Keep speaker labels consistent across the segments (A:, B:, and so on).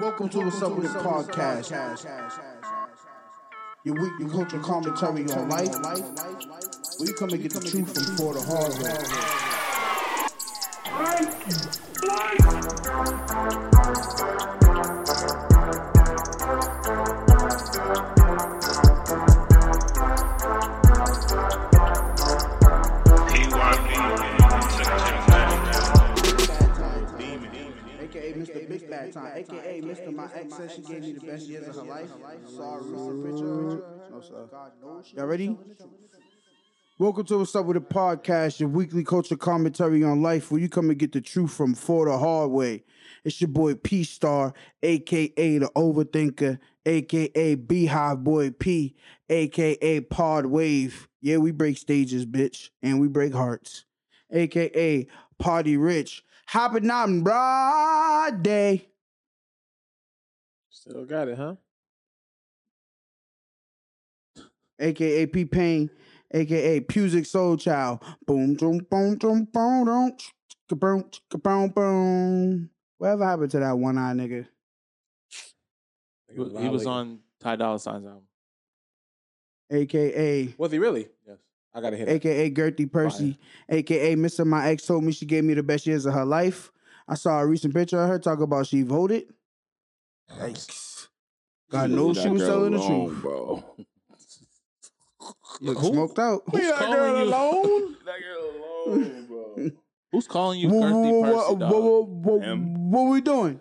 A: Welcome to What's Up With It podcast. Your weekly culture commentary on life. We come and get the truth from for the hardware. AKA Mr. Big Bad Time. AKA Mr. My Ex said she gave me the best years of her life. Sorry, Mr. Pritchard. No, sir. Y'all ready? Welcome to What's Up With It podcast, your weekly culture commentary on life where you come and get the truth from for the hard way. It's your boy P Star, aka the Overthinker, aka Beehive Boy P, aka Pod Wave. Yeah, we break stages, bitch, and we break hearts. AKA Party Rich. Hopping out and broad day.
B: Still got it, huh?
A: aka P Pain, aka Pusic Soul Child. Boom, boom, boom, boom, boom, boom, boom, boom, boom. Whatever happened to that one eye nigga?
B: He was, he was on Ty Dolla Sign's album.
A: AKA,
B: Was he really? Yes. I gotta hit it.
A: AKA Gertie Percy, AKA Mr. My Ex told me she gave me the best years of her life. I saw a recent picture of her talk about she voted. Yikes. God knows she was telling the truth.
C: bro.
A: Look, smoked out.
B: Who's calling you?
C: alone? that girl alone, bro.
B: Who's calling you
A: Whoa,
B: Gerthy
A: whoa,
B: Percy,
A: whoa,
B: dog?
A: whoa, whoa, whoa,
C: Him.
A: what we doing?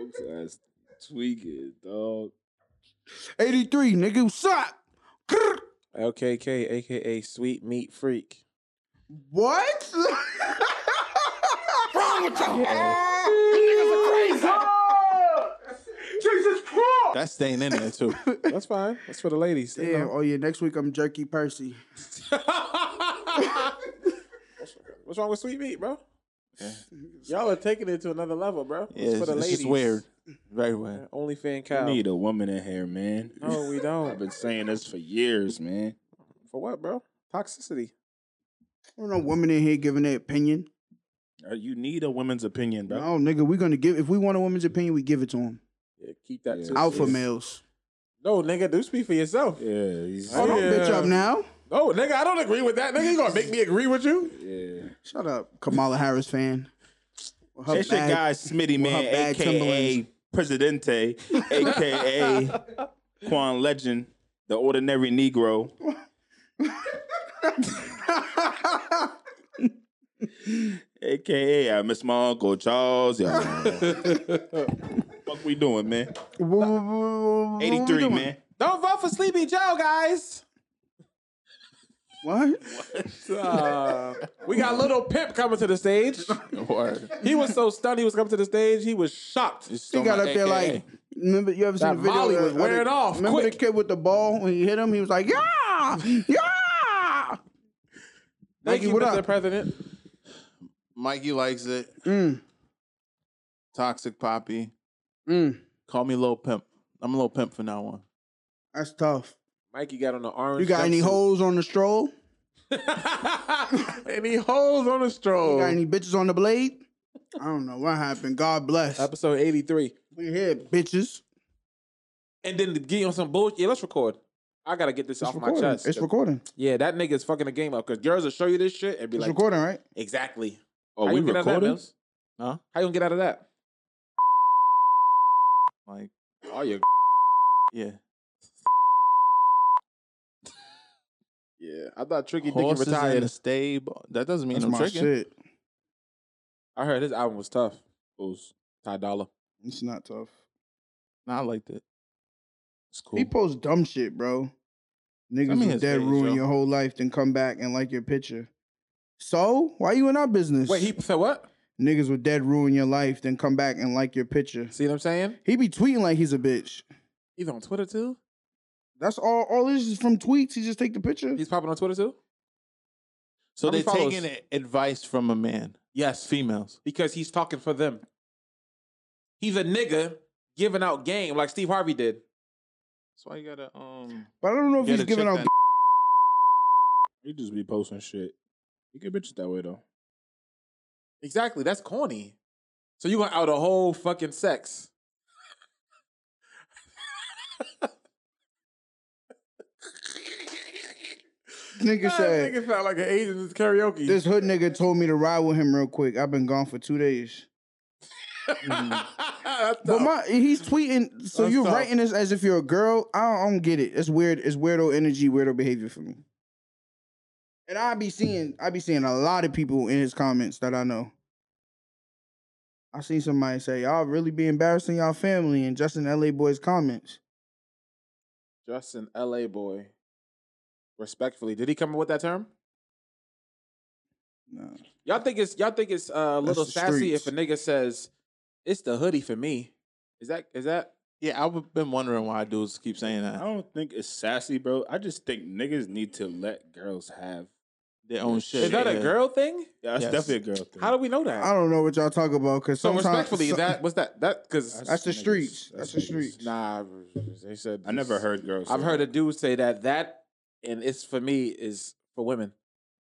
C: Oops, that's tweaking, dog.
A: 83, nigga, what's up? Grr.
B: LKK, aka Sweet Meat Freak.
A: What? wrong with y'all?
B: That's staying in there too. That's fine. That's for the ladies. They
A: Damn.
B: know.
A: Oh yeah. Next week I'm Jerky Percy.
B: What's wrong with Sweet Meat, bro? Y'all are taking it to another level, bro. It's
D: Yeah,
B: for
D: it's,
B: the
D: it's
B: ladies.
D: just weird. Very weird.
B: Only fan
C: You
B: cow.
C: need a woman in here, man.
B: No, we
C: I've
B: don't.
C: been saying this for years, man.
B: For what, bro? Toxicity.
A: There ain't no women in here giving their opinion.
C: Uh, You need a woman's opinion, bro.
A: No, nigga, we gonna give. If we want a woman's opinion, we give it to them.
B: Yeah, keep that
C: Yeah.
B: to
A: Alpha
B: yourself.
A: males.
B: No, nigga, do speak for yourself.
C: Yeah, he's,
B: Oh,
A: Hold on,
B: yeah.
A: bitch up now.
B: No, nigga, I don't agree with that. Nigga, you gonna make me agree with you?
C: yeah.
A: Shut up, Kamala Harris fan. With her
C: It's your
A: bag-
C: guy Smitty
A: her
C: Man,
A: bad
C: aka Presidente, aka Quan Legend, the ordinary Negro. AKA I miss my Uncle Charles. Y'all. fuck we doing, man?
A: Wha- wha- wha- wha- what we
C: 83,
A: doing?
C: man.
B: Don't vote for Sleepy Joe, guys.
A: What?
B: Uh, we got little pimp coming to the stage. He was so stunned he was coming to the stage. He was shocked.
A: She got up there like. Remember you ever seen
B: That
A: the video?
B: volley
A: of-
B: was
A: of the-
B: wearing off
A: Remember the
B: quick.
A: kid with the ball when he hit him? He was like, yeah, yeah.
B: Thank you,
A: what
B: Mr.
A: up?
B: President.
D: Mikey likes it.
A: Mm,
D: Toxic Poppy.
A: mm.
D: Call me Lil Pimp. I'm a Lil Pimp from now on.
A: That's tough.
B: Mikey got on the orange.
A: You got any
B: jumpsuit.
A: holes on the stroll?
B: any holes on the
A: You
B: stroll?
A: got any bitches on the blade? I don't know what happened. God bless.
B: Episode 83.
A: We here, bitches.
B: And then to get on some bullshit. Yeah, let's record. I gotta get this
A: It's
B: off
A: recording.
B: my chest.
A: It's recording.
B: yeah, that nigga's fucking the game up because girls will show you this shit and be
A: It's
B: like,
A: recording, right?
B: exactly.
C: Oh,
B: How
C: we
B: you gonna get out of that,
C: recording?
B: Mills?
D: Huh?
B: How you gonna get out of that?
D: Like,
B: Oh, you
D: yeah.
B: Yeah, I thought Tricky Dicky
D: Horses in
B: retired.
D: the stable. That doesn't mean
A: That's
D: I'm
A: my
D: tricking.
A: shit.
B: I heard his album was tough. Who's Ty Dolla?
A: It's not tough.
D: Nah, I liked it. It's cool.
A: He posts dumb shit, bro. Niggas
D: me
A: who
D: his
A: dead
D: page,
A: ruin
D: yo.
A: your whole life, then come back and like your picture. So why you in our business?
B: Wait, he said what?
A: niggas with dead ruin your life, then come back and like your picture.
B: See what I'm saying?
A: He be tweeting like he's a bitch.
B: He's on Twitter too.
A: That's all. All this is from tweets. He just take the picture.
B: He's popping on Twitter too.
D: so
B: How
D: they're
B: many followers?
D: taking a- advice from a man. Yes. Females.
B: because he's talking for them. He's a nigga giving out game like Steve Harvey did.
D: That's why you gotta um
A: But I don't know if
D: you
A: he's
D: gotta
A: giving
D: check
A: out.
D: that-
C: You just be posting shit. You get bitches that way though.
B: Exactly. That's corny. So you gonna out a whole fucking sex.
A: Nigga said,
B: nigga sound like an Asian is karaoke.
A: this hood nigga told me to ride with him real quick. I've been gone for two days.
D: mm-hmm.
B: That's
A: But
B: tough.
A: my he's tweeting, so
B: That's
A: you're
B: tough.
A: writing this as if you're a girl. I don't, I don't get it. It's weird. It's weirdo energy, weirdo behavior for me. And I be seeing, I be seeing a lot of people in his comments that I know. I seen somebody say, "Y'all really be embarrassing y'all family," and Justin LA boy's comments.
B: Justin LA boy. Respectfully. Did he come up with that term?
A: Nah.
B: Y'all think it's y'all think it's uh, a little
A: the
B: sassy if a
A: streets.
B: nigga says, It's the hoodie for me. Is that is that
D: Yeah, I've been wondering why dudes keep saying
C: I
D: that.
C: don't think it's sassy, bro. I just think niggas need to let girls have.
D: Their own shit.
B: is that a
D: yeah.
B: girl thing?
C: Yeah, that's
D: Yes.
C: definitely a girl thing.
B: How do we know that?
A: I don't know what y'all talk about because
B: so
A: sometimes
B: respectfully,
A: so-
B: is that what's that that because
A: that's the
C: Niggas,
A: streets.
C: that's
A: That's the
C: niggas.
A: streets.
B: nah they said
C: I never heard girls.
B: I've
C: say
B: heard
C: that.
B: a dude say that that and it's for me is for women.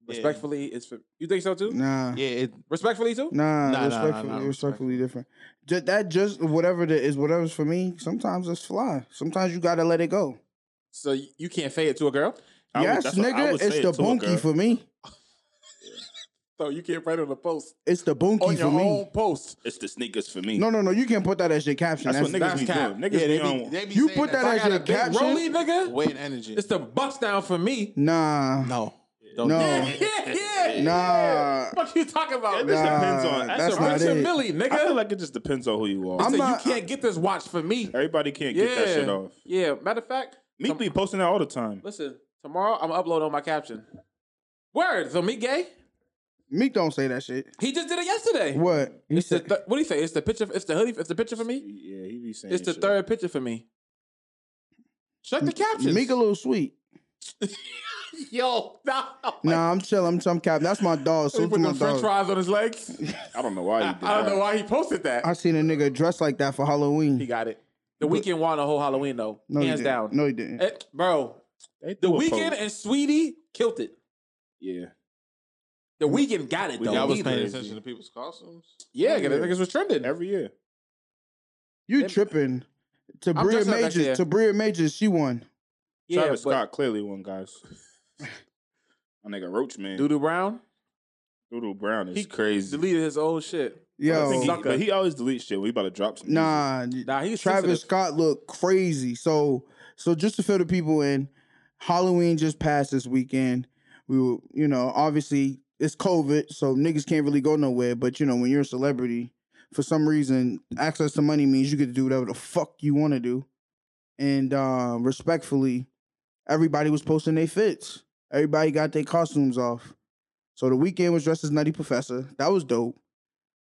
D: Yeah.
B: Respectfully, it's for you think so too?
A: Nah.
D: Yeah, it,
B: Respectfully too?
A: Nah,
D: Nah, nah, nah,
A: respectfully,
D: nah,
A: respectfully different. Ju- that just whatever that is, whatever's for me. Sometimes it's fly. Sometimes you gotta let it go.
B: So y- you can't say it to a girl?
C: I would-
A: yes,
C: that's what I
A: nigga,
C: would
A: it's
C: say
A: the
C: to a girl.
A: bunkie for me.
B: So you can't write on a post
A: It's the bunkie
B: on
A: for
B: your own
A: me.
B: post.
C: It's the sneakers for me.
A: No, no, no. You can't put that as your caption.
C: that's,
A: That's,
C: what niggas
B: that's
C: be
B: cap.
C: doing. Niggas be
D: yeah, they
C: on.
D: be, they be
A: You
D: saying
A: put that
B: I
A: as
B: got
A: your
B: a big
A: caption.
B: rolly, nigga.
D: weight and energy.
B: It's the bust down for me.
A: Nah,
D: no, don't
A: no,
D: do
B: Yeah,
D: that.
B: yeah, yeah.
A: nah.
B: What you talking about?
C: It just
A: Nah,
C: depends on.
B: That's,
A: that's
B: a
A: not
B: Richard
A: it.
B: Millie,
C: I feel
B: nigga.
C: like it just depends on who you are.
A: I'm
B: So
A: not-
B: you can't get this watch for me.
C: Everybody can't
B: yeah.
C: get that shit off.
B: Yeah. Matter of fact,
C: Me
B: some-
C: be posting that all the time.
B: listen, tomorrow I'm gonna upload on my caption. Word. So me gay?
A: Meek don't say that shit.
B: He just did it yesterday.
A: What he
B: It's the
A: said?
B: th- what do you say? It's the picture. It's the hoodie. It's the picture for me.
C: Yeah, he be saying.
B: It's the
C: shit.
B: third picture for me. Check the captions.
A: Meek a little sweet.
B: Yo, nah.
A: Nah, I'm chill. I'm I'm cap. That's my dog.
B: He
A: So
B: put
A: my
B: them French
A: dog.
B: fries on his legs.
C: I don't know why he
B: I
C: did
B: don't
C: that.
B: know why he posted that.
A: I seen a nigga dressed like that for
B: He
A: Halloween.
B: got it. The weekend won the whole Halloween though,
A: Mm. No, he
B: hands
A: didn't.
B: down.
A: No, he didn't.
B: Eh, bro,
C: They
B: the
C: threw a
B: weekend
C: post.
B: and Sweetie killed it.
C: Yeah.
B: The weekend got it though.
D: Y'all was
B: He-
D: paying
C: crazy.
D: attention to people's costumes.
B: yeah, because niggas was trending.
C: Every year.
A: You
B: It-
A: tripping? To
B: I'm
A: Bria
B: dressing up next year.
A: Majors. To Bria Majors, she won.
B: yeah,
C: Travis
B: but
C: Scott clearly won, guys. My nigga Roach Man.
B: Doodoo Brown,
C: Doodle Brown is
B: He-
C: crazy.
B: deleted his old shit.
C: I think he-
A: Yo,
B: Sucker.
C: but he always deletes shit when he about to drop some. music.
A: nah.
B: Nah, he's
A: Travis
B: sensitive.
A: Scott looked crazy. So, so just to fill the people in, Halloween just passed this weekend. We were, you know, obviously it's COVID, so niggas can't really go nowhere. But you know, when you're a celebrity, for some reason, access to money means you get to do whatever the fuck you want to do. And uh, respectfully, everybody was posting their fits. Everybody got their costumes off. So the weekend was dressed as Nutty Professor. That was dope.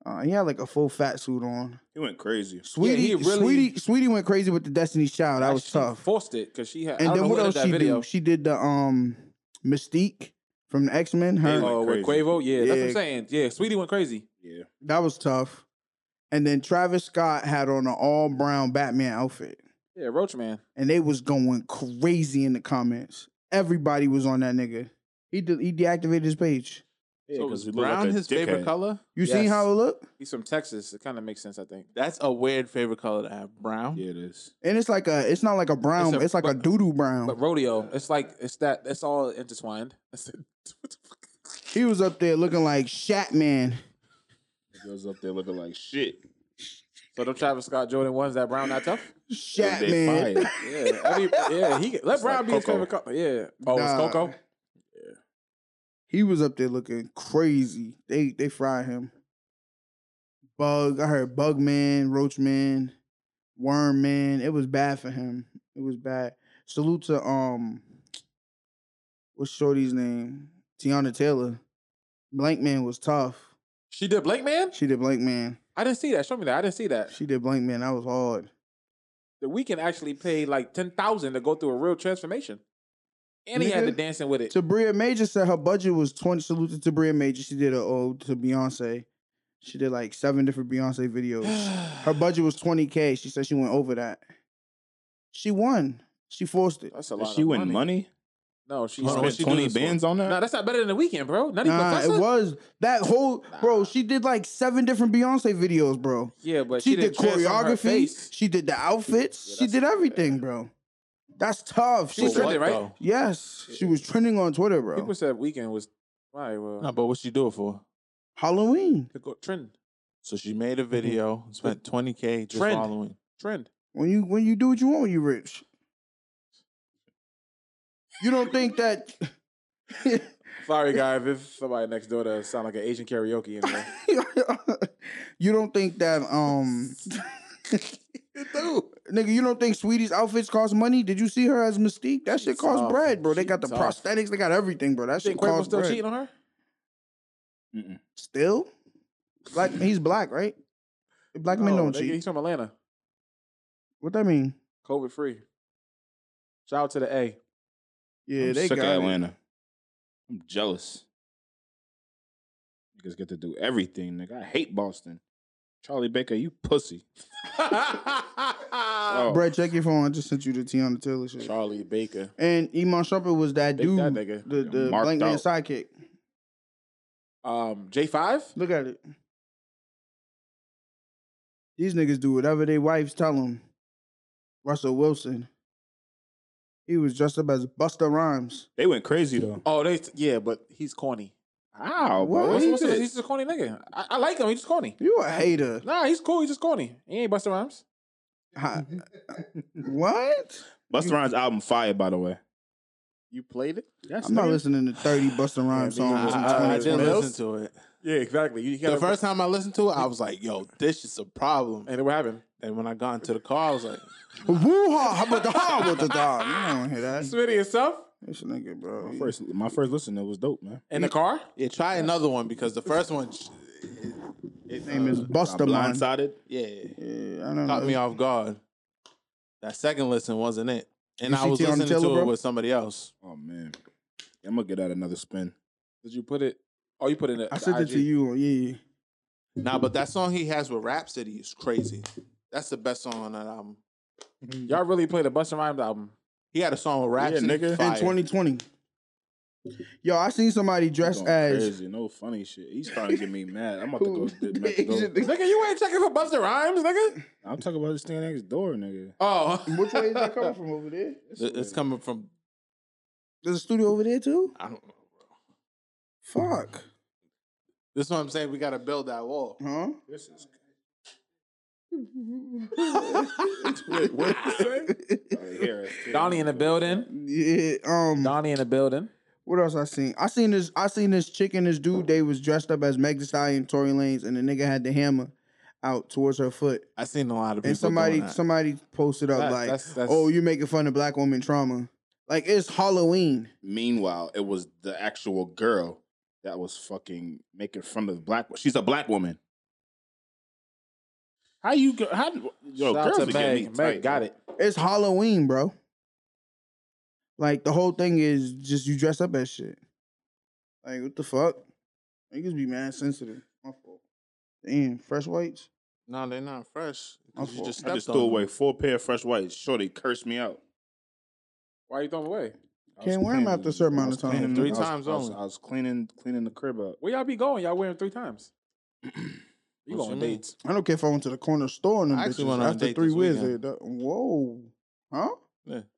A: Uh, he had like a full fat suit on.
C: He went crazy.
A: Sweetie,
B: he really-
A: Sweetie, Sweetie went crazy with the Destiny's Child. That was
B: She
A: tough.
B: Forced it because she had. I
A: and
B: don't
A: then
B: know
A: what
B: who
A: else
B: did that
A: she
B: video.
A: do? She did the um Mystique from the X Men. Her
C: Daylight.
B: Oh, with
C: Went
B: Quavo, yeah, that's what
A: Yeah.
B: I'm saying. Yeah, Sweetie went crazy.
C: Yeah.
A: that was tough. And then Travis Scott had on an all brown Batman outfit,
B: Yeah, Roach man.
A: and they was going crazy in the comments. Everybody was on that nigga. He de- he deactivated his page.
C: Yeah,
D: so
C: 'cause
D: was
C: we look like
D: brown
C: a
D: his favorite
C: dickhead.
D: color?
A: You seen
B: Yes.
A: how it looked?
B: He's from Texas. It kind of makes sense, I think.
D: That's a weird favorite color to have. Brown.
C: Yeah, it is.
A: And it's like a, it's not like a brown,
B: It's
A: it's,
B: a-
A: like a
B: but-
A: doodoo brown.
B: But rodeo, it's like it's that. It's all intertwined. It's- what the fuck?
A: he was up there looking like Shat Man.
C: He goes up there looking like shit.
B: So them Travis Scott Jordan ones that Brown not tough.
A: Shat
C: They
A: Man.
C: fired.
B: Yeah, every, yeah. He let
C: It's
B: Brown
C: like
B: be his
C: Coco.
B: favorite color. Yeah. Oh, it's
A: Nah.
B: Coco.
A: He was up there looking crazy. They they fried him. Bug, I heard Bugman, Roachman, Wormman. It was bad for him. It was bad. Salute to um, what's Shorty's name? Tiana Taylor. Blank Man was tough.
B: She did Blake Man.
A: She did Blank Man.
B: I didn't see that. Show me that. I didn't see that.
A: She did Blank Man. That was hard.
B: The weekend actually paid like ten thousand to go through a real transformation, and he had
A: Nigga.
B: the dancing with it.
A: Tabria Major said her budget was 20. Salute to Tabria Major. She did an ode to Beyonce. She did like seven different Beyonce videos. Her budget was 20K. She said she went over that. She won. She forced it.
B: That's a
C: Did
B: lot.
C: she
B: of
C: win money?
B: No, she
C: She spent
B: spent
C: twenty bands on that.
B: No, that's not better than the weekend, bro. Nutty
A: Nah,
B: Professor.
A: it was that whole bro. She did like seven different Beyonce videos, bro.
B: Yeah, but
A: she,
B: she,
A: did
B: didn't dress on her
A: choreography.
B: face.
A: She did the outfits. she did everything, bro. That's tough.
B: She was
A: bro.
D: what,
B: trending, right?
D: though?
A: yes, she was trending on Twitter, bro.
B: People said weekend was right. Well,
D: No, but what she do it for?
A: Halloween.
B: to go trend,
D: So she made a
A: Mm-hmm.
D: video, spent 20K just
B: Trend.
D: following.
B: trend.
A: When you when you do what you want, when you rich. You don't think that?
B: Sorry, guy, if somebody next door to sound like an Asian karaoke in there.
A: you don't think that um nigga you don't think Sweetie's outfits cost money? Did you see her as Mystique? That shit
B: She
A: costs
B: tough.
A: bread, bro. They
B: She
A: got the
B: tough.
A: prosthetics, they got everything, bro. That shit
B: Think Quavo
A: costs
B: still
A: bread.
B: cheating on her?
C: Mm-mm.
A: Still, black. he's black, right? Black men
B: No,
A: don't
B: Oh, they-
A: cheat.
B: He's from Atlanta,
A: What that mean?
B: COVID free. Shout out to the A.
A: Yeah,
C: I'm
A: they
C: sick
A: got
C: of
A: it.
C: Atlanta. I'm jealous. Niggas get to do everything, nigga. I hate Boston. Charlie Baker, you pussy. Oh,
A: Brett, check your phone. I just sent you the Tiana Taylor shit.
B: Charlie Baker.
A: And Iman Shumpert was that
B: Big
A: dude,
B: that nigga.
A: the the
C: Marked
A: blank man
C: out.
A: sidekick.
B: Um, J five.
A: Look at it. These niggas do whatever their wives tell them. Russell Wilson. He was dressed up as Buster Rhymes.
C: They went crazy though.
B: Oh, they yeah, but he's corny.
C: Ow, bro.
A: What?
C: What
B: What's,
C: he
B: what's
C: did?
B: he's just a corny nigga. I, I like him. He's just corny.
A: You a hater.
B: Nah, he's cool. He's just corny. He ain't Busta Rhymes.
A: Ha- what?
C: Busta Rhymes album fire, by the way.
B: You played it?
A: I'm not listening to 30 Buster Rhymes
B: Yeah,
A: songs.
B: I-
A: in
B: Uh, I- I
A: 2020.
B: didn't else?
D: to it.
B: Yeah, exactly. You, you
D: The
B: gotta-
D: first time I listened to it, I was like, yo, this is a problem.
B: and then what happened?
D: And when I got into the car, I was like,
A: Woo-ha, how about the ha with the dog? You don't hear that.
B: Smitty himself
A: This nigga, bro.
C: My
A: he-
C: first, my first listen though was dope, man.
B: in the car.
D: yeah, try another one because the first one,
A: His name is
C: I
A: Buster Man.
C: blindsided.
D: yeah,
A: Yeah, I don't
D: caught
A: know.
D: me off guard. That second listen wasn't it. And
A: You
D: I
A: see
D: was
A: Tiana
D: listening
A: Taylor,
D: to
A: bro?
D: it with somebody else.
C: Oh man, I'm gonna get out another spin.
B: Did you put it? Oh, you put it in the
A: I sent it to you. Yeah, yeah.
D: Nah, but that song he has with Rhapsody is crazy. That's the best song on that album.
B: Y'all really played the Busta Rhymes album.
D: He had a song with
C: Yeah,
D: Rhapsody.
C: nigga.
A: in
D: fire.
A: 2020. Yo, I seen somebody dressed
C: Going
A: as
C: crazy, no funny shit. He's starting to get me mad. I'm about to go.
A: Who?
C: I'm about to go.
B: nigga, you ain't checking for Busta Rhymes, nigga.
C: I'm talking about this thing next door, nigga.
D: Oh,
A: Which way is that coming from over there?
D: Th- it's coming from
A: There's a studio over there too.
D: I don't know.
A: Fuck,
D: This is what I'm saying. We gotta build that wall.
A: huh?
C: This is.
A: Wait,
C: what you say?
B: Donnie in the building.
A: Yeah. Um.
B: Donnie in the building.
A: What else I seen? I seen this. I seen this chick and this dude. They was dressed up as Meg Thee Stallion, Tory Lanez, and the nigga had the hammer out towards her foot.
D: I seen a lot of people.
A: And somebody,
D: doing that.
A: somebody posted up
B: That-
A: like,
B: that's- that's-
A: "Oh, you're making fun of black woman trauma." Like it's Halloween.
C: Meanwhile, it was the actual girl that was fucking making fun of the black. She's a black woman. How you? go- How yo?
B: Shout out
C: girls
B: to
C: are getting me
B: Meg. Meg
C: tight,
B: got
C: bro.
B: it.
A: It's Halloween, bro. Like the whole thing is just you dress up as shit. Like what the fuck? Niggas be mad sensitive. My fault. Damn, fresh whites.
D: no, they're not fresh. 'cause You
A: fault.
D: just
C: I
D: stepped
C: just
D: on
C: threw
D: them.
C: away four pair of fresh whites. Sure, they cursed me out.
B: Why you throwing away?
C: I
A: Can't
C: was
A: wear 'em
C: cleaning-
A: after a certain
C: I
A: amount
C: was
A: of time.
C: cleaning-
D: Three
C: I was-
D: times
C: I was-
D: only.
C: I was cleaning cleaning the crib out.
B: Where y'all be going? Y'all wearing three times. You
D: What
B: going
D: you mean?
B: dates?
A: I don't care if I went to the corner store and them
D: I actually
A: bitches.
D: went on a
A: After
D: date
A: three
D: this
A: weeks,
D: weekend.
A: they done- whoa, huh?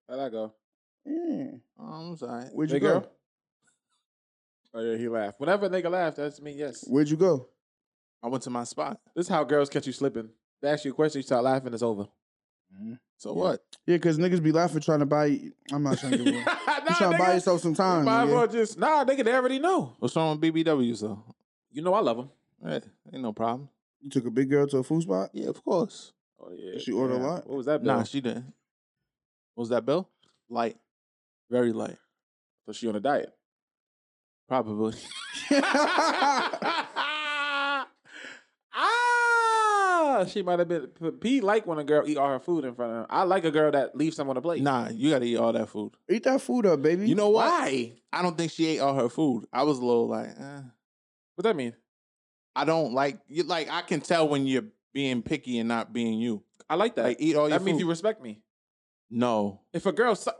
B: How'd I go? Um,
A: Yeah.
D: Oh, I'm sorry.
A: Where'd you
B: Big
A: go?
B: girl? Oh yeah, he laughed. Whenever a nigga laughed, that's me. Yes.
A: Where'd you go?
D: I went to my spot.
B: This is how girls catch you slipping. They ask you a question, you start laughing, it's over.
D: So
A: Mm-hmm.
C: Yeah.
D: what?
A: Yeah, cause niggas be laughing trying to buy. I'm not trying to give
B: nah,
A: you. You trying to buy
B: nigga.
A: yourself some time.
B: Might as
A: nigga.
B: well just nah, nigga. They already know.
D: What's wrong with BBW? So,
B: You know I love them.
D: eh, ain't no problem.
A: You took a big girl to a food spot.
D: Yeah, of course.
B: Oh yeah.
A: She order a
B: Yeah.
A: lot?
B: What was that? Bill?
D: Nah, she didn't. What was that bill? Light, very light,
B: so she on a diet.
D: probably.
B: ah, she might have been. P like when a girl eat all her food in front of her. I like a girl that leaves some on the plate.
D: nah, you gotta eat all that food.
A: Eat that food up, baby.
D: You know what?
B: Why?
D: I don't think she ate all her food. I was a little like, eh.
B: What that mean?
D: I don't like you. Like I can tell when you're being picky and not being you.
B: I like that.
D: Like eat all your
B: that means
D: food.
B: you respect me.
D: no,
B: If a girl, su-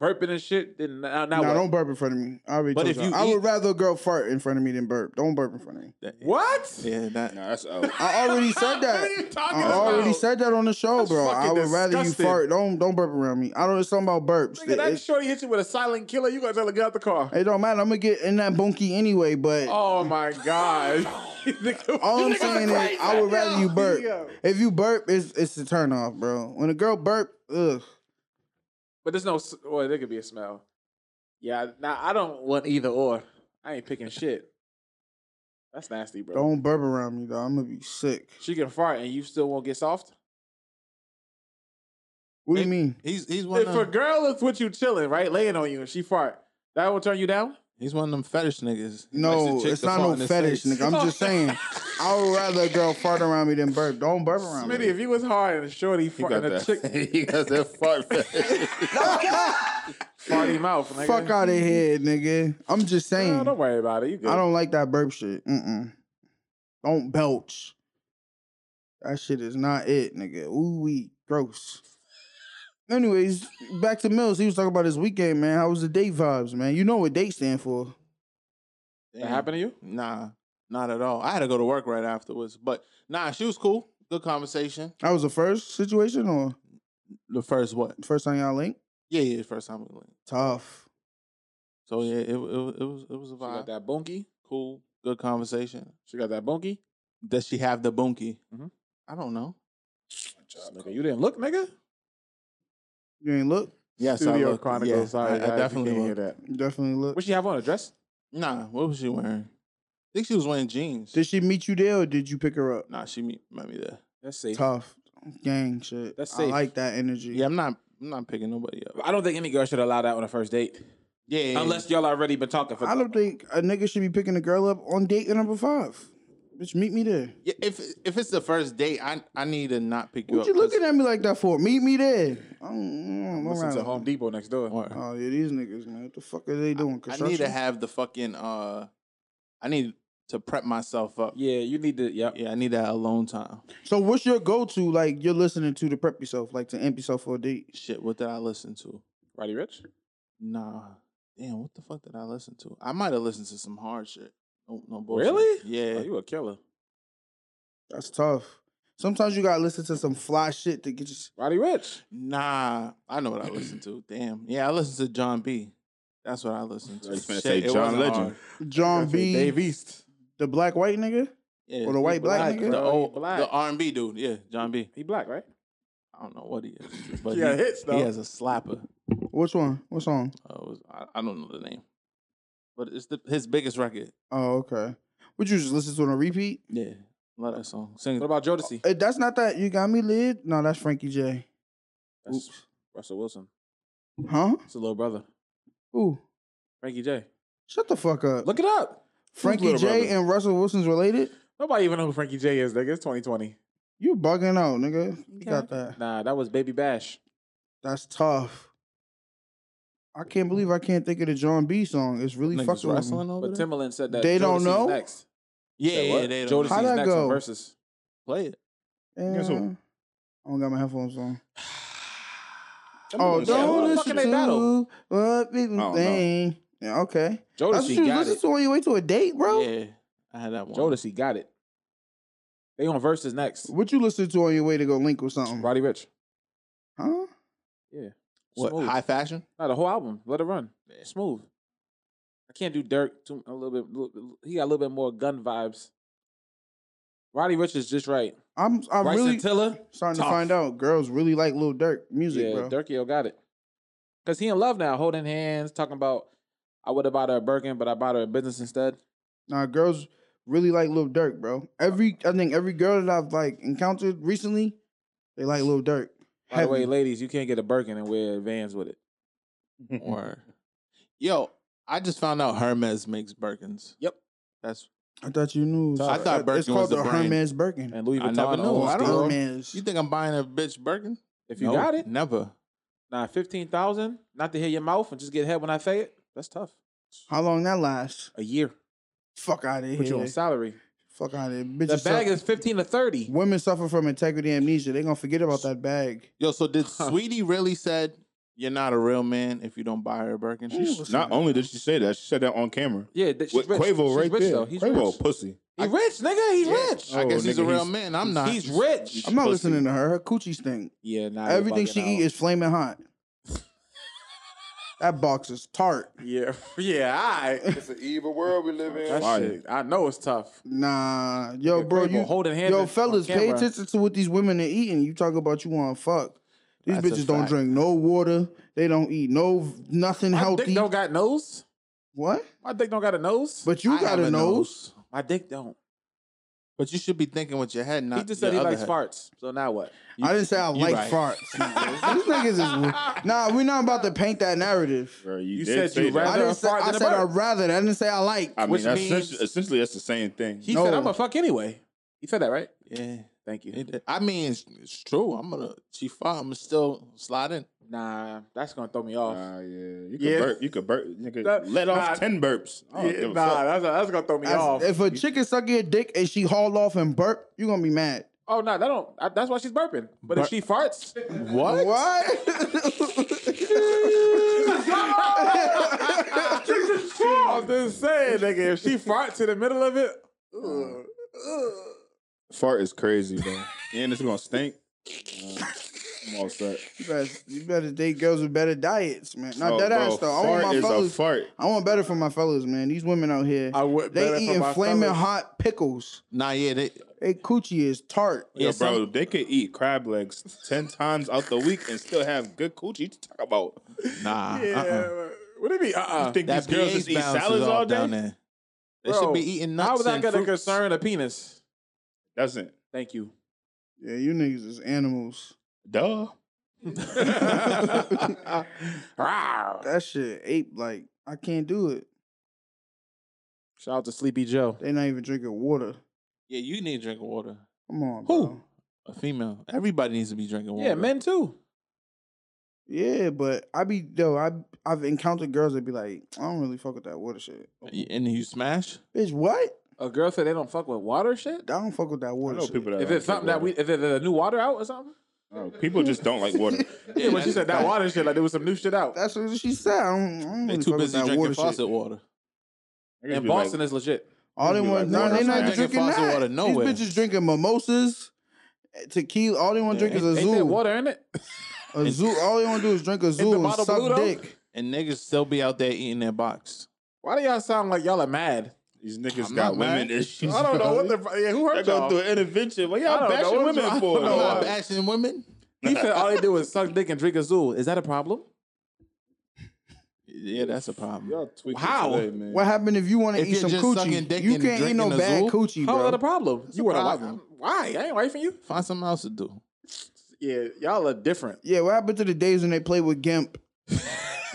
B: burping and shit, then now, now
A: Nah,
B: what?
A: don't burp in front of me. I already
D: But
A: told
D: if
A: y'all.
D: you
A: I
D: eat-
A: would rather a girl fart in front of me than burp. Don't burp in front of me.
B: What?
D: Yeah, that.
C: Nah, that's out.
A: I already said that.
B: What are you talking
A: I
B: about?
A: already said that on the show,
B: That's
A: bro. I
B: fucking
A: would rather you
B: disgusting.
A: fart. Don't don't burp around me. I don't. It's something about burps.
B: Nigga, that
A: It,
B: shorty hit you with a silent killer. You gotta tell her to get out the car.
A: it don't matter. I'm gonna get in that bunkie anyway. But
B: Oh my god.
A: all I'm saying is, I would rather you burp. If you burp, it's it's a turn off, bro. When a girl burp, ugh.
B: But there's no. s- Well, there could be a smell. Yeah. Now I don't want either or. I ain't picking shit. That's nasty, bro.
A: Don't burp around me, though. I'm gonna be sick.
B: She can fart and you still won't get soft.
A: What do you mean?
D: He's he's one
B: If
D: of
B: a
D: them,
B: girl is with you chilling, right, laying on you, and she fart, that will turn you down.
D: he's one of them fetish niggas. He
A: No,
D: likes the chick
A: it's
D: to
A: not
D: fart
A: no
D: in his
A: fetish,
D: face.
A: nigga. I'm just saying. I would rather a girl fart around me than burp. Don't burp around
B: Smitty,
A: me.
B: if you was hard and shorty
C: He
B: fart
C: got
B: and a
C: that.
B: chick
C: he got that fart. fetish.
B: farty mouth, nigga.
A: Fuck out of here, nigga. I'm just saying.
B: uh, Nah, don't worry about it. You good.
A: I don't like that burp shit. Mm-mm. Don't belch. That shit is not it, nigga. Ooh wee, gross. Anyways, back to Mills. He was talking about his weekend, man. How was the date vibes, man? You know what date stand for?
B: That happen to you?
D: Nah, not at all. I had to go to work right afterwards, but nah, she was cool. Good conversation.
A: That was the first situation or
D: The first what?
A: first time y'all linked?
D: Yeah, yeah. First time we went.
A: Tough.
D: So yeah, it, it, wa- it was it was a
B: She got
D: vibe.
B: that bunky.
D: Cool, good conversation.
B: She got that bunky.
D: Does she have the bunkie?
B: Mhm.
D: I don't know.
B: Nigga, you didn't look, nigga.
A: You ain't look?
D: Yes,
B: Studio
D: I looked.
B: Chronicles.
D: Yeah,
B: Sorry,
D: I, I definitely
B: definitely hear
D: looked.
B: that.
A: Definitely look.
B: What she have on a dress?
D: Nah, what was she wearing? I think she was wearing jeans.
A: Did she meet you there or did you pick her up?
D: nah, she meet, met me there.
B: That's safe.
A: Tough. Gang shit.
B: That's
A: I
B: safe.
A: like that energy.
D: Yeah, I'm not. I'm not picking nobody up.
B: I don't think any girl should allow that on a first date,
D: Yeah, yeah, yeah.
B: unless y'all already been talking for.
A: I don't think a nigga should be picking a girl up on date number five. Bitch, meet me there.
D: Yeah, if if it's the first date, I I need to not pick you
A: What
D: up.
A: you
D: 'cause-
A: looking at me like that for? Meet me there. I don't- I don't-
B: Listen
A: I'm
B: to
A: around.
B: Home Depot next door.
D: Or-
A: Oh yeah, these niggas, man. What the fuck are they doing?
D: I need
A: Construction.
D: to have the fucking. uh I need to prep myself up.
B: Yeah, you need to. Yep.
D: Yeah, I need that alone time.
A: so what's your go-to? Like you're listening to to prep yourself, like to amp yourself for a date.
D: Shit, what did I listen to?
B: Roddy Rich.
D: Nah, damn, what the fuck did I listen to? I might have listened to some hard shit. No, no bullshit.
B: Really?
D: Yeah.
B: Oh, you a killer.
A: That's tough. Sometimes you gotta listen to some fly shit to get you.
B: Roddy Rich.
D: Nah, I know what I listened to. Damn. Yeah, I listened to John B. That's what I listened
C: I
D: to.
C: was finna
D: Shit,
C: say
D: it
C: John
D: wasn't
C: Legend.
D: hard.
A: John
B: That's a
A: B,
B: Dave East.
A: the black white nigga.
D: Yeah,
A: Or the
D: he
A: white black
D: black,
A: nigga?
D: the
B: Bro, he
D: old
B: black.
D: the R and B dude. Yeah, John B.
B: He black, right?
D: I don't know what he is, but
B: He got
D: he,
B: hits,
D: he
B: though.
D: has a slapper.
A: Which one? What song?
D: Uh, it was, I, I don't know the name, but it's the, his biggest record.
A: Oh okay. Would you just listen to it on repeat?
D: Yeah, love that song. Sing
B: What
D: Oh,
B: about Jodeci?
A: Eh, That's not that. You got me lit. No, that's Frankie J.
B: That's Russell Wilson.
A: Huh?
B: It's a little brother.
A: Ooh.
B: Frankie J.
A: Shut the fuck up.
B: Look it up.
A: Frankie
C: little
A: J
C: brother?
A: and Russell Wilson's related.
B: Nobody even know who Frankie J is, nigga. It's 2020.
A: You bugging out, nigga. You got
D: Okay.
A: that.
B: Nah, that was Baby Bash.
A: That's tough. I can't believe I can't think of the John B song. It's really
D: Niggas
A: fucking with me.
D: wrestling over
B: But
D: there.
B: Timberland said that
A: They don't
B: Jodeci's
A: know?
B: Next.
D: Yeah,
B: Said
D: yeah,
B: what?
D: they don't
B: Jodeci's
A: How'd I
B: next
A: go?
B: on versus.
D: play it.
C: Guess what?
A: And- I don't got my headphones on.
B: Them
A: Oh,
B: niggas said,
A: don't
B: "Who the fuck
A: listen
B: in they battle?"
A: to what
C: I
A: people
C: don't know.
A: think. Yeah, okay. That's what
B: Jodeci
A: you
B: got
A: listen
B: it.
A: to on your way to a date, bro.
D: Yeah, I had that one.
B: Jodeci got it. They on versus next.
A: What you listen to on your way to go link with something?
B: Roddy Rich.
A: Huh?
D: What
B: Smooth.
D: high fashion?
B: Nah, the whole album. Let it run.
D: Yeah.
B: Smooth. I can't do Dirk too, a little bit. little- He got a little bit more gun vibes. Roddy Rich is just right.
A: I'm I'm
B: Bryson
A: really
B: Tiller.
A: starting to
B: tough.
A: find out girls really like Lil Durk music,
B: yeah,
A: bro.
B: Durkio got it. Cause he in love now, holding hands, talking about I would have bought her a Birkin, but I bought her a business instead.
A: Nah, girls really like Lil Durk, bro. Every I think every girl that I've like encountered recently, they like Lil Durk.
B: By the way,
A: Heavy.
B: ladies, you can't get a Birkin and wear Vans with it.
D: Or yo, I just found out Hermes makes Birkins.
B: Yep.
D: That's
A: I thought you knew.
D: I
A: It's-
D: thought
A: It's
D: Birkin
A: called
D: was
A: the
D: the brand.
A: Hermes Birkin.
B: And Louis
D: I
B: Vuitton.
D: never
B: and
D: knew.
B: Old
D: I don't
B: Steele.
D: know.
A: Hermes.
D: you think I'm buying a bitch Birkin?
B: If you
D: No,
B: got it,
D: never.
B: nah, fifteen thousand, not to hear your mouth and just get head when I say it. That's tough.
A: How long that lasts?
B: A year.
A: Fuck out of here.
B: Put you on salary.
A: Fuck out of here. Bitches
B: The bag
A: suffer-
B: is fifteen to thirty.
A: Women suffer from integrity amnesia. They gonna forget about that bag.
D: Yo, so did Sweetie really said You're not a real man if you don't buy her a Birkin.
C: Not only did she say that, she said that on camera.
B: Yeah, that she's
C: With
B: rich.
C: Quavo
B: she's
C: right
B: rich,
C: there.
B: Though. He's
C: Quavo
B: rich.
C: pussy.
B: He rich, nigga. He rich.
D: I
C: Oh,
D: guess he's a
C: nigga,
D: real
C: he's-
D: man. I'm not.
B: He's rich.
A: I'm not listening to her. Her coochie stink.
B: Yeah, nah, you're
A: Everything she
B: bugging
A: eat
B: out.
A: is flaming hot. that box is tart.
B: Yeah, yeah. I
E: It's an evil world we live in.
B: that
C: Fire.
B: shit. I know it's tough.
A: Nah, yo,
B: Yeah,
A: bro,
B: Quavo
A: you
B: holding hands
A: yo,
B: on
A: fellas, pay
B: camera.
A: attention to what these women are eating. You talk about you want to fuck. These
D: That's a
A: bitches don't
D: fact.
A: drink no water. They don't eat no nothing
B: My
A: healthy.
B: dick don't got nose.
A: what?
B: My dick don't got a nose.
A: But you
D: I
A: got
D: have
A: a
D: a
A: nose.
B: my dick don't.
D: But you should be thinking with your head. Not
B: he just said he
D: your other
B: likes
D: head.
B: farts. So now what?
A: I didn't say I
D: you
A: like
D: right.
A: farts. These niggas is nah. We're not about to paint that narrative.
C: Bro, you,
B: You
C: did
B: said
C: say
B: you
C: that.
A: I
B: rather-
A: didn't
B: a
A: say
B: fart
A: I
B: than a
A: said I
B: bird.
A: rather. I didn't say I like.
C: I mean,
B: Which
C: that's
B: means-
C: essentially, essentially that's the same thing.
B: He
A: No.
B: said I'm a fuck anyway. He said that right.
D: Yeah.
B: Thank you.
D: It- I mean, it's, it's true. I'm gonna. She fought. I'm still sliding.
B: Nah, that's gonna throw me off.
C: Nah, yeah, you could
B: Yeah.
C: burp. You could burp. You could
B: That-
C: let off
B: nah.
C: ten burps. I don't give a fuck.
B: that's, that's gonna throw me
A: As- if a chick is sucking your dick and she haul off and burp, you gonna be mad.
B: oh no, that don't. I, that's why she's burping. But if she farts,
A: What?
B: I was just saying, nigga, if she farts in the middle of it, ugh.
C: Fart is crazy, bro. and it's gonna stink. Uh, I'm all set.
A: you, better, you better date girls with better diets, man. Not
C: Oh,
A: that
C: bro,
A: ass though. I
C: Fart
A: want my
C: is
A: fellas.
C: a fart.
A: I want better for my fellas, man. These women out here,
B: I would better
A: they
B: for
A: eating
B: my
A: flaming
B: fellas.
A: hot pickles.
D: Nah, yeah. They,
A: They coochie is tart.
C: Yo,
D: yeah,
C: bro,
D: some-
C: they could eat crab legs ten times out the week and still have good coochie to talk about.
D: nah.
B: yeah.
D: Uh-uh.
B: What do you mean? Uh uh
C: You think
D: That
C: these girls just
D: pH
C: eat
D: balance
C: salads
D: is
C: all
D: off
C: day?
D: down there. They should be eating nuts.
B: How was I
D: and
B: gonna
D: fruits.
B: concern a penis?
C: Doesn't.
B: Thank you.
A: Yeah, you niggas is animals.
C: Duh.
B: Rawr.
A: That shit ape like I can't do it.
B: Shout out to Sleepy Joe.
A: They not even drinking water.
D: Yeah, you need to drink water.
A: Come on,
D: Who?
A: bro.
D: A female. Everybody needs to be drinking water.
B: Yeah, men too.
A: Yeah, but I be though I I've encountered girls that be like, I don't really fuck with that water shit.
D: And you smash.
A: Bitch, what?
B: A girl said they don't fuck with water
A: I
B: shit.
A: don't fuck with that
C: I
A: water
C: know
A: shit.
C: people that
B: If
C: don't
B: it's something
C: like
B: that we,
C: water.
B: if it's a new water out or something.
C: Oh, people just don't like water.
B: Yeah, when she
D: that's
B: said
D: a
B: that
D: fact.
B: water shit, like there was some new shit out.
A: That's what she said. I don't, I don't
D: They
A: really fuck
D: too
A: with
D: busy
A: that
D: drinking
A: water
D: faucet
A: shit.
D: water.
C: Niggas
B: And
C: be like,
B: Boston is legit.
A: All they
C: Niggas be
A: want,
C: like,
A: nah,
C: water
A: they not
C: smash.
A: drinking,
D: Drinking faucet
A: that.
D: water nowhere.
A: These bitches drinking mimosas, tequila. All they want to
D: Yeah,
A: drink is a
B: Ain't there
A: zoo.
B: water in it?
A: A zoo. All they want to do is drink a
B: Ain't the
A: zoo and
B: bottle blue
A: suck
B: though?
A: dick.
D: And niggas still be out there eating their box.
B: Why do y'all sound like y'all are mad?
C: These niggas got
D: I'm not mad.
C: women issues.
B: I don't know what the fu- yeah. Who
C: They're
B: hurt
C: going through
B: y'all?
C: an intervention. What
B: I don't
C: y'all
B: know
C: bashing
B: what- I
C: women
B: don't
C: for?
B: know
D: I'm
B: why.
D: not bashing women.
B: He said all they do is suck dick and drink a zoo. Is that a problem?
D: Yeah, that's a problem.
C: Y'all tweaking
B: How?
C: today, man.
A: What happened if you want to
D: If
A: eat
D: you're
A: some
D: just sucking
A: coochie?
D: dick
A: You
D: and
A: can't eat no
D: drinking a
A: bad
D: zoo?
A: coochie,
B: How is that
A: bro.
B: a problem? you
D: a
B: were a wife.
D: problem.
B: Why? I ain't wifing you.
D: Find something else to do.
B: Yeah, y'all are different.
A: Yeah, what happened to the days when they played with Gimp?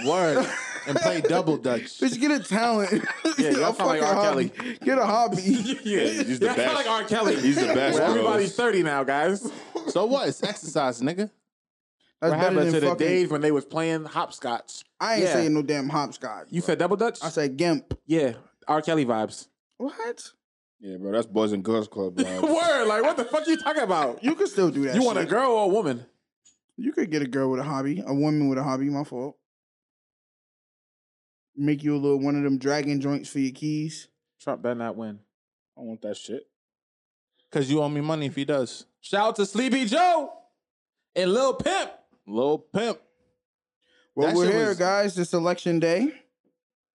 D: Word. and play double dutch.
A: Bitch, get a talent.
B: Yeah, y'all
A: a
B: sound like
A: fucking
B: R.
A: hobby. Get a hobby.
B: yeah,
C: he's the
B: y'all sound
C: best.
B: like R. Kelly.
C: He's the best,
B: Well,
C: bros.
B: everybody's thirty now, guys.
D: So what? It's exercise, nigga.
A: That's
B: what
A: better
B: happened
A: than
B: to the
A: fucking.
B: days when they was playing hopscotch?
A: I ain't
B: Yeah.
A: saying no damn hopscotch.
B: You said double dutch?
A: I said Gimp.
B: yeah, R. Kelly vibes.
A: What?
C: Yeah, bro, that's Boys and Girls Club. Bro.
B: Word, like what the fuck you talking about?
A: You could still do that.
B: You want a
A: shit.
B: girl or a woman?
A: You could get a girl with a hobby, a woman with a hobby. My fault. Make you a little one of them dragon joints for your keys.
B: Trump better not win.
C: I want that shit.
D: Cause you owe me money if he does.
B: Shout out to Sleepy Joe and Lil Pimp.
D: Lil Pimp.
A: Well,
D: That
A: we're
D: shit
A: here,
D: was-
A: guys. It's election day.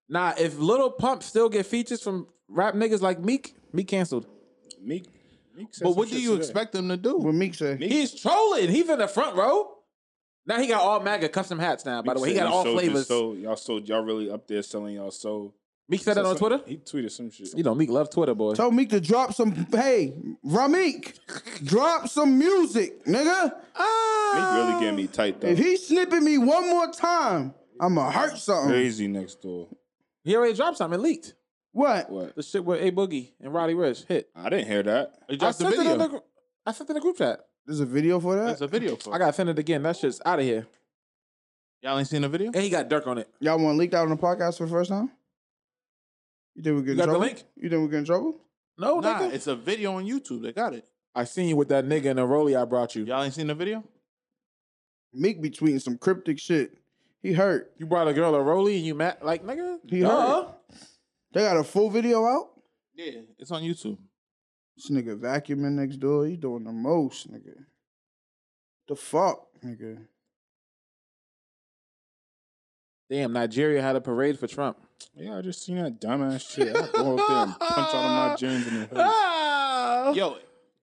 B: Nah, if Little Pump still get features from rap niggas like Meek, Meek canceled.
C: Meek. Meek said
D: But
C: some
D: what do
C: shit
D: you
C: today.
D: expect them to do?
A: What Meek said.
C: Meek-
B: He's trolling. He's in the front row. Now he got all MAGA custom hats now, by the
C: Meek
B: way. He
C: said
B: got all
C: sold his
B: flavors.
C: soul. y'all sold. Y'all really up there selling y'all soul.
B: Meek said that on
C: Some-
B: Twitter.
C: He tweeted some shit.
B: You know, Meek love Twitter, boy.
A: Told Meek to drop some. Hey, Rameek, drop some music, nigga.
C: Meek really getting me tight though.
A: If he snipping me one more time, I'ma hurt something.
C: Crazy next door.
B: He already dropped something. It leaked.
A: What?
C: What?
B: The shit with A Boogie and Roddy Rich hit.
C: I didn't hear that.
D: They
B: I
D: dropped the
B: sent, it in the,
D: video.
B: gr- I sent it in the group chat.
A: There's a video for
D: There's
A: that.
D: a video for
B: I
D: it.
B: gotta send it again. That shit's out of here.
D: Y'all ain't seen the video?
B: And he got Dirk on it.
A: Y'all want leaked out on the podcast for the first time? You think we get in
B: You got the
A: trouble?
B: link?
A: You think we get in trouble?
B: No,
D: nah,
B: nigga.
D: it's a video on YouTube. They got it.
B: I seen you with that nigga in the rollie I brought you.
D: Y'all ain't seen the video?
A: Meek be tweeting some cryptic shit. He hurt.
B: You brought a girl a Rolly and you mad like nigga?
A: He
B: Uh-huh.
A: hurt. They got a full video out.
D: Yeah, it's on YouTube.
A: This nigga vacuuming next door. He doing the most, nigga. The fuck, nigga.
B: Damn, Nigeria had a parade for Trump.
C: Yeah, I just seen that dumbass shit. I go out there and punch out of my jeans in the hood.
B: Ah!
D: Yo,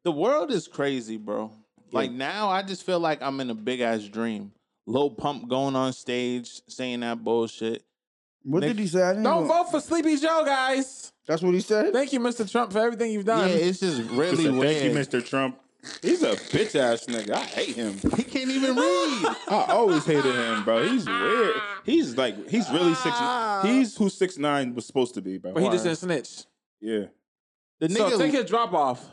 D: the world is crazy, bro. Like now, I just feel like I'm in a big ass dream. Lil Pump going on stage saying that bullshit.
A: What did he say? I didn't
B: Don't
A: even-
B: vote for Sleepy Joe, guys.
A: That's what he said.
B: Thank you, Mr. Trump, for everything you've
D: Yeah,
B: done.
D: it's just
C: Just
D: really
C: said, Thank you,
D: weird.
C: Mr. Trump. He's a bitch ass nigga. I hate him.
D: he can't even read.
C: I always hated him, bro. He's weird. He's like he's really six. He's who six nine was supposed to be, bro.
B: but he just didn't snitch.
C: yeah.
D: The
B: So
D: nigga,
B: take his drop off.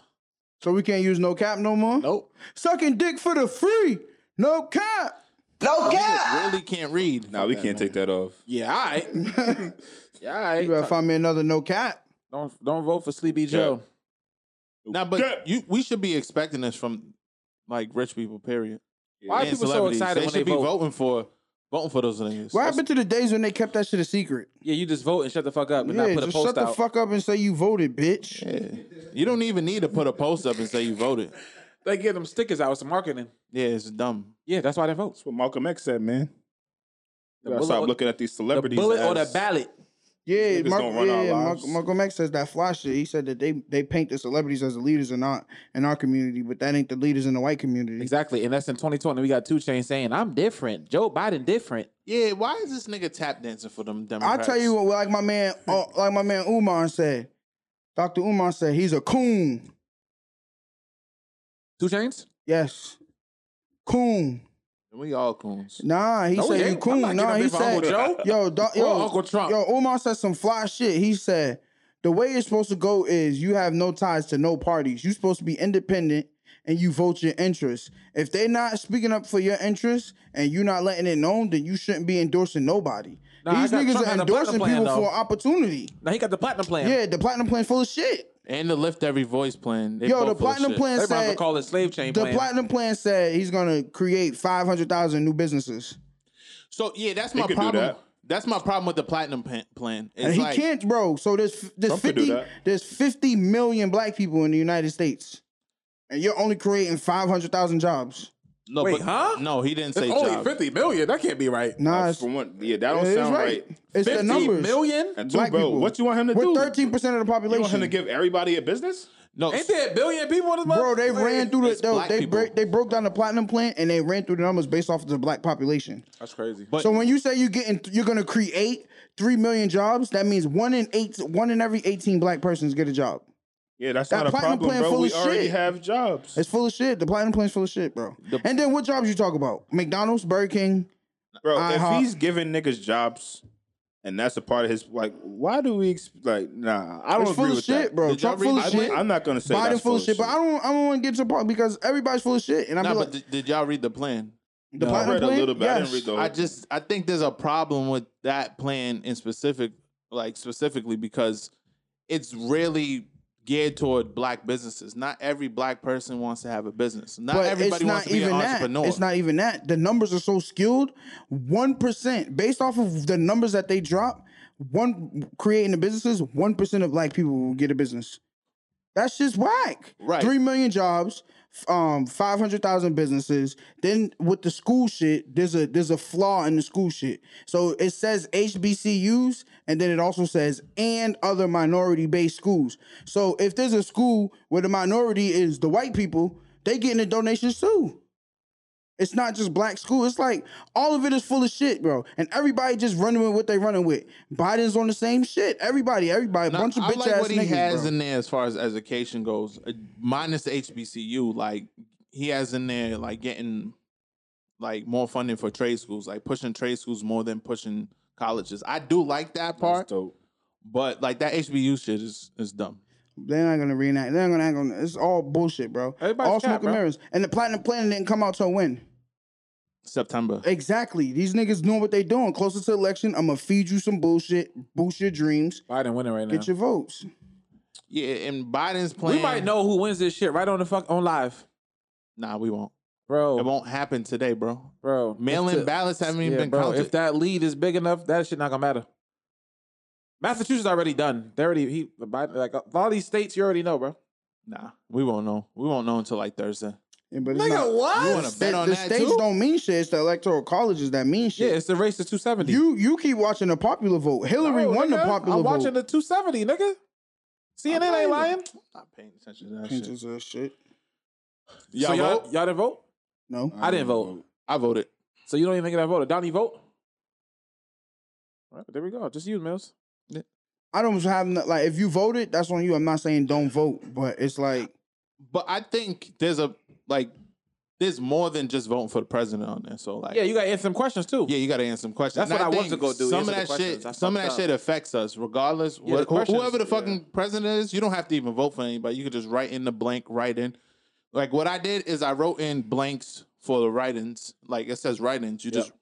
A: So we can't use no cap no more?
B: Nope.
A: Sucking dick for the free. No cap.
D: the nigga really can't read.
C: Nah, we can't take that off.
B: Yeah, all right. yeah, all
A: You better
B: right.
A: find me another no cap.
B: Don't don't vote for Sleepy Joe.
D: Nah, but
C: Yeah.
D: you, we should be expecting this from like rich people. Period.
B: Why are
D: And
B: people so
D: celebrities.
B: excited
D: They
B: when
D: should
B: they
D: be
B: vote?
D: voting for voting for those niggas.
A: What happened to the days when they kept that shit a secret?
B: Yeah, you just vote and shut the fuck up and
A: yeah,
B: not put a
A: just
B: post
A: shut the
B: out.
A: fuck up and say you voted, bitch.
D: Yeah. You don't even need to put a post up and say you voted.
B: they give them stickers out. It's marketing.
D: Yeah, it's dumb.
B: Yeah, that's why they vote.
C: That's what Malcolm X said, man.
B: The
C: I
B: bullet
C: stop
B: or-
C: looking at these
B: The
C: celebrities.
B: bullet or the
C: as-
B: ballot.
A: Yeah,
C: Niggas
A: Mark,
C: don't run our
A: yeah, Mark,
C: lives.
A: Malcolm X says that fly shit. He said that they, they paint the celebrities as the leaders in our in our community, but that ain't the leaders in the white community.
B: Exactly. And that's in 2020. We got two chains saying, I'm different. Joe Biden different.
D: Yeah, why is this nigga tap dancing for them
A: I
D: Democrats?
A: tell you what, like my man, uh, like my man Umar said, Doctor Umar said he's a coon.
B: Two chains?
A: Yes, coon.
D: we all coons.
A: Nah, he
B: No, he
A: said you
B: ain't. I'm
A: coon.
B: not
A: Nah,
B: getting
A: he
B: up in for
A: said
B: Uncle Joe.
A: yo, doc,
B: Or
A: yo,
B: Uncle Trump.
A: yo. Umar said some fly shit. He said the way it's supposed to go is you have no ties to no parties. You're supposed to be independent and you vote your interests. If they're not speaking up for your interests and you're not letting it known, then you shouldn't be endorsing nobody.
B: Nah, I
A: These
B: got
A: niggas
B: Trump
A: are
B: and a
A: endorsing
B: platinum plan,
A: people
B: though.
A: for opportunity.
B: Now he got the platinum plan.
A: Yeah, the platinum plan's full of shit.
D: And the lift every voice plan. They
A: Yo,
D: both
A: the
D: full of
A: platinum
D: shit.
A: plan
B: They probably
A: said
B: call it slave chain
A: the
B: plan.
A: platinum plan said he's gonna create five hundred thousand new businesses,
D: So yeah, that's my
C: could do
D: problem.
C: that.
D: That's my problem with the platinum pa- plan. It's
A: and he
D: like,
A: can't, bro. So there's f- there's
C: Trump could do
A: fifty
C: that.
A: there's fifty million black people in the United States, and you're only creating five hundred thousand jobs.
D: No,
B: Wait,
D: but,
B: huh?
D: No, he didn't
B: It's
D: say
B: only
D: job.
B: 50 million. That can't be right.
A: Nah,
C: Uh,
A: it's,
C: for one, yeah, that don't
A: it's
C: sound
A: right.
C: right.
A: It's the
B: 50
A: numbers.
B: million?
C: And two,
A: Black
C: bro,
A: people.
C: what you want him to
A: We're
C: do?
A: thirteen percent of the
C: You want him
A: population.
C: to give everybody a business?
D: No,
B: Ain't there a billion people in this
A: Bro, they
B: motherfucker?
A: ran through the
D: It's
A: though,
D: black
A: they
D: people.
A: break they broke down the platinum plan and they ran through the numbers based off of the black population.
B: That's crazy.
D: But-
A: So when you say you're getting you're gonna create three million jobs, that means one in eight one in every eighteen black persons get a job.
C: Yeah, that's
A: That
C: not a
A: platinum
C: problem,
A: plan
C: bro.
A: full
C: We
A: of
C: already
A: shit.
C: have jobs.
A: It's full of shit. The platinum plan's full of shit, bro. and then what jobs you talk about? McDonald's, Burger King.
C: Bro,
A: IHOP.
C: if he's giving niggas jobs and that's a part of his, like, why do we, exp- like, nah, I don't
A: It's
C: agree
A: full of
C: with
A: shit,
C: that.
A: bro.
D: Did y'all
A: Trump full
D: read-
A: of
C: I,
A: shit.
C: am not going to say
A: Biden
C: that's
A: full of shit, but I don't. I don't want to get to the part because everybody's full of shit, and I'm
D: nah,
A: like
D: but did, did y'all read the plan?
A: the
C: I
A: platinum
C: read a
A: plan.
C: little bit. I didn't
A: Yes.
C: read the whole
D: I just I think there's a problem with that plan in specific, like specifically because it's really geared toward black businesses. Not every black person wants to have a business. Not
A: But
D: everybody
A: it's not
D: wants to be
A: even
D: an
A: that.
D: entrepreneur.
A: It's not even that. The numbers are so skewed. One percent, based off of the numbers that they drop, one creating the businesses, one percent of black people will get a business. That's just whack.
D: Right.
A: Three million jobs, f- um, five hundred thousand businesses. Then with the school shit, there's a there's a flaw in the school shit. So it says HBCUs, and then it also says and other minority based schools. So if there's a school where the minority is the white people, they getting the donations too. It's not just black school. It's like all of it is full of shit, bro. And everybody just running with what they running with. Biden's on the same shit. Everybody, everybody,
D: Nah,
A: bunch of
D: I
A: bitch
D: like
A: ass
D: what he
A: niggas.
D: has
A: bro.
D: in there as far as education goes, uh, minus the HBCU. Like he has in there like getting like more funding for trade schools, like pushing trade schools more than pushing colleges. I do like that part, but like that HBU shit is is dumb.
A: They're not gonna reenact. They're not gonna act on It's all bullshit, bro.
B: Everybody's
A: all
B: cap,
A: smoke and
B: bro.
A: mirrors. And the platinum plan didn't come out till when?
D: September.
A: Exactly. These niggas doing what they doing. Closer to election, I'm gonna feed you some bullshit, boost your dreams,
B: Biden winning right now.
A: get your votes.
D: Yeah, and Biden's plan.
B: we might know who wins this shit right on the fuck on live.
D: Nah, we won't. It
B: bro,
D: won't happen today, bro.
B: bro.
D: Mail-in
B: if the-
D: ballots haven't even
B: yeah,
D: been
B: bro,
D: counted.
B: If that lead is big enough, that shit not gonna matter. Massachusetts already done. They already he Biden, like a lot of these states you already know, bro.
D: nah, we won't know. We won't know until like Thursday.
A: Yeah, but it's
B: Nigga,
A: not,
B: what?
D: You wanna
A: the-
D: bet on
A: the
D: that
A: states
D: too?
A: don't mean shit. It's the electoral colleges that mean
B: Yeah,
A: shit.
B: it's the race to 270.
A: You you keep watching the popular vote. Hillary
B: No,
A: won the
B: nigga,
A: popular
B: I'm watching
A: vote.
B: the 270, nigga. CNN ain't lying.
D: I'm not paying attention to that shit.
A: Pinches of shit.
D: Y'all
B: so y'all,
D: vote?
B: y'all didn't vote?
A: No.
B: I didn't vote.
D: I voted.
B: So you don't even think I voted. Donnie vote? All right, there we go. Just you, Mills.
A: I don't have no, like if you voted, that's on you. I'm not saying don't vote, but it's like
D: But I think there's a like there's more than just voting for the president on there. So like
B: Yeah, you got to answer some questions too.
D: Yeah, you got to answer some questions.
B: That's
D: And
B: what I want
D: think
B: to go do,
D: Some
B: answer
D: of
B: the
D: that shit,
B: questions. I
D: some of that
B: fucked up.
D: shit affects us, regardless.
B: Yeah,
D: what-
B: the questions,
D: whoever the
B: yeah.
D: fucking president is, you don't have to even vote for anybody. You could just write in the blank, write in. Like what I did is I wrote in blanks for the write-ins. Like it says write-ins. You
B: Yep.
D: just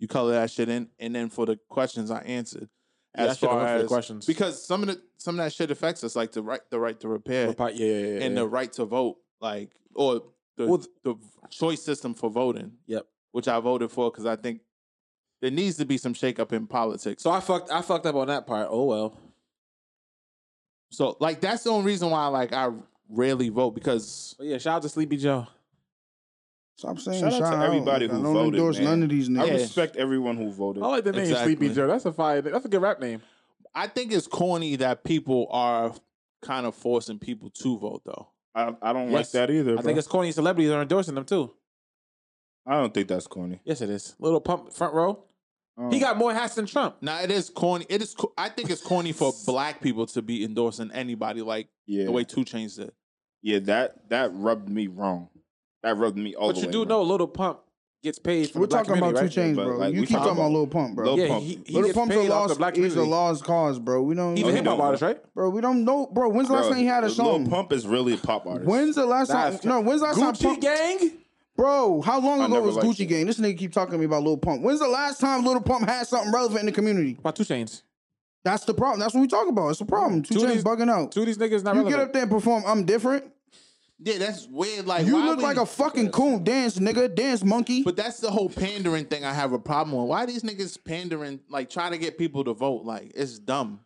D: you color that shit in, and then for the questions I answered.
B: Yeah, I
D: As
B: should've
D: far
B: went for the
D: as
B: questions.
D: because some of the some of that shit affects us, like the right the right to repair
B: Yeah, yeah, yeah, yeah.
D: and the right to vote, like or the
B: Well, th-
D: the choice system for voting.
B: Yep.
D: Which I voted for because I think there needs to be some shakeup in politics. So,
B: so I fucked. I fucked up on that part. Oh well.
D: so like that's the only reason why like I rarely vote because
B: But yeah, shout out to Sleepy Joe.
A: stop saying
C: Shout out to everybody
A: Like,
C: who
A: I don't
C: voted,
A: endorse
C: man.
A: none of these
C: I
A: niggas.
D: Yeah.
C: respect everyone who voted.
B: I like the name
D: Exactly.
B: Sleepy Joe. That's a fire. That's a good rap name.
D: I think it's corny that people are kind of forcing people to vote though.
C: I, I don't
B: Yes.
C: like that either.
B: I think it's corny. Celebrities are endorsing them too.
C: I don't think that's corny.
B: Yes, it is. Little pump front row.
C: Um,
B: He got more hats than Trump.
D: Now it is corny. It is. co- I think it's corny for black people to be endorsing anybody like
C: yeah,
D: the way Two Chains did.
C: yeah. That that rubbed me wrong. That rubbed me all
B: But
C: the
B: you
C: way
B: do
C: wrong.
B: know Little Pump gets paid for
A: We're
B: the black
A: talking about
B: community,
A: two
B: right?
A: chains,
C: Yeah, but,
A: bro.
C: like,
A: you
C: we
A: keep talking
C: talking
A: about Lil Pump, bro.
C: Lil
B: Yeah,
C: Pump.
B: he, he
A: Little
B: gets
A: Pump's a
B: paid off the
A: lost.
B: black
A: He's a
B: community.
A: lost cause, bro. We don't,
B: He's a
C: he
B: hip hop
C: don't.
B: artist, right?
A: bro. We don't know, bro. When's the last
C: Bro,
A: time he had a song?
C: Lil Pump is really a pop artist.
A: When's the last time?
B: That's-
A: No, when's the last time?
B: Gucci
A: Pump,
B: Gang.
A: bro, how long
C: I
A: ago
C: never
A: was
C: liked
A: Gucci
C: him.
A: Gang? This nigga keep talking to me about Lil Pump. When's the last time Lil Pump had something relevant in the community?
B: About two chains.
A: That's the problem. That's what we talk about. It's the problem. Two,
B: Two of
A: chains
B: these-
A: bugging out.
B: Two of these niggas not
A: you get
B: relevant.
A: up there and perform. I'm different.
D: Yeah, that's weird. Like
A: You
D: why
A: look
D: we-
A: like a fucking coon. Dance, nigga. Dance, monkey.
D: But that's the whole pandering thing I have a problem with. Why these niggas pandering, like trying to get people to vote? Like it's dumb.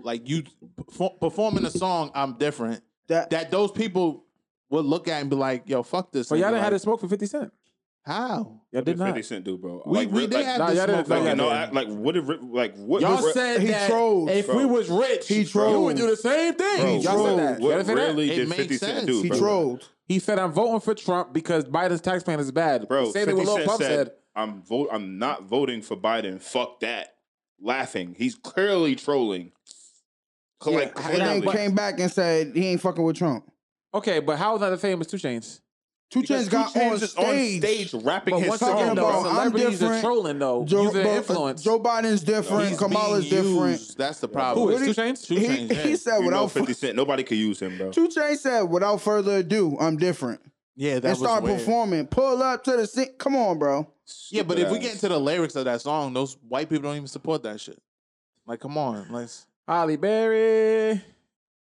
D: Like you perfor- performing a song, I'm different.
A: that,
D: That those people would look at and be like, "Yo, fuck this."
B: But
D: nigga.
B: y'all didn't
D: like,
B: have to smoke for Fifty Cent.
D: how?
B: Y'all did
C: Did
B: not.
C: 50 Cent do, bro?
D: We
C: Like,
D: we
C: real-
D: did
C: like,
D: have
B: nah,
D: this.
B: y'all didn't-
D: motherfucker.
B: y'all
C: Like, you
B: didn't.
C: know, I- like what? Did, like what?
B: Y'all
C: re-
B: said
A: he
B: that
A: trolls,
B: if
A: bro.
B: we was rich,
A: He
B: you
A: trolls.
B: would do the same thing.
C: bro,
B: Y'all said
A: trolls.
B: that. Y'all
C: What
B: said that?
C: really
D: It
C: did
D: makes
C: 50 Cent
D: sense.
C: do,
A: he
C: bro?
A: trolled.
B: He said, "I'm voting for Trump because Biden's tax plan is bad."
C: Bro,
B: say
C: 50
B: that what Lil
C: Cent
B: Pump
C: said,
B: said.
C: I'm vote. I'm not voting for Biden. Fuck that. Laughing. He's clearly trolling. Co-
B: Yeah,
C: like
B: I-
A: And then
C: clearly.
A: came back and said he ain't fucking with Trump.
B: Okay, but how is that the famous Two Chains?
A: Two
C: Because
A: Chains got
C: Two Chainz
A: on,
C: is
A: stage.
C: on stage rapping
B: But
C: his
B: once
C: song,
B: again,
A: talking
B: though,
A: about,
C: bro.
A: I'm
B: celebrities are
A: different.
B: trolling though.
A: Joe,
B: Using
A: but-
B: influence.
A: Joe Biden's different.
D: He's
A: Kamala's
D: being
A: different.
D: used. That's the
B: Who
D: problem.
B: is Two Chains?
D: Two
A: He,
D: Chains, yeah.
A: he said
C: You know,
A: without
C: Fifty Cent. Nobody could use him, bro.
A: Two Chains said without further ado, I'm different.
D: yeah, that
A: And
D: was
A: start
D: weird.
A: performing. Pull up to the sink. Come on, bro.
D: Yeah, but if we get
C: Stupid ass.
D: into the lyrics of that song, those white people don't even support that shit. Like, come on, let's
B: Holly Berry.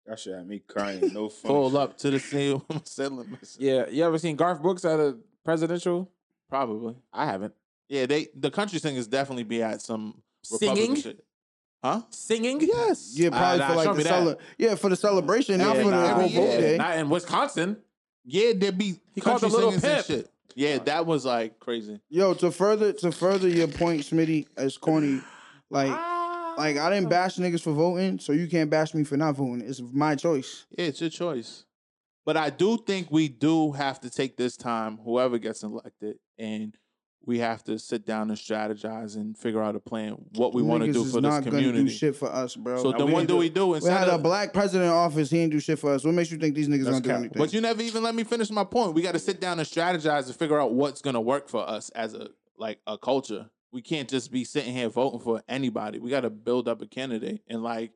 C: that shit had me crying. No fun.
D: pull up to the scene. I'm settling this.
B: Yeah, you ever seen Garth Brooks at a presidential?
D: Probably.
B: I haven't.
D: Yeah, they the country singers definitely be at some
B: Singing?
D: Republican shit. Huh?
B: Singing?
D: Yes.
A: Yeah, probably
D: Uh, nah,
A: for
D: show
A: like the
D: me that.
A: cele- yeah for the celebration, not
D: Yeah,
A: for the
D: nah,
A: whole
D: yeah.
A: vote day.
B: Not in Wisconsin.
D: Yeah, there be
B: He called
D: country
B: the Lil
D: singers and
B: Pimp.
D: shit. Yeah, that was like crazy.
A: Yo, to further to further your point, Smitty, as corny, like like I didn't bash niggas for voting, so you can't bash me for not voting. It's my choice.
D: Yeah, it's your choice. But I do think we do have to take this time, whoever gets elected, and we have to sit down and strategize and figure out a plan, what we want to
A: Niggas
D: do
A: is
D: for this
A: not gonna do
D: community.
A: shit for us, bro.
D: So then
C: we
D: what
C: need
D: do
C: to-
D: we do
A: we
D: instead
A: had a
D: of
A: black president in office. He ain't do shit for us. What makes you think these niggas gonna do
C: cap.
A: anything?
D: But you never even let me finish my point. We got to sit down and strategize and figure out what's gonna work for us as a like a culture. We can't just be sitting here voting for anybody. We got to build up a candidate and like,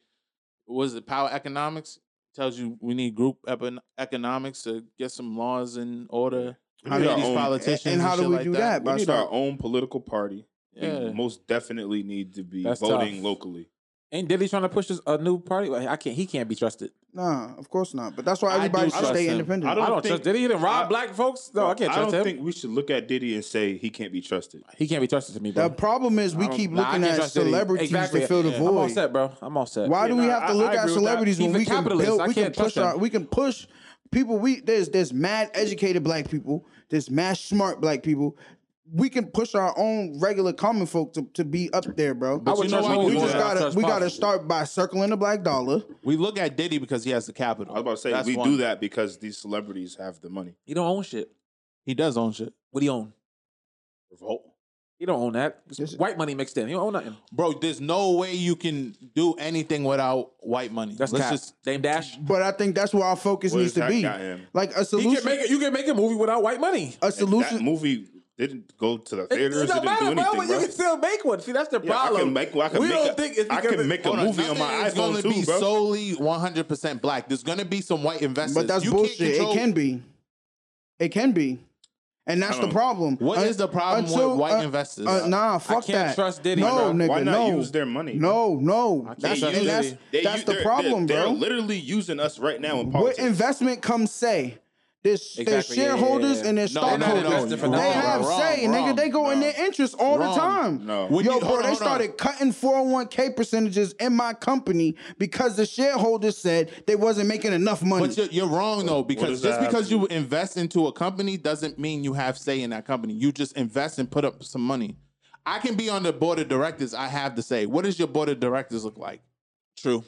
D: was it power economics tells you we need group epi- economics to get some laws in order.
C: We
D: How
C: need
D: do
C: our
D: these
C: own-
D: politicians
A: and how do
D: shit
A: we
D: like
A: do that,
C: We
A: bro?
C: need our own political party.
D: Yeah.
B: Mm-hmm.
C: We most definitely need to be
B: That's
C: voting
B: tough.
C: locally.
B: Ain't Diddy trying to push this, a new party? Like, I can't. He can't be trusted.
A: Nah, of course not. But that's why
D: I
A: everybody
D: do
A: should
D: trust
A: stay
D: him.
A: independent.
C: I don't
B: I don't
C: think-
B: trust Diddy. He didn't rob
C: I-
B: black folks. No, I can't trust
C: don't
B: him.
C: think we should look at Diddy and say he can't be trusted.
B: he can't be trusted to me, bro.
A: the problem is we
B: I don't-
A: keep
B: nah, I
A: looking
B: can't
A: at
B: trust Diddy.
A: celebrities
B: exactly.
A: to fill the
B: Yeah. I'm all
A: void.
B: set, bro. I'm all set.
A: Why do we
C: nah,
A: have to
C: I-
A: look
C: I
A: at
C: agree with that.
A: celebrities when
B: He's a
A: we can
B: capitalist.
A: build,
B: I
A: we can
B: can't trust
A: push our,
B: him.
A: we can push people. We there's there's mad educated black people, there's mad smart black people. We can push our own regular common folk to, to be up there, bro.
B: I would
D: you know
B: trust
D: why
B: my
D: we
A: we
B: woman
A: just
B: more than I
A: gotta
B: trust
A: we gotta
B: possible.
A: start by circling the black dollar.
D: We look at Diddy because he has the capital.
C: I was about to say
D: That's
C: we
D: one.
C: do that because these celebrities have the money.
B: He don't own shit.
D: He does own shit,
B: What he own?
C: Revolt.
B: He don't own that. It's
A: This-
B: white money mixed in. He don't own nothing.
D: bro. There's no way you can do anything without white money.
B: That's
D: Let's
B: cap.
D: just
B: Dame Dash.
A: But I think that's where our focus
C: Where's
A: needs to
C: that
A: be.
C: guy in?
A: Like a
B: He can
A: solution,
B: make it. You can make a movie without white money.
A: a
C: And
A: solution.
C: That movie didn't go to the
B: It,
C: theaters. It,
B: don't
C: didn't
B: matter,
C: do
B: bro. But
C: anything,
B: you can
C: bro.
B: still make one. See, that's the
C: Yeah, I
B: problem.
C: can make. I can
B: we
C: make
B: don't
C: a,
B: think it's
C: I
B: because
C: can make a
D: Hold on,
C: movie on,
D: nothing
C: my
D: is
C: iPhone
D: gonna
C: too,
D: be
C: bro.
D: solely 100% black. There's going to be some white investors.
A: But that's
D: You can't
A: bullshit.
D: control-
A: It can be. It can be. And that's the
C: I don't-
A: problem.
D: What
A: Un-
D: is the problem with white investors?
A: uh, nah, fuck
B: can't
A: that.
B: trust Diddy,
A: no,
B: bro.
A: nigga,
C: Why not
A: no.
C: use their money?
A: No, no. That's,
B: trust
A: and
B: Diddy.
A: that's,
C: They
A: that's
C: u-
A: the
C: they're-
A: problem,
C: they're,
A: bro.
C: They're literally using us right now in
A: what
C: politics.
A: investment comes say? There's
B: Exactly,
A: their
B: yeah, yeah,
A: shareholders
B: yeah.
A: and their
D: No, no, no,
A: stockholders.
B: investing for
A: they
B: nothing,
A: have
D: bro.
A: say,
D: Wrong,
A: nigga.
D: wrong.
A: They go in
C: No.
A: their interest all
D: Wrong.
A: the time.
C: No.
D: When
A: Yo,
D: you-
A: bro,
D: hold on,
A: they
D: hold on.
A: started cutting 401k percentages in my company because the shareholders said they wasn't making enough money.
D: But you're, you're wrong though, because
C: does that
D: just
C: have
D: because
C: to do-
D: you invest into a company doesn't mean you have say in that company. You just invest and put up some money. I can be on the board of directors. I have to say, what does your board of directors look like? True.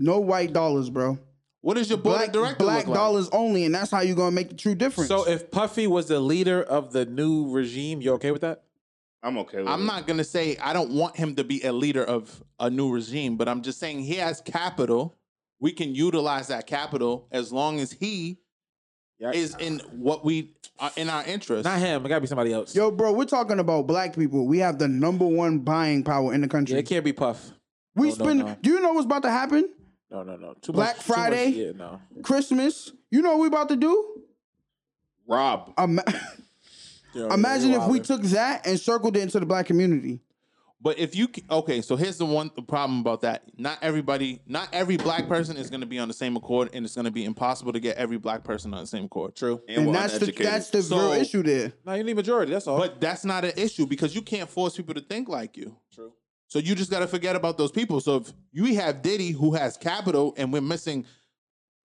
A: no white dollars, bro.
D: What does your board
A: Black,
D: of directors
A: black
D: look like?
A: dollars only, and that's how you're gonna make the true difference.
B: So if Puffy was the leader of the new regime, you okay with that?
C: I'm okay with
D: I'm
C: it.
D: not gonna say I don't want him to be a leader of a new regime, but I'm just saying he has capital. We can utilize that capital as long as he
B: Yeah.
D: is in what we are in our interest.
B: Not him. It gotta be somebody else.
A: Yo, bro, we're talking about black people. We have the number one buying power in the country.
B: Yeah, it can't be Puff.
A: we
B: no,
A: spend.
B: no.
A: Do you know what's about to happen?
B: No, no, no. Too
A: Black
B: much,
A: Friday?
B: Too much, yeah, no.
A: Christmas. You know what we about to do?
C: Rob.
A: Ima-
B: Yo,
A: Imagine
B: you're
A: if we
B: wildin'.
A: took that and circled it into the black community.
D: But if you c- okay, so here's the one problem about that. Not everybody, not every black person is going to be on the same accord, and it's going to be impossible to get every black person on the same accord. True.
A: And,
C: we're
A: that's the
C: uneducated.
A: that's the
D: So-
A: real issue there.
B: No, you need majority. That's all.
D: But that's not an issue because you can't force people to think like you. True. So you just got to forget about those people. So if you have Diddy who has capital, and we're missing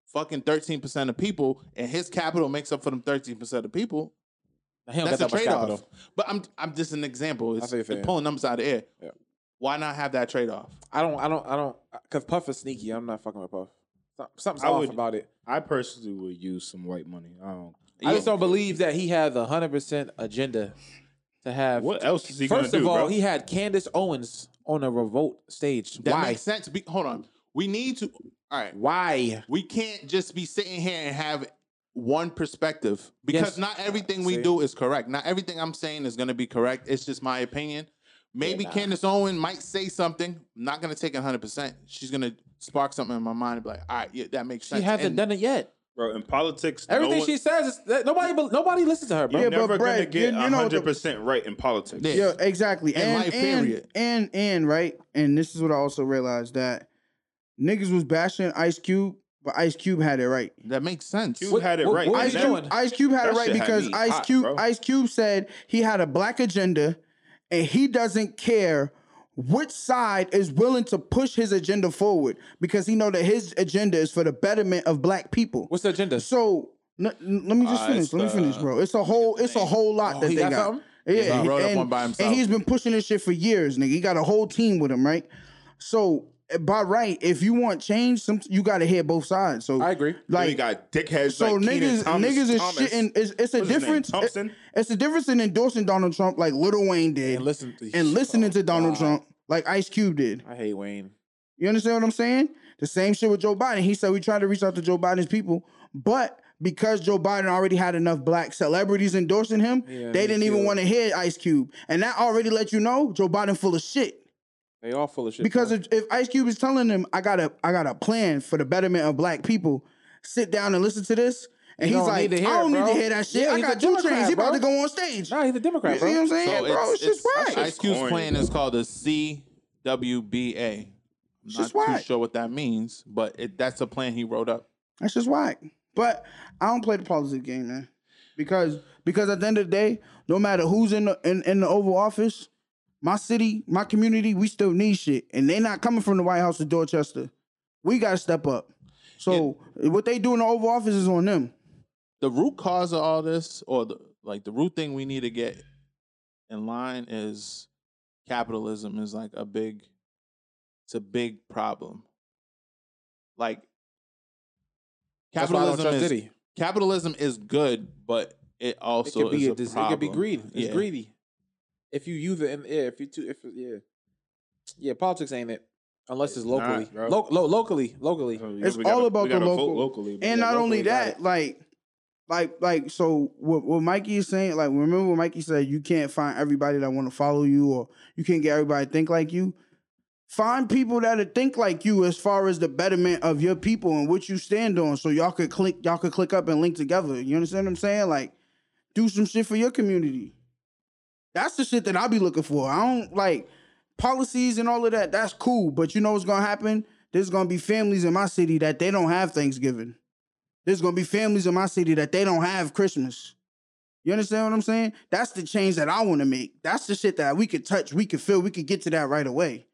D: fucking thirteen percent of people, and his capital makes up for them thirteen percent of people.
B: he don't
D: That's a
B: got that much
D: trade off.
B: capital.
D: But I'm I'm just an example. It's,
B: feel you,
D: it's
B: fam.
D: pulling numbers out of the air.
B: Yeah.
D: Why not have that trade off?
B: I don't. I don't. I don't. Because Puff is sneaky. I'm not fucking with Puff. Some- Something's
C: I
B: off
C: would-
B: about it.
C: I personally would use some white money. I don't.
B: I just don't believe that he had the hundred percent agenda to have.
C: What else is he going to
B: First
C: do,
B: of all,
C: bro?
B: he had Candace Owens on a revolt stage.
D: That
B: Why?
D: makes sense. Be, hold on. We need to. All right.
B: Why?
D: We can't just be sitting here and have one perspective because
B: Yes.
D: not everything we
B: See?
D: do is correct. Not everything I'm saying is going to be correct. It's just my opinion. Maybe
B: nah.
D: Candace Owen might say something. I'm not going to take it 100%. She's going to spark something in my mind and be like, all right, yeah, that makes
B: She
D: sense.
B: hasn't
D: And
B: done it yet.
C: Bro, in politics,
B: Everything
C: no one,
B: she says is that nobody. bel- Nobody listens to her, bro.
C: you're
A: Yeah, but
C: never going to
A: Brad,
C: get
A: you- you know the-
C: 100% right in politics.
D: Yeah.
A: Yeah, exactly.
D: And
A: And
D: life,
A: and,
D: period.
A: and and right. And this is what I also realized that niggas was bashing Ice Cube, but Ice Cube had it right.
D: That makes sense.
C: You had it
B: what-
C: right.
B: what
C: And
A: Ice
B: is he
C: that-
B: doing?
A: Cube, Ice Cube had
C: That
A: it right
C: shit had
A: because
C: me
A: Ice
C: hot,
A: Cube
C: bro.
A: Ice Cube said he had a black agenda and he doesn't care which side is willing to push his agenda forward because he know that his agenda is for the betterment of black people.
B: What's the agenda?
A: So n- n- let me just
D: Uh,
A: finish.
D: it's
A: Let me finish,
D: the-
A: bro. It's a whole it's a whole lot
B: Oh,
A: that
B: he
A: they
B: got
A: got.
B: something?
A: Yeah,
D: Nah,
A: he-
D: wrote up
A: and,
D: one by himself.
A: and he's been pushing this shit for years, nigga. He got a whole team with him, right? So by right, if you want change, some you got to hear both sides. So
B: I agree.
C: Then you
A: Like
C: got dickheads
A: so
C: like Kenan
A: niggas,
C: Thomas-
A: niggas is
C: Thomas.
A: shitting. It's, it's a
C: What's his name?
A: difference. it-
C: Thompson?
A: it's a difference in endorsing Donald Trump like Little Wayne did,
B: And listen to
A: and listening to Donald
B: God.
A: Trump like Ice Cube did.
B: I hate Wayne.
A: You understand what I'm saying? The same shit with Joe Biden. He said we tried to reach out to Joe Biden's people, but because Joe Biden already had enough black celebrities endorsing him,
B: Yeah,
A: they
B: he
A: didn't even
B: killed.
A: want to hear Ice Cube, and that already let you know Joe Biden full of shit.
B: They all full of shit.
A: Because
B: bro.
A: if, if Ice Cube is telling him, I got a I got a plan for the betterment of black people, sit down and listen to this. And
B: You
A: he's
B: don't
A: like,
B: need to hear
A: I don't
B: it,
A: need to
B: bro.
A: hear that shit.
B: Yeah,
A: I
B: he's
A: got
B: a
A: two
B: Democrat,
A: trains. He
B: bro.
A: about to go on stage.
B: nah, he's a Democrat,
A: you see
B: bro.
A: what I'm saying,
D: So
A: bro? It's, just
D: Ice
A: right.
D: Cube's
C: corny,
D: plan is
C: bro.
D: called the CWBA. I'm
A: Just
D: not
A: whack.
D: too sure what that means, but it, that's a plan he wrote up.
A: That's just whack. But I don't play the politics game, man, because because at the end of the day, no matter who's in the in, in the Oval Office, my city, my community, we still need shit, and they not coming from the White House to Dorchester. We gotta step up. So what they do in the Oval Office is on them.
D: The root cause of all this, or the like, the root thing we need to get in line is capitalism is like a big, it's a big problem. Like
B: That's why I don't
D: capitalism
B: trust
D: is
B: Diddy.
D: capitalism is good, but it
B: It
D: also
B: could be
D: is
B: a,
D: a
B: dis- it
D: problem.
B: could be greed. It's
D: Yeah.
B: greedy. If you use it in the air, if you too, if yeah, yeah, politics ain't it unless it's
C: It's not,
B: locally,
C: bro.
B: lo- lo- locally, locally.
A: It's all about the local. and not only that, like, like, like, so what, what Mikey is saying, like, remember what Mikey said, you can't find everybody that want to follow you, or you can't get everybody to think like you. Find people that'll think like you as far as the betterment of your people and what you stand on, so y'all could click, y'all could click up and link together. You understand what I'm saying? Like, do some shit for your community. That's the shit that I be looking for. I don't like policies and all of that. That's cool, but you know what's gonna happen? There's gonna be families in my city that they don't have Thanksgiving. There's gonna be families in my city that they don't have Christmas. You understand what I'm saying? That's the change that I want to make. That's the shit that we could touch, we could feel, we could get to that right away.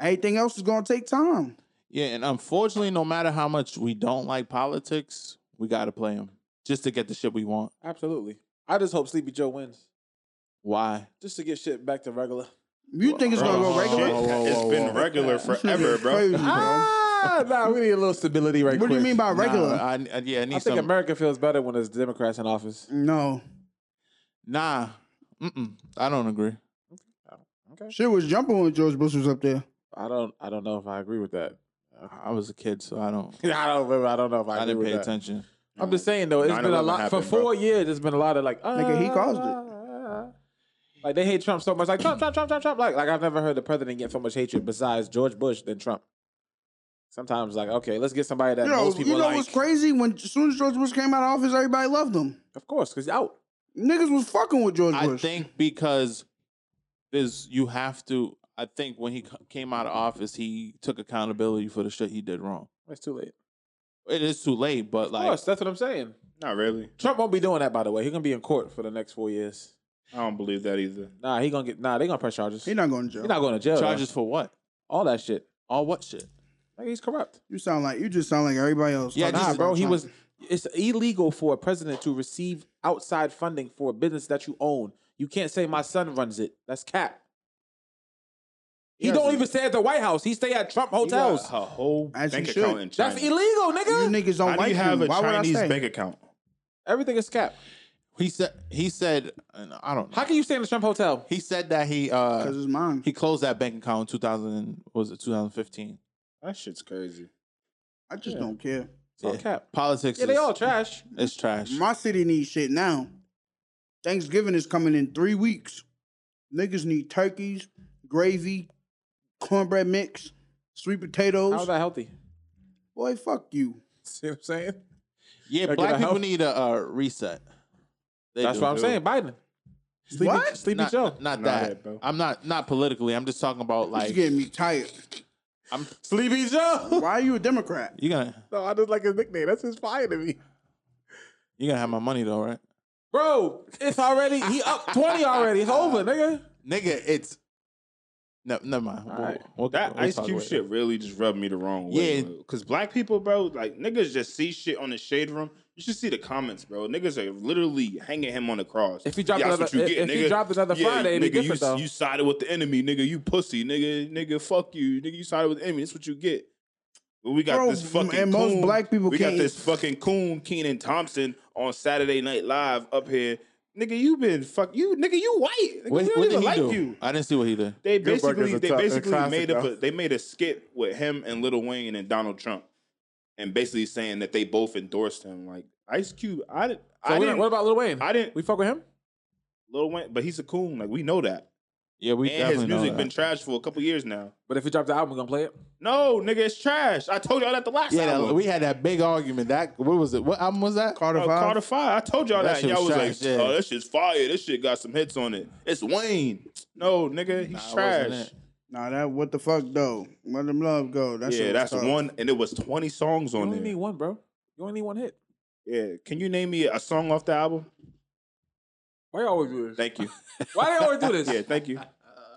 A: Everything else is gonna take time.
D: Yeah, and unfortunately, no matter how much we don't like politics, we got to play them just to get the shit we want.
B: Absolutely. I just hope Sleepy Joe wins
D: Why?
B: just to get shit back to regular.
A: You think it's gonna go
D: Bro,
A: regular?
D: shit. Whoa, whoa,
C: It's
D: whoa.
C: been regular
A: This nigga
C: forever,
A: is
C: bro.
A: crazy,
B: Ah, nah, we need a little stability right
A: What do you mean by regular?
D: Nah, I, I- yeah, I need
B: I
D: some.
B: think America feels better when there's Democrats in office.
A: no,
D: nah, mm-mm, I don't agree.
A: shit was jumping when George Bush was up there.
B: I don't. I don't know if I agree with that.
D: I was a kid, so I don't.
B: I don't remember. I don't know if I,
D: I,
B: agree
D: didn't
B: with
D: pay
B: that.
D: attention.
B: I'm just saying though, it's been a
C: 9/11
B: lot for
C: happened,
B: four
C: bro.
B: years. It's been a lot of like, uh,
A: Nigga, he caused it.
B: Like they hate Trump so much, like Trump, Trump, Trump, Trump, Trump. Like, like I've never heard the president get so much hatred besides George Bush than Trump. Sometimes, like, okay, let's get somebody that
A: You know,
B: most people
A: you know
B: like.
A: what's crazy? When as soon as George Bush came out of office, everybody loved him.
B: Of course, because out.
A: Niggas was fucking with George
D: I
A: Bush.
D: think because there's you have to. I think when he c- came out of office, he took accountability for the shit he did wrong.
B: It's too late.
D: It is too late, but
B: Of
D: like,
B: course, that's what I'm saying.
C: Not really.
B: Trump won't be doing that, by the way. He's gonna be in court for the next four years.
C: I don't believe that either.
B: Nah, he gonna get. Nah, they gonna press charges.
A: He
B: He's
A: not going to jail.
B: not going to jail.
D: charges
B: Charges,
D: for what?
B: all that shit.
D: All what shit?
B: Like, he's corrupt.
A: You sound like you just sound like everybody else.
D: Yeah,
A: Talking
B: Nah,
A: shit
B: bro,
A: about
B: he
A: Trump.
B: was. It's illegal for a president to receive outside funding for a business that you own. You can't say my son runs it. That's cap. He, don't even stay at the White House. He stay at Trump
C: You got
B: hotels.
C: a whole
A: As
C: bank
A: you should.
C: account in China.
B: That's illegal, nigga.
A: You niggas
C: How
A: don't
C: do
A: like
C: you have
A: him.
C: a
A: Why
C: Chinese
A: would I stay?
C: bank account?
B: Everything is cap.
D: He said. He said. and I don't. Know.
B: How can you stay in the Trump hotel?
D: He said that he
A: Because
D: uh
A: it's mine.
D: he closed that bank account in 2000 and- was it 2015.
C: That shit's crazy.
A: I just don't care.
B: It's all
D: Yeah.
B: cap.
D: Politics
B: Yeah, they
D: is
B: all trash.
D: it's trash.
A: My city needs shit now. Thanksgiving is coming in three weeks. Niggas need turkeys, gravy, cornbread mix, sweet
B: How's
A: potatoes.
B: that healthy?
A: Boy, fuck you.
B: See what I'm saying?
D: yeah,
B: Regular
D: black people
B: health-
D: need a uh, reset. They
B: That's
D: do.
B: what I'm saying. Biden. Sleepy,
A: What?
B: Sleepy
D: not,
B: Joe.
D: Not, not
C: Nah,
D: that.
C: bro.
D: I'm not not politically. I'm just talking about
A: you
D: like
A: getting me tired.
D: I'm.
B: Sleepy Joe.
A: Why are you a Democrat?
D: You gonna
B: no, I just like his nickname. That's his fire to me.
D: you gonna have my money though, right?
B: Bro, it's already he up twenty already. It's over, nigga.
D: Nigga, it's. No, never mind. We'll-
B: right.
D: we'll-
C: That
D: we'll
C: Ice
D: talk
C: Cube
D: later.
C: shit really just rubbed me the wrong way.
D: Yeah.
C: Because black people, bro, like niggas just see shit on the shade room. You should see the comments, bro. Niggas are literally hanging him on the cross.
B: If he dropped
C: that's
B: another-
C: what you
B: if- if he dropped another Friday, it'd be
C: nigga, you,
B: different, though.
C: you sided with the enemy, nigga. You pussy, nigga. Nigga, fuck you, nigga. You sided with the enemy. That's what you get. But we got
A: Bro,
C: this fucking
A: and most
C: coon-
A: black people
C: We
A: can't-
C: got this fucking coon Keenan Thompson on Saturday Night Live up here. Nigga, you been fuck you, nigga. You white. Nigga,
D: What,
C: we don't
D: what
C: even
D: did he
C: like
D: do?
C: you.
D: I didn't see what he did.
C: They
B: Gilbert is
C: basically
B: a
C: they
B: tough- a
C: basically
B: classic,
C: made up
B: though.
C: a, they made a skit with him and Little Wayne and Donald Trump, and basically saying that they both endorsed him. Like Ice Cube, I didn't,
B: So
C: I
B: we-
C: didn't,
B: what about Lil Wayne?
C: I didn't
B: we fuck with him?
C: Lil Wayne, but he's a coon. Like we know that,
D: Yeah, we
C: and his
D: definitely know
C: music
D: that.
C: been trash for a couple years now.
B: But if he dropped the album, we gonna play it.
C: No, nigga, it's trash. I told y'all that the last
D: Yeah, that-
C: album.
D: we had that big argument. That what was it? What album was that?
A: Carter
C: Oh,
A: Five?
C: Carter Five. I told y'all
D: That
C: that.
D: shit
C: and y'all was
D: was trash,
C: like,
D: yeah.
C: "Oh, this shit's fire. This shit got some hits on it." It's Wayne. No, nigga, he's
D: Nah, it wasn't
C: trash.
D: it.
A: Nah, that what the fuck though? Let them love go. That shit
C: yeah,
A: was
C: that's
A: tough.
C: one, and it was twenty songs
B: You
C: on
B: only need
C: there.
B: one, bro. You only need one hit.
C: Yeah, can you name me a song off the album?
B: Why you always do this?
C: Thank you.
B: Why they always do this?
C: yeah, thank you.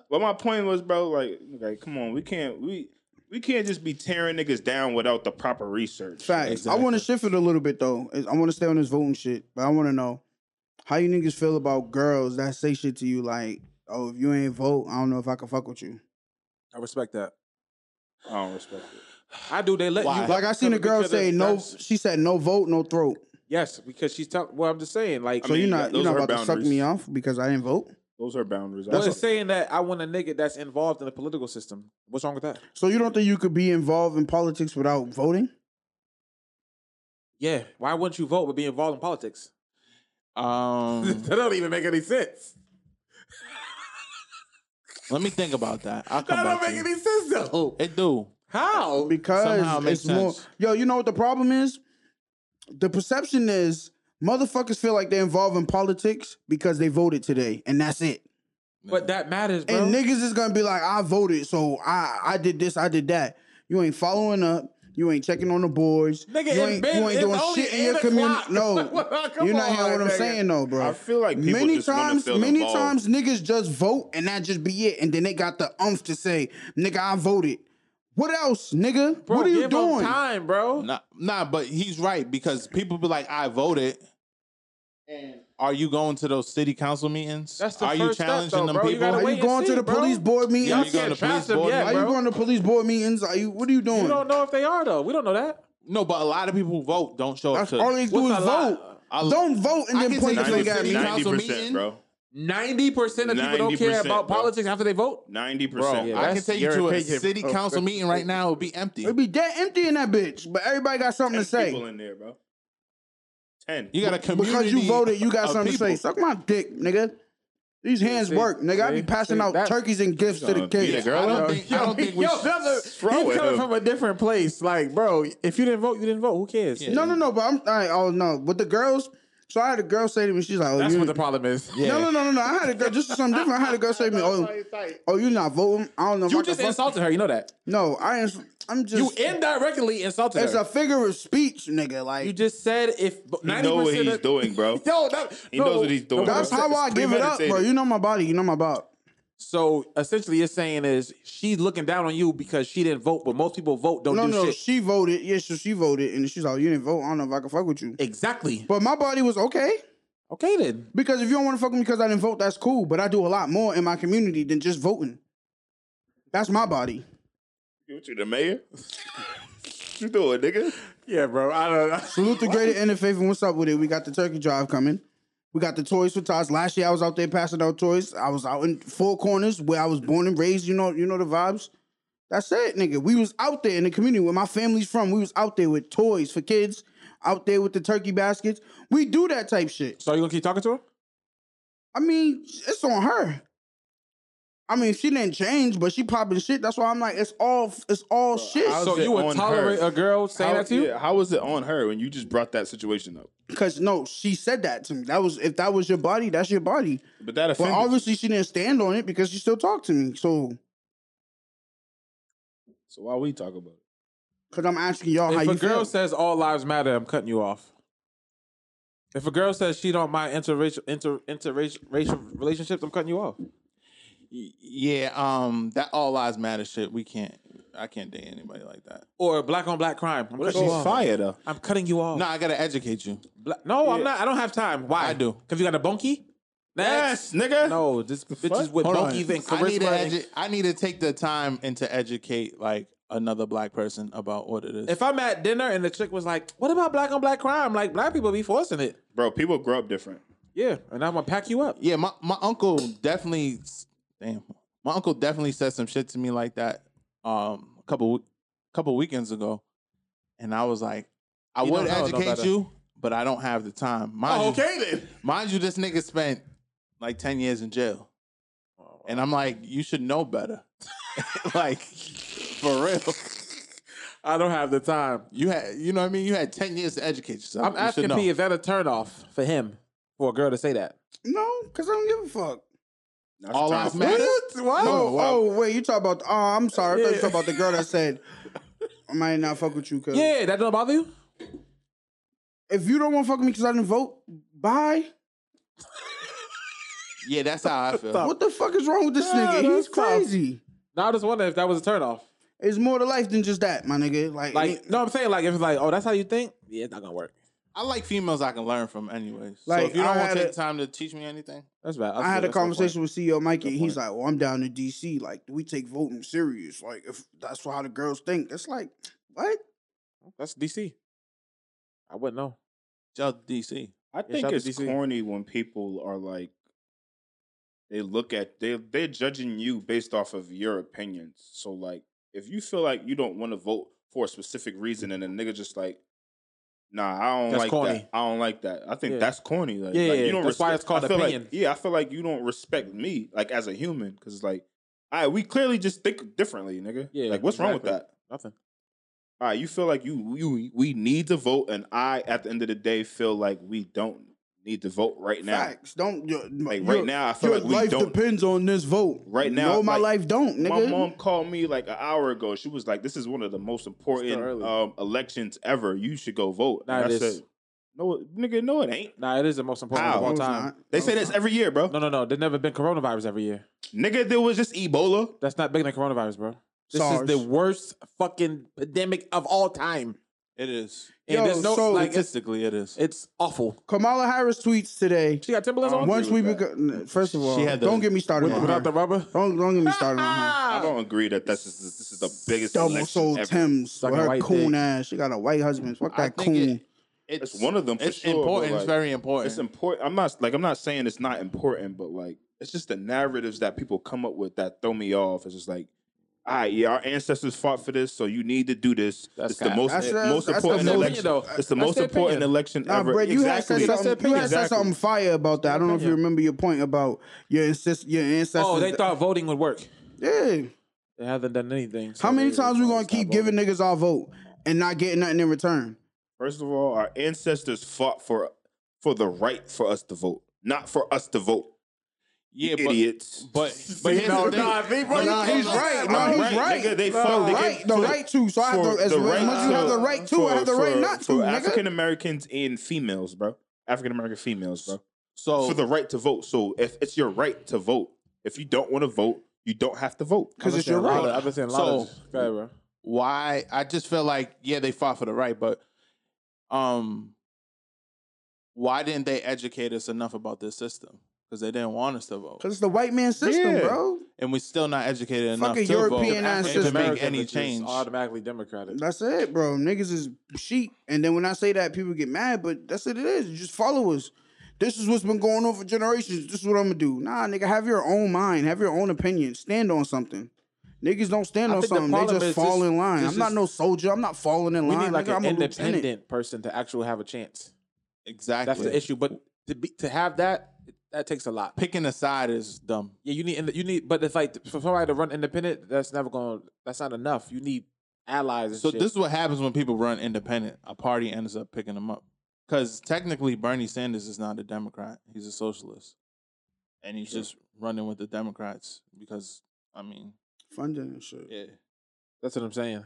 C: But my point was, bro, like, like, come on, we can't, we, we can't just be tearing niggas down without the proper research.
A: Facts. I
D: Exactly.
A: want to shift it a little bit though. Is- I want to stay on this voting shit, but I want to know how you niggas feel about girls that say shit to you like, "Oh, if you ain't vote, I don't know if I can fuck with you."
B: I respect that.
C: I don't respect it.
B: I do. They let
D: Why?
B: you
A: Like I seen a girl
B: because
A: say
B: of-
A: no.
B: that's-
A: She said no vote, no throat.
B: Yes, because she's telling. Well, I'm just saying, like,
A: So
C: mean,
A: you're not
C: those
A: you're not
C: are
A: about to suck
C: boundaries.
A: me off because I didn't vote.
C: Those are boundaries.
B: well,
C: That's
B: it's saying that I want a nigga that's involved in the political system. What's wrong with that?
A: So you don't think you could be involved in politics without voting?
B: Yeah, why wouldn't you vote but be involved in politics?
D: Um,
B: that don't even make any sense.
D: let me think about that. I'll come
B: That don't
D: back.
B: make
D: to you.
B: any sense though.
D: It do.
B: How?
A: Because
D: Somehow it makes
A: it's more.
D: sense.
A: Yo, you know what the problem is? The perception is motherfuckers feel like they're involved in politics because they voted today, and that's it.
B: but that matters, bro.
A: And niggas is gonna be like, I voted, so I I did this, I did that. You ain't following up. You ain't checking on the boards.
B: Nigga,
A: you
B: it
A: ain't,
B: been-
A: you ain't
B: it's
A: doing
B: only
A: shit in
B: eight
A: your community.
B: o'clock.
A: No,
B: Come
A: you're not hearing
B: on,
A: what I'm
B: nigga.
A: saying, though, bro.
C: I feel like people
A: many
C: just wanna
A: times,
C: feel
A: many
C: involved.
A: times, niggas just vote and that just be it, and then they got the umph to say, "Nigga, I voted." What else, nigga?
B: bro,
A: what are you
B: give 'em
A: doing?
B: Time, bro.
D: Nah, nah, but he's right because people be like, I voted. And are you going to those city council meetings?
B: That's the
D: are
B: first
D: you
B: step,
D: challenging
B: though,
D: them
B: bro. You
D: people?
B: gotta
A: Are
B: wait
A: you
B: and
A: going
B: see,
A: to the
B: bro.
A: police board meetings?
D: Yeah,
A: Are
D: you
A: you
D: going
B: can't
D: to
B: trust
D: police
B: them
D: board?
B: yet,
D: meeting?
B: bro.
A: going to police board meetings? Are you? What are you doing?
B: You don't know if they are though. We don't know that.
D: No, but a lot of people who vote don't show up
A: That's
D: to.
A: all they do
B: What's
A: is
B: a lot?
A: vote.
D: I'll-
A: don't vote and
D: I
A: then
D: can
A: point the
D: take you
A: finger
D: to the
A: at
D: city
A: me.
D: council.
C: percent,
D: meeting?
C: bro.
B: Ninety percent of people don't care
C: 90%,
B: about
C: bro.
B: politics after they vote.
C: Ninety
D: Bro,
C: percent.
B: Yeah,
D: I can
B: that's
D: take you
B: your
D: to a
B: opinion,
D: city
B: bro.
D: council meeting right now. It'll be empty.
A: It'd be dead empty in that bitch, but everybody got something to say.
C: people in there, bro. Ten.
D: You got a community
A: Because you voted, you got
D: of
A: something to say.
D: people.
A: Suck my dick, nigga. These hands
B: see,
A: work, nigga. I be
B: see,
A: passing
B: see,
A: out
B: that-
A: turkeys and gifts to the
C: gonna beat
A: kids.
C: a
D: I
C: girl
D: don't
C: up?
D: think. I don't think we.
B: Yo,
D: should-
B: brother,
C: throw
B: he's
C: at
B: coming
C: him.
B: from a different place. Like, bro, if you didn't vote, you didn't vote. Who cares?
D: Yeah.
A: No, no, no. But I'm. I, oh no. But the girls. So I had a girl say to me, she's like, "Oh,
B: That's
A: you."
B: what the problem is.
D: Yeah.
A: no, no, no, no, no. I had a girl. This is something different. I had a girl say to me, "Oh, oh, you not voting? I don't know." if I
B: You
A: can
B: just
A: fuck-
B: insulted her. You know that.
A: No, I. Ins- I'm just.
B: You indirectly insulted
A: It's
B: her.
A: a figure of speech, nigga. Like
B: you just said if
C: He
B: ninety
C: know what
B: percent
C: he's
B: of
C: doing, bro.
B: Yo, that,
C: He
B: no,
C: knows what he's doing.
A: that's
C: bro.
A: how I
C: It's
A: give it up, bro.
C: premeditated.
A: You know my body. You know my bop.
B: So essentially, you're saying is she's looking down on you because she didn't vote, but most people vote don't
A: No,
B: do
A: no.
B: shit.
A: She voted. Yeah, so she voted, and she's like, "You didn't vote. I don't know if I can fuck with you."
B: exactly.
A: But my body was okay
B: okay then.
A: because if you don't want to fuck with me because I didn't vote, that's cool. But I do a lot more in my community than just voting. That's my body.
C: What you the mayor? you doing, nigga?
B: Yeah, bro. I don't know.
A: Salute the greater interfaith and what's up with it? We got the turkey drive coming. We got the toys for tots. Last year I was out there passing out toys. I was out in four corners where I was born and raised. You know, you know the vibes. That's it, nigga. We was out there in the community where my family's from. We was out there with toys for kids, out there with the turkey baskets. We do that type shit.
B: So you gonna keep talking to her?
A: I mean, it's on her. I mean, she didn't change, but she popping shit. That's why I'm like, it's all, it's all shit.
C: How's
B: so
C: it
B: you would
C: on
B: tolerate
C: her?
B: a girl saying
C: How-
B: that to you?
C: yeah, how was it on her when you just brought that situation up?
A: Cause no, she said that to me. That was if that was your body, that's your body.
C: But that
A: But
C: offended.
A: obviously, she didn't stand on it because she still talked to me. So,
C: so why we talk about it?
A: because I'm asking y'all how
B: if
A: you
B: a girl
A: feel.
B: says all lives matter, I'm cutting you off. If a girl says she don't mind interracial inter interracial relationships, I'm cutting you off.
D: Yeah, um, that all lives matter shit. We can't. I can't date anybody like that.
B: Or black on black crime. I'm
C: What if
B: cutting you
C: she's
B: off.
C: fire though?
B: I'm cutting you off.
D: No, I gotta educate you.
B: Bla- no, I'm not. I don't have time. Why?
D: I do.
B: Because you got a bunkie.
C: Yes, nigga.
B: No, this bitch is with
D: Hold on.
B: bunkies and
D: I need, to
B: charisma. and-
D: edu- I need to take the time and to educate like another black person about what it is.
B: If I'm at dinner and the chick was like, "What about black on black crime?" Like black people be forcing it.
C: bro. People grow up different.
B: Yeah, and I'm gonna pack you up.
D: yeah, my, my uncle definitely. Damn, my uncle definitely said some shit to me like that. Um, a couple we- couple weekends ago, and I was like, I
B: You
D: would
B: don't know no
D: educate
B: better.
D: you, but I don't have the time. Mind you-
B: Oh, then.
D: Mind you, this nigga spent like 10 years in jail.
C: Oh,
D: And I'm like, you should know better. like, for real.
B: I don't have the time.
D: You had, you know what I mean? You had 10 years to educate yourself.
B: I'm
D: You should
B: asking
D: know.
B: P, is that a turnoff for him for a girl to say that?
A: no, because I don't give a fuck.
C: That's
D: All
C: time
D: lives
C: for-
D: matter.
B: What?
D: No,
A: Oh,
D: well,
A: oh, wait, you talk about. Oh, I'm sorry. I thought you talking about the girl that said, "I might not fuck with you." Cause
B: Yeah, that don't bother you.
A: if you don't want to fuck with me because I didn't vote, bye.
D: yeah, that's how I feel.
A: What the fuck is wrong with this
B: Yeah,
A: nigga? He's
B: that's tough.
A: crazy.
B: Now I just wonder if that was a turnoff.
A: It's more to life than just that, my nigga. Like,
B: Like, no, I'm saying like if it's like, oh, that's how you think. Yeah, it's not gonna work.
D: I like females I can learn from, anyways.
A: Like,
D: so if you
A: I
D: don't want
A: had
D: to
A: a-
D: take time to teach me anything,
B: That's bad.
A: I had a
B: That's no
A: conversation with CEO Mikey, and he's
D: point.
A: like, "Well, I'm down in DC. Like, we take voting serious. Like, if that's how the girls think, it's like, what?
B: point. That's DC. I wouldn't know.
D: shout out to DC.
C: I
B: shout out
C: think
B: to
C: it's
B: DC.
C: corny when people are like, they look at they they're judging you based off of your opinions. So like, if you feel like you don't want to vote for a specific reason, and a nigga just like, nah, I don't
B: That's
C: like
B: corny.
C: that. I don't like that. I think
B: Yeah.
C: that's corny. Like,
B: Yeah,
C: like,
B: yeah,
C: you don't
B: that's why it's called
C: I feel like-
B: opinion.
C: yeah, I feel like you don't respect me like as a human because it's like, all right, we clearly just think differently, nigga.
B: Yeah,
C: like what's wrong with
B: exactly.
C: that?
B: Nothing.
C: All right, you feel like you you we need to vote, and I at the end of the day feel like we don't need to vote right now.
A: Facts don't your,
C: Like
A: your-
C: right now, I feel
A: your
C: like we
A: life
C: don't.
A: depends on this vote.
C: Right now,
A: no, my
C: like,
A: life don't, nigga.
C: My mom called me like an hour ago. She was like, "This is one of the most important
B: early.
C: um, elections ever. You should go vote."
B: Nah,
C: and
B: it
C: I
B: is.
C: said, "No, it- nigga, no, it ain't."
B: Nah, it is the most important
C: How?
B: of all
A: No, it's
B: time.
A: not.
C: They
A: No,
C: say
A: it's
C: this
A: not.
C: every year, bro.
B: No, no, no. There's never been coronavirus every year.
C: Nigga, there was just Ebola.
B: That's not bigger than coronavirus, bro. This
A: SARS.
B: is the worst fucking pandemic of all time.
D: It is.
B: And
A: Yo,
B: there's no
A: so-
B: like it's,
D: Statistically, it is.
B: it's awful.
A: Kamala Harris tweets today.
B: She got Timberlands
C: I don't
B: on
A: Once we
C: agree with
A: become, first of all,
D: She had the-
A: don't get me started
B: with,
A: on her.
B: without the rubber.
A: don't don't get me started on her.
C: I don't agree that this is this is the biggest
A: Double
C: election
A: soul
C: ever.
A: Tim's with
B: Sucking
A: her
B: white
A: coon
B: dick.
A: ass. She got a white husband. Fuck
D: I
A: that coon.
D: think it-
C: It's one of them for
D: It's
C: sure. but,
D: important.
C: like,
D: it's very important.
C: It's important. I'm not like I'm not saying it's not important, but like it's just the narratives that people come up with that throw me off. It's just like, all right, yeah, our ancestors fought for this, so you need to do this.
D: That's
C: it's the
D: cap.
C: most
A: That's- that's-
C: most
A: that's
C: important
A: their opinion,
C: election.
B: though.
C: It's the
B: That's
C: most
B: their
C: important
B: opinion.
C: election
A: Nah,
C: ever.
A: bro, you
C: exactly.
A: had said something. You had said
C: Exactly.
A: something fire about that. I don't know if you
B: Opinion.
A: remember your point about your ancest- your ancestors.
B: Oh, they thought voting would work.
A: Yeah.
B: They haven't done anything. so
A: How many
B: they-
A: times we gonna
B: stop
A: keep giving
B: voting.
A: niggas our vote and not getting nothing in return?
C: First of all, our ancestors fought for for the right for us to vote, not for us to vote.
D: yeah, but,
C: idiots.
D: but but here's the thing.
A: But nah, he's right. No,
C: I'm
A: he's
C: right,
A: right.
C: nigga. They
A: The
C: fought- they
A: right,
C: gave-
A: the
C: for-
A: right to. So I have
C: for
A: to, as,
C: the
A: much
C: right
A: as you have
C: to-
A: the right to, I have the
C: for-
A: right not to,
C: for
A: nigga.
C: African Americans and females, bro. African American females, bro.
D: so
C: for the right to vote. So if it's your right to vote, if you don't want to vote, you don't have to vote.
A: Because it's your
B: A lot
A: right.
B: of- I've been saying a lot of.
D: So-
B: Go ahead, bro.
D: why I just feel like yeah they fought for the right, but um, why didn't they educate us enough about this system? Because they didn't want us to vote,
A: Because it's the white man system,
C: Yeah.
A: bro.
D: and we're still not educated enough
A: Fucking
D: to
A: European
D: vote
A: ass
D: and to
A: system.
D: make
B: America
D: any
B: is
D: change.
B: automatically Democratic.
A: That's it, bro. Niggas is sheep. And then when I say that, people get mad, but that's what it is. You just follow us. This is what's been going on for generations. This is what I'm gonna do. Nah, nigga, have your own mind, have your own opinion, stand on something. Niggas don't stand
B: I
A: on
B: think the
A: something. They
B: problem
A: just
B: is
A: fall
B: this-
A: in line.
B: this
A: I'm not
B: is-
A: no soldier. I'm not falling in
B: We
A: line.
B: need like
A: nigga. I'm
B: an
A: a lieutenant.
B: independent person to actually have a chance.
D: Exactly.
B: That's the issue. But to be, to have that, that takes a lot.
D: Picking a side is dumb.
B: Yeah, you need you need, but if like for somebody to run independent, that's never going. to That's not enough. You need allies. And
D: So
B: shit.
D: this is what happens when people run independent. A party ends up picking them up because technically Bernie Sanders is not a Democrat; he's a socialist, and he's just running with the Democrats because I mean,
A: Funding and shit. Yeah.
D: yeah,
B: that's what I'm saying.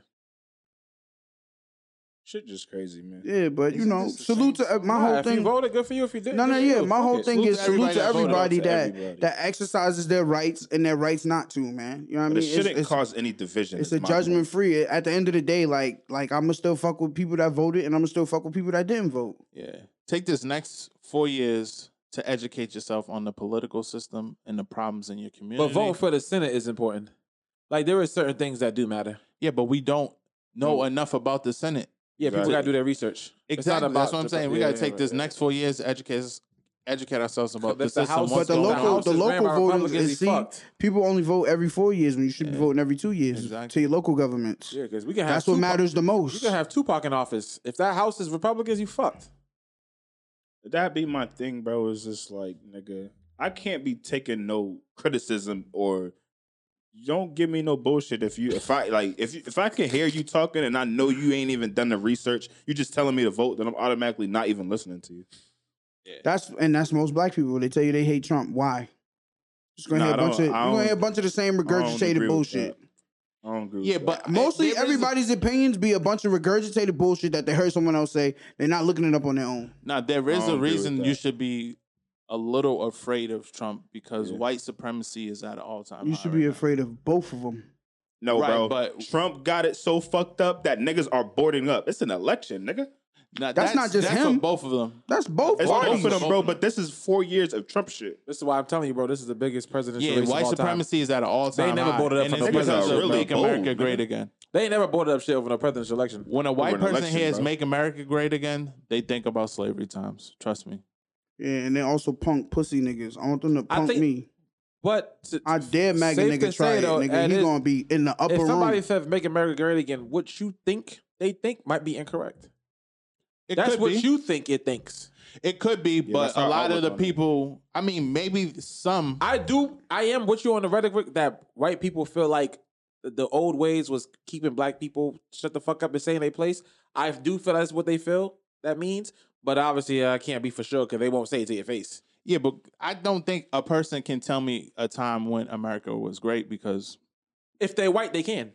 C: Shit, just crazy, man.
A: but you
D: Isn't
A: know,
D: this the
A: salute
D: same
A: to my
B: Nah,
A: whole
B: if you
A: thing.
B: voted, good for you. If you didn't,
A: No, no,
B: good for
A: yeah.
B: you.
A: My
B: Fuck
A: whole
B: it.
A: thing
D: Salute
A: is
D: to
A: salute
D: everybody
A: to
D: that voted.
A: everybody
C: Shout out to
A: that
C: everybody.
A: that exercises their rights and their rights not to, man. You know what I mean?
C: But it
A: It's-
C: shouldn't
A: it's-
C: cause any division.
A: It's
C: is
A: a
C: my
A: judgment
C: point.
A: free. At the end of the day, like like I'ma still fuck with people that voted and I'ma still fuck with people that didn't vote.
D: yeah. Take this next four years to educate yourself on the political system and the problems in your
B: But
D: community.
B: voting for the Senate is important. Like there are certain things that do matter.
D: yeah, but we don't know enough about the Senate.
B: Yeah, people
C: Exactly.
B: gotta do their research. Mm. It's not
D: Exactly. That's
B: about
D: what I'm
B: the-
D: saying. We
B: yeah,
D: got to
B: yeah,
D: take
B: right,
D: this
B: yeah.
D: next four years to educate us- educate ourselves about the,
B: But the
D: system.
B: House-
A: But
D: what's
A: the
D: going
A: local
D: on.
B: House
A: the
B: is ran
A: local
B: by
A: voting
B: Republicans,
A: is
B: he's
A: see
B: fucked.
A: people only vote every four years when you should be voting every two years to
D: Exactly.
A: your local governments.
B: Yeah, because we can have
A: That's what
B: Tupac-
A: matters the
B: You
A: most.
B: can have Tupac in office. If that House is Republicans, you fucked.
C: That be my thing, bro. Is just like, nigga, I can't be taking no criticism or don't give me no bullshit. If you, if I like, if you, if I can hear you talking and I know you ain't even done the research, you just telling me to vote, then I'm automatically not even listening to you.
A: That's and that's most black people. They tell you they hate Trump. Why? Just gonna
C: Nah,
A: hear a
C: I don't-
A: bunch of you're
C: I
A: gonna
C: don't-
A: hear a bunch of the same regurgitated
C: agree with
A: bullshit.
C: I don't agree.
D: Yeah,
C: with
D: but
A: Mostly
D: there is a-
A: everybody's opinions be a bunch of regurgitated bullshit that they heard someone else say. They're not looking it up on their own.
D: Now there
C: I
D: is
C: don't
D: a
C: agree with
D: reason you
C: that.
D: should be a little afraid of Trump because
C: Yeah.
D: white supremacy is at an all time.
A: You should be afraid of both of them.
C: No,
D: Right,
C: bro.
D: but-
C: Trump got it so fucked up that niggas are boarding up. It's an election, nigga.
D: Now,
A: That's not just
D: that's
A: him.
D: For both of them.
A: That's both
C: It's
D: Boarding
C: both
A: parties.
C: of them, bro.
D: up.
C: But this is four years of Trump shit.
B: This is why I'm telling you, bro. This is the biggest presidential
D: Yeah,
B: race
D: white
B: of all time.
D: supremacy is at an all time.
B: never voted up
D: and
B: for
D: it's
B: no
D: because
B: president.
D: of
B: Really
D: Make
C: bold,
D: America
C: nigga.
D: Great Again.
B: They ain't never boarded up shit over no presidential election.
D: When a white
C: an
D: person
C: election,
D: hears
C: bro.
D: "Make America Great Again," they think about slavery times. Trust me.
A: Yeah, and they also punk pussy niggas. I want them to
B: I
A: punk
B: think-
A: me.
B: But to,
A: I dare Mac a
B: safe to
A: nigga try
B: say,
A: it,
B: though,
A: nigga.
B: that
A: He
B: is-
A: gonna be in the upper
B: if somebody
A: room.
B: said "Make America Great Again," what you think they think might be incorrect.
D: It
B: That's
D: could
B: what
D: be.
B: you think it thinks.
D: It could be, but
C: that's how
D: a
C: I
D: lot of
C: look
D: the
C: on it.
D: people. I mean, maybe some.
B: I do. I am with you on the rhetoric that white people feel like the- the old ways was keeping black people shut the fuck up and saying they place. I do feel that's what they feel that means, but obviously uh, I can't be for sure because they won't say it to your face.
D: Yeah, but I don't think a person can tell me a time when America was great because
B: If they're white, they can.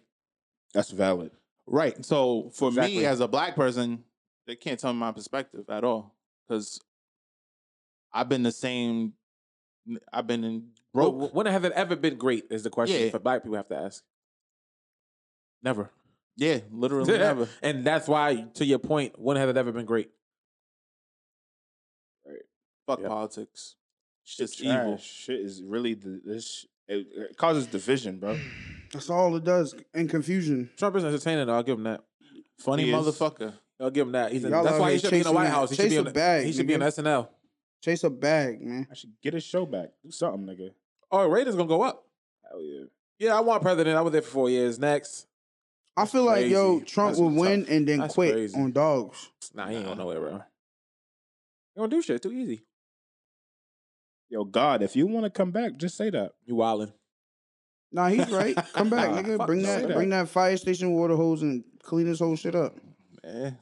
C: That's valid.
D: Right. So for me
B: Exactly.
D: as a black person, they can't tell me my perspective at all because I've been the same. I've been in broke.
B: But when have it ever been great? Is the question
D: Yeah.
B: for black people have to ask. Never.
D: yeah, literally never.
B: And that's why, to your point, when has it ever been great?
D: Fuck
B: Yeah.
D: politics. Shit's
C: Shit's
D: evil.
C: evil. Shit is really the, this. It, it causes division, bro.
A: That's all it does, and confusion.
B: Trump is entertaining. though, I'll give him that.
D: Funny
C: He is-
D: motherfucker.
B: I'll give him that. He's a,
A: Y'all
B: that's
A: out
B: why he
A: here
B: should be in the
A: chasing
B: White
A: that-
B: House. He should be
A: chase
B: on,
A: a bag,
B: he should be on
A: nigga.
B: SNL.
A: Chase a bag, man.
C: I should get his show back. Do something, nigga.
B: Oh, ratings gonna go up.
C: Hell yeah.
B: Yeah, I want president. I was there for four years. Next,
A: I feel like yo
B: crazy.
A: Trump
B: That's
A: will
B: tough.
A: win and then
B: That's
A: quit
B: crazy.
A: on dogs.
B: nah, he ain't going nowhere, bro. You don't do shit. Too easy.
C: Yo, God, if you want to come back, just say that.
B: You wildin'.
A: Nah, he's right. Come back,
B: Nah,
A: nigga.
B: fuck
A: Bring
B: no.
A: that,
C: Say that.
A: bring that fire station water hose and clean this whole shit up.
D: Eh,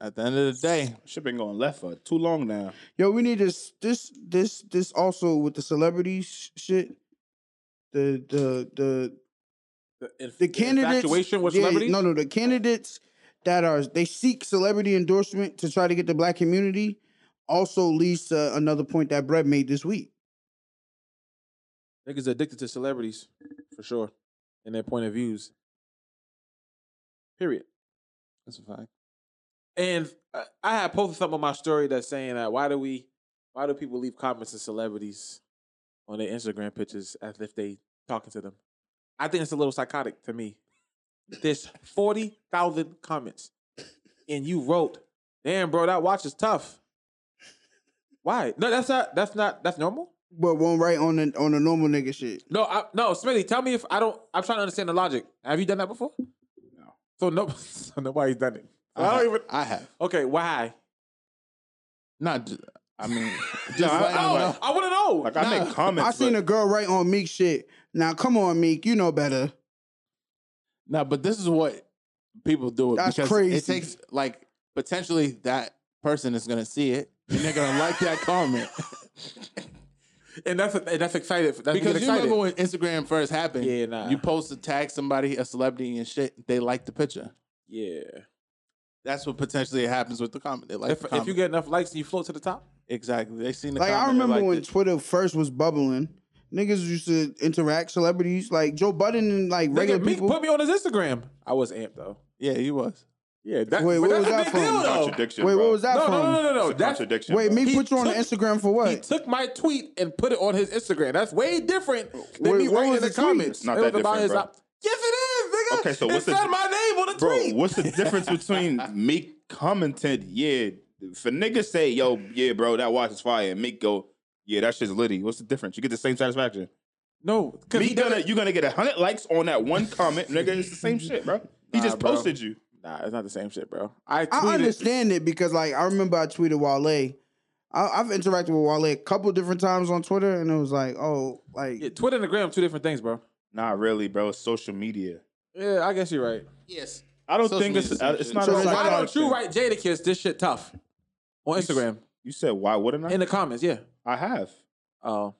D: At the end of the day,
C: Shit been going left for too long now.
A: Yo, we need this, this, this, this also with the celebrity sh- shit. The the the
B: The, inf-
A: the candidates
B: infatuation with
A: yeah,
B: celebrities.
A: No, no, the candidates that are they seek celebrity endorsement to try to get the black community. Also leads to another point that Brett made this week.
B: Niggas addicted to celebrities, for sure, and their point of views. Period.
D: that's a fact.
B: And uh, I had posted something on my story that's saying that why do we, why do people leave comments to celebrities on their Instagram pictures as if they talking to them? I think it's a little psychotic to me. There's forty thousand comments, and you wrote, "Damn, bro, that watch is tough." Why? No, that's not. That's not. That's normal.
A: But one right on the on the normal nigga shit.
B: No, I, no, Smitty, tell me if I don't. I'm trying to understand the logic. Have you done that before?
C: No.
B: So no, so nobody's done it.
D: I
B: I
D: have-
B: don't even.
D: I have
B: Okay, why?
D: not. ju- I mean, just
C: I-
D: letting
C: I
D: you
B: Oh,
D: know.
B: I want to know.
C: Like
D: Nah.
C: I make comments.
A: I seen
C: but
A: a girl right on Meek shit. Now come on, Meek, you know better.
D: No, but this is what people do. it
A: That's
D: because
A: crazy.
D: It takes like potentially that person is gonna see it and they're gonna like that comment
B: and that's and that's excited. That's
D: because
B: because
D: you
B: excited.
D: remember when Instagram first happened.
B: Yeah, nah.
D: You post to tag somebody, a celebrity, and shit. They like the picture.
B: yeah.
D: That's what potentially happens with the comment. They like
B: If,
D: the
B: if
D: comment.
B: you get enough likes, you float to the top.
D: exactly. They seen the
A: Like I
D: comment, they
A: remember
D: liked
A: when
D: it.
A: Twitter first was bubbling, niggas used to interact celebrities like Joe Budden and like regular
B: Nigga, Meek
A: people.
B: put me on his Instagram. I I was amped though.
D: yeah, he was.
B: Yeah, that,
A: Wait,
B: but
A: what
B: that's
A: was
B: a
A: that
B: big
A: from?
B: deal though.
C: contradiction.
A: Wait,
C: bro.
A: what was that
B: No,
A: from?
B: no, no, no, no.
C: It's a
B: That's
C: contradiction.
A: Wait,
C: bro.
A: Meek
B: He
A: put you on
B: took-
A: Instagram for
B: he
A: what?
B: took my tweet and put it on his Instagram. That's way different than
A: Wait,
B: me
A: what
B: writing
A: was
B: in the
A: the tweet?
B: comments.
C: It's not
B: It was
C: that
B: about
C: different,
B: his
C: bro.
B: op- yes, it is, nigga.
C: Okay, so
B: It
C: what's the-
B: said my name on the
C: Bro,
B: tweet.
C: what's the difference between Meek commenting, yeah, for niggas say, yo, yeah, bro, that watch is fire, and Meek go, yeah, that shit's litty. What's the difference? You get the same satisfaction.
B: No, because
C: Meek gonna, you're gonna get hundred likes on that one comment, nigga. It's the same shit, bro. He
B: Nah,
C: just
B: bro.
C: posted you.
B: Nah, it's not the same shit, bro. I tweeted.
A: I understand it because like I remember I tweeted Wale. I, I've interacted with Wale a couple different times on Twitter, and it was like, oh, like
B: Yeah, Twitter and the gram, two different things, bro.
C: Not really, bro. It's social media.
B: Yeah, I guess you're right.
D: Yes.
C: I don't
D: Social
C: think it's
D: media is the same
C: uh, it's
D: shit.
C: not
A: So
C: a
A: it's
C: real
A: like-
B: Why
C: hard
B: don't you
C: thing.
B: write Jadakiss this shit tough on Instagram
C: You said why wouldn't I?
B: in the comments? Yeah.
C: I have.
B: Oh,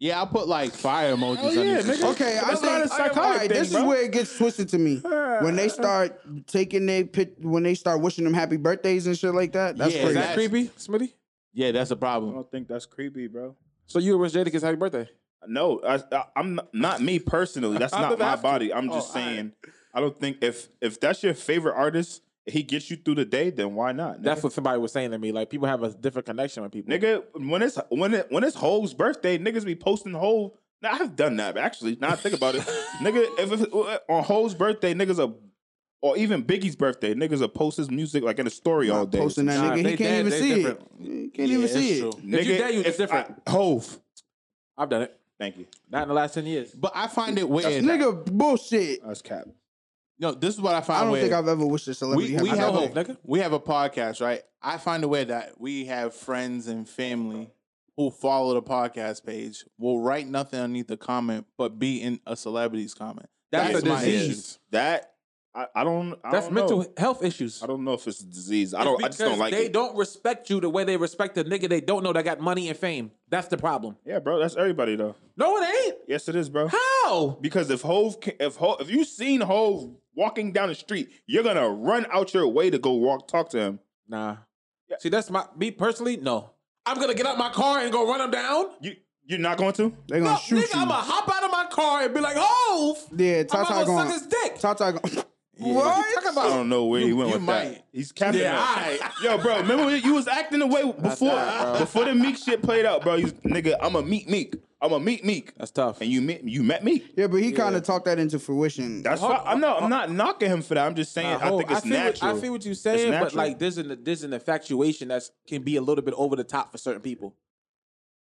D: Yeah, I put like fire emojis.
C: Hell
D: on
C: yeah,
D: this shit.
C: nigga.
A: Okay, I
C: That's
A: think
C: not a psychotic
A: all right,
C: thing,
A: this is
C: bro.
A: where it gets twisted to me. When they start taking they pic, when they start wishing them happy birthdays and shit like that, that's
D: Yeah,
A: crazy.
B: Is that
D: Exactly.
B: creepy, Smitty?
D: Yeah, that's a
C: I
D: problem.
C: don't think that's creepy, bro.
B: So you wish Jadakiss happy birthday?
C: No, I, I, I'm not, not me personally. That's
B: I
C: not
B: didn't
C: my
B: have to.
C: body. I'm
B: Oh,
C: just
B: all right.
C: saying. I don't think if if that's your favorite artist, he gets you through the day. Then why not?
B: That's
C: Nigga,
B: what somebody was saying to me. Like people have a different connection with people.
C: nigga when it's when it when it's Hove's birthday, niggas be posting Hove. Now I've done that actually. Now I think about it, nigga. If, if uh, on Hove's birthday, niggas are. Or even Biggie's birthday, niggas are post his music like in a story all day.
A: Posting that nigga,
D: Nah, if
A: he
D: they
A: can't
D: dead,
A: even
D: they
A: see it.
D: different.
A: He can't
D: Yeah,
A: even
D: it's
A: see
D: true.
A: it.
B: If you dare you, it's
C: if
B: different.
C: I- Hove.
B: I've done it.
C: Thank you.
B: Not in the last ten years.
D: But I find it weird.
A: Nigga, bullshit.
C: That's cap.
D: No, this is what I find
A: I don't
D: weird.
A: think I've ever wished a celebrity
D: we, we
A: happy
D: have
B: know
A: birthday.
D: a,
B: Hov, nigga.
D: we have a podcast, right? I find it weird that we have friends and family who follow the podcast page will write nothing underneath the comment, but be in a celebrity's comment.
B: That's,
D: That's
B: a
D: my
B: disease.
C: That I, I don't. I
B: That's
C: don't know.
B: mental health issues.
C: I don't know if it's a disease. I don't. I just
B: Because
C: don't like
B: they
C: it.
B: don't respect you the way they respect the nigga they don't know that got money and fame. That's the problem.
C: Yeah, bro. That's everybody though.
B: No, it ain't.
C: Yes, it is, bro.
B: How?
C: Because if Hove, ca- if Hove, if you seen Hove walking down the street, you're gonna run out your way to go walk, talk to him.
B: Nah. See, that's my me personally. No, I'm gonna get out my car and go run him down.
C: You you're not going to?
A: They
B: No,
A: gonna shoot
B: nigga,
A: you.
B: I'ma hop out of my car and be like, "Hove,
A: yeah,
B: I'm
A: Tata
B: gonna
A: going.
B: suck his dick."
A: Tata going.
B: What you talking
C: I
B: about?
C: don't know where he went
D: you
C: with
D: might.
C: that. He's capping.
B: Yeah,
C: now.
B: alright.
C: Yo, bro, remember when you was acting the way before
B: that, bro.
C: before the Meek shit played out, bro. You nigga, I'm a meet Meek. I'm a meet Meek.
B: That's tough.
C: And you met you met me.
A: Yeah, but he kind of talked that into fruition.
C: That's fine. I'm not. I'm not knocking him for that. I'm just saying.
B: Nah,
C: I
B: Hov,
C: think it's
B: feel what-
C: natural.
B: I feel what you're saying, but
C: natural.
B: like there's an there's an infatuation that can be a little bit over the top for certain people.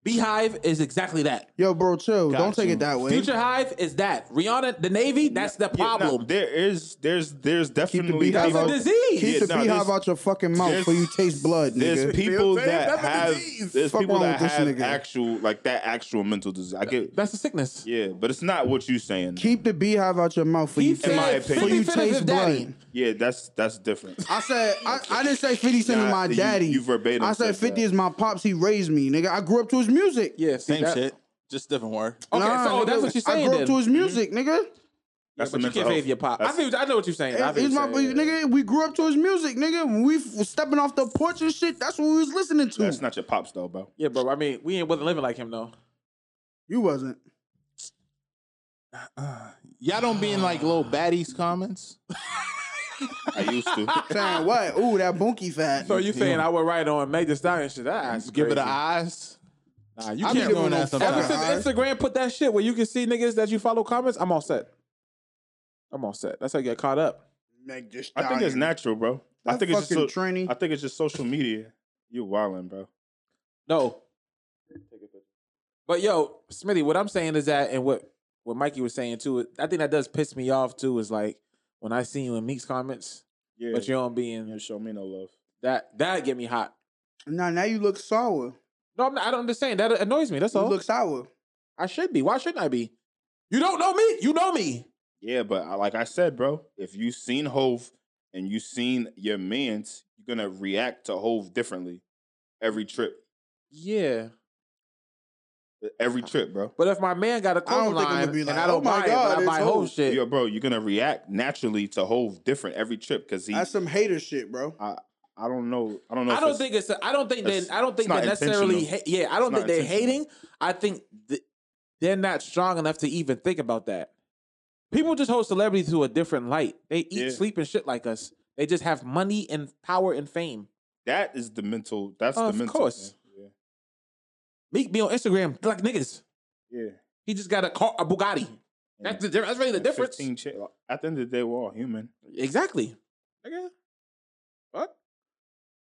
B: Beehive is exactly that.
A: Yo, bro, chill. Don't take
D: you.
A: it that way.
B: Future Hive is that. Rihanna, the Navy, that's the
C: Yeah, nah,
B: problem.
C: there is. There's. There's definitely.
A: beat
C: people-
A: out
B: it's a
A: no,
B: disease.
A: Keep
C: Yeah,
A: the
C: nah,
A: beehive
C: there's-
A: out your fucking mouth before you taste blood,
C: There's
A: nigga.
C: people
D: what I'm saying?
C: that
D: That's a
C: have
D: disease.
C: there's
A: Fuck
C: people
A: wrong with
C: that
A: this
C: have
A: nigga.
C: actual like that actual mental disease. I get
B: that's a sickness.
C: yeah, but it's not what you saying.
A: Keep the beehive out your mouth for
B: He
A: you
B: said
A: taste,
C: my opinion.
A: for
B: 50
A: you
B: Cent is
A: taste
B: daddy.
A: blood.
C: yeah, that's that's different.
A: I said I, I didn't say Fifty Cent is
C: Nah,
A: my
C: you-
A: daddy.
C: you verbatim
A: I said
C: said
A: Fifty
C: that.
A: is my pops. He raised me, nigga. I grew up to his music.
B: Yeah, see,
D: Same
B: that- Oh.
D: shit, just different word.
B: Okay,
A: Nah,
B: so
A: nigga,
B: that's what you're saying.
A: I grew
B: then. Mm-hmm.
A: up to his music, nigga.
B: but
C: That's the
B: you
C: mental
B: can't
C: health.
B: save your pop. I,
C: That's-
B: feel, I know what you're saying. I feel
A: It's my
B: what you're saying.
A: nigga. We grew up to his music, nigga. When we f- was stepping off the porch and shit, that's what we was listening to.
C: That's not your pops though, bro.
B: Yeah, bro. I mean, we ain't wasn't living like him though.
A: you wasn't.
D: Y'all don't be in like little baddies comments.
C: I used to.
A: Saying what? Ooh, that bunky fat.
B: So you saying I would write on Meg Thee Stallion shit? That's
D: Give it
B: crazy.
D: an eyes.
B: Nah, you
D: I be
B: can't.
D: doing that
B: Ever
D: sometimes.
B: since Instagram put that shit where you can see niggas that you follow comments, I'm all set. I'm all set. That's how you get caught up.
A: Meg Thee
C: I think it's
A: Stallion.
C: natural, bro. I
A: That
C: think it's just
A: fucking
C: so,
A: tranny.
C: I think it's just social media. You wildin', bro.
B: No. But yo, Smitty, what I'm saying is that, and what what Mikey was saying too, I think that does piss me off too. Is like when I see you in Meek's comments,
C: Yeah,
B: but you don't be in
C: you show me no love.
B: that that get me hot.
A: Nah, now you look sour.
B: No, I'm not, I don't understand. That annoys me. That's
A: You
B: all.
A: look sour.
B: I should be. Why shouldn't I be? You don't know me. You know me.
C: Yeah, but I, like I said, bro, if you seen Hove and you seen your man's, you're gonna react to Hove differently every trip.
B: Yeah.
C: Every trip, bro.
B: But if my man got a
A: I don't
B: clothing
A: think I'm
B: line
A: gonna be like,
B: and I
A: "Oh
B: don't
A: my
B: buy it,
A: God,
B: but I
A: it's
B: buy whole
A: Hov."
B: shit.
C: Yo, bro, you're gonna react naturally to Hove different every trip because he.
A: That's some hater shit, bro.
C: I don't know. I don't know.
B: I
C: if
B: don't
C: it's-
B: think it's. I don't think they.
C: it's-
B: I don't
C: it's
B: think
C: not
B: they necessarily. Ha-
C: intentional.
B: yeah, I don't
C: It's
B: think
C: not
B: they're
C: intentional.
B: hating. I think th- they're not strong enough to even think about that. People just hold celebrities to a different light. They eat,
C: Yeah.
B: sleep, and shit like us. They just have money and power and fame.
C: that is the mental. That's
B: Of
C: the mental.
B: course.
C: man.
B: Meek be on Instagram like niggas.
C: Yeah. yeah.
B: He just got a car, a Bugatti. That's the difference. That's really the
C: And
B: difference.
C: 15 cha- like, at the end of the day, we're all human.
B: Exactly. Nigga. What?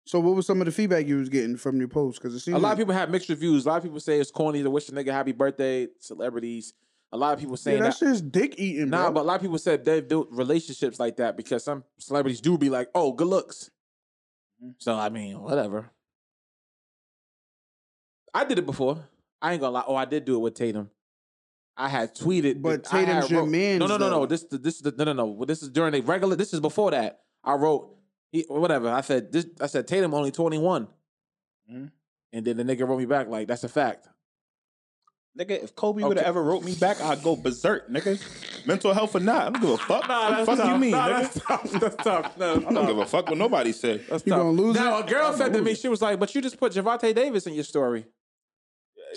A: So what was some of the feedback you was getting from your post? Because it seems
B: A
C: Mm.
B: lot of people have mixed reviews. A lot of people say it's corny to wish a nigga happy birthday. Celebrities. A lot of people saying
A: yeah,
B: that
A: that shit's dick eating, bro.
B: Nah, but a lot of people said they've built relationships like that because some celebrities do be like, oh, good looks. So I mean, whatever. I did it before. I ain't gonna lie. Oh, I did do it with Tatum. I had tweeted,
A: But
B: I had
A: Tatum's your
B: wrote-
A: mans,
B: No, no, no, no.
A: though.
B: This, this, this, no, no, no. Well, This is during a regular. This is before that. I wrote, he, whatever. I said, this. I said Tatum only twenty one,
C: Mhm.
B: and then the nigga wrote me back like, that's a fact.
C: Nigga, if Kobe would have
B: Okay.
C: ever wrote me back, I'd go berserk, nigga. Mental health or not, I don't give a fuck.
B: Nah,
C: what the
B: that's
C: fuck
B: tough.
C: you mean,
B: nah,
C: nigga?
B: that's tough. That's tough. No,
C: I don't give a fuck what nobody said.
B: That's
A: You
B: tough.
A: gonna lose
B: now,
A: it?
B: a girl said to me, she was like, "But you just put Javante Davis in your story."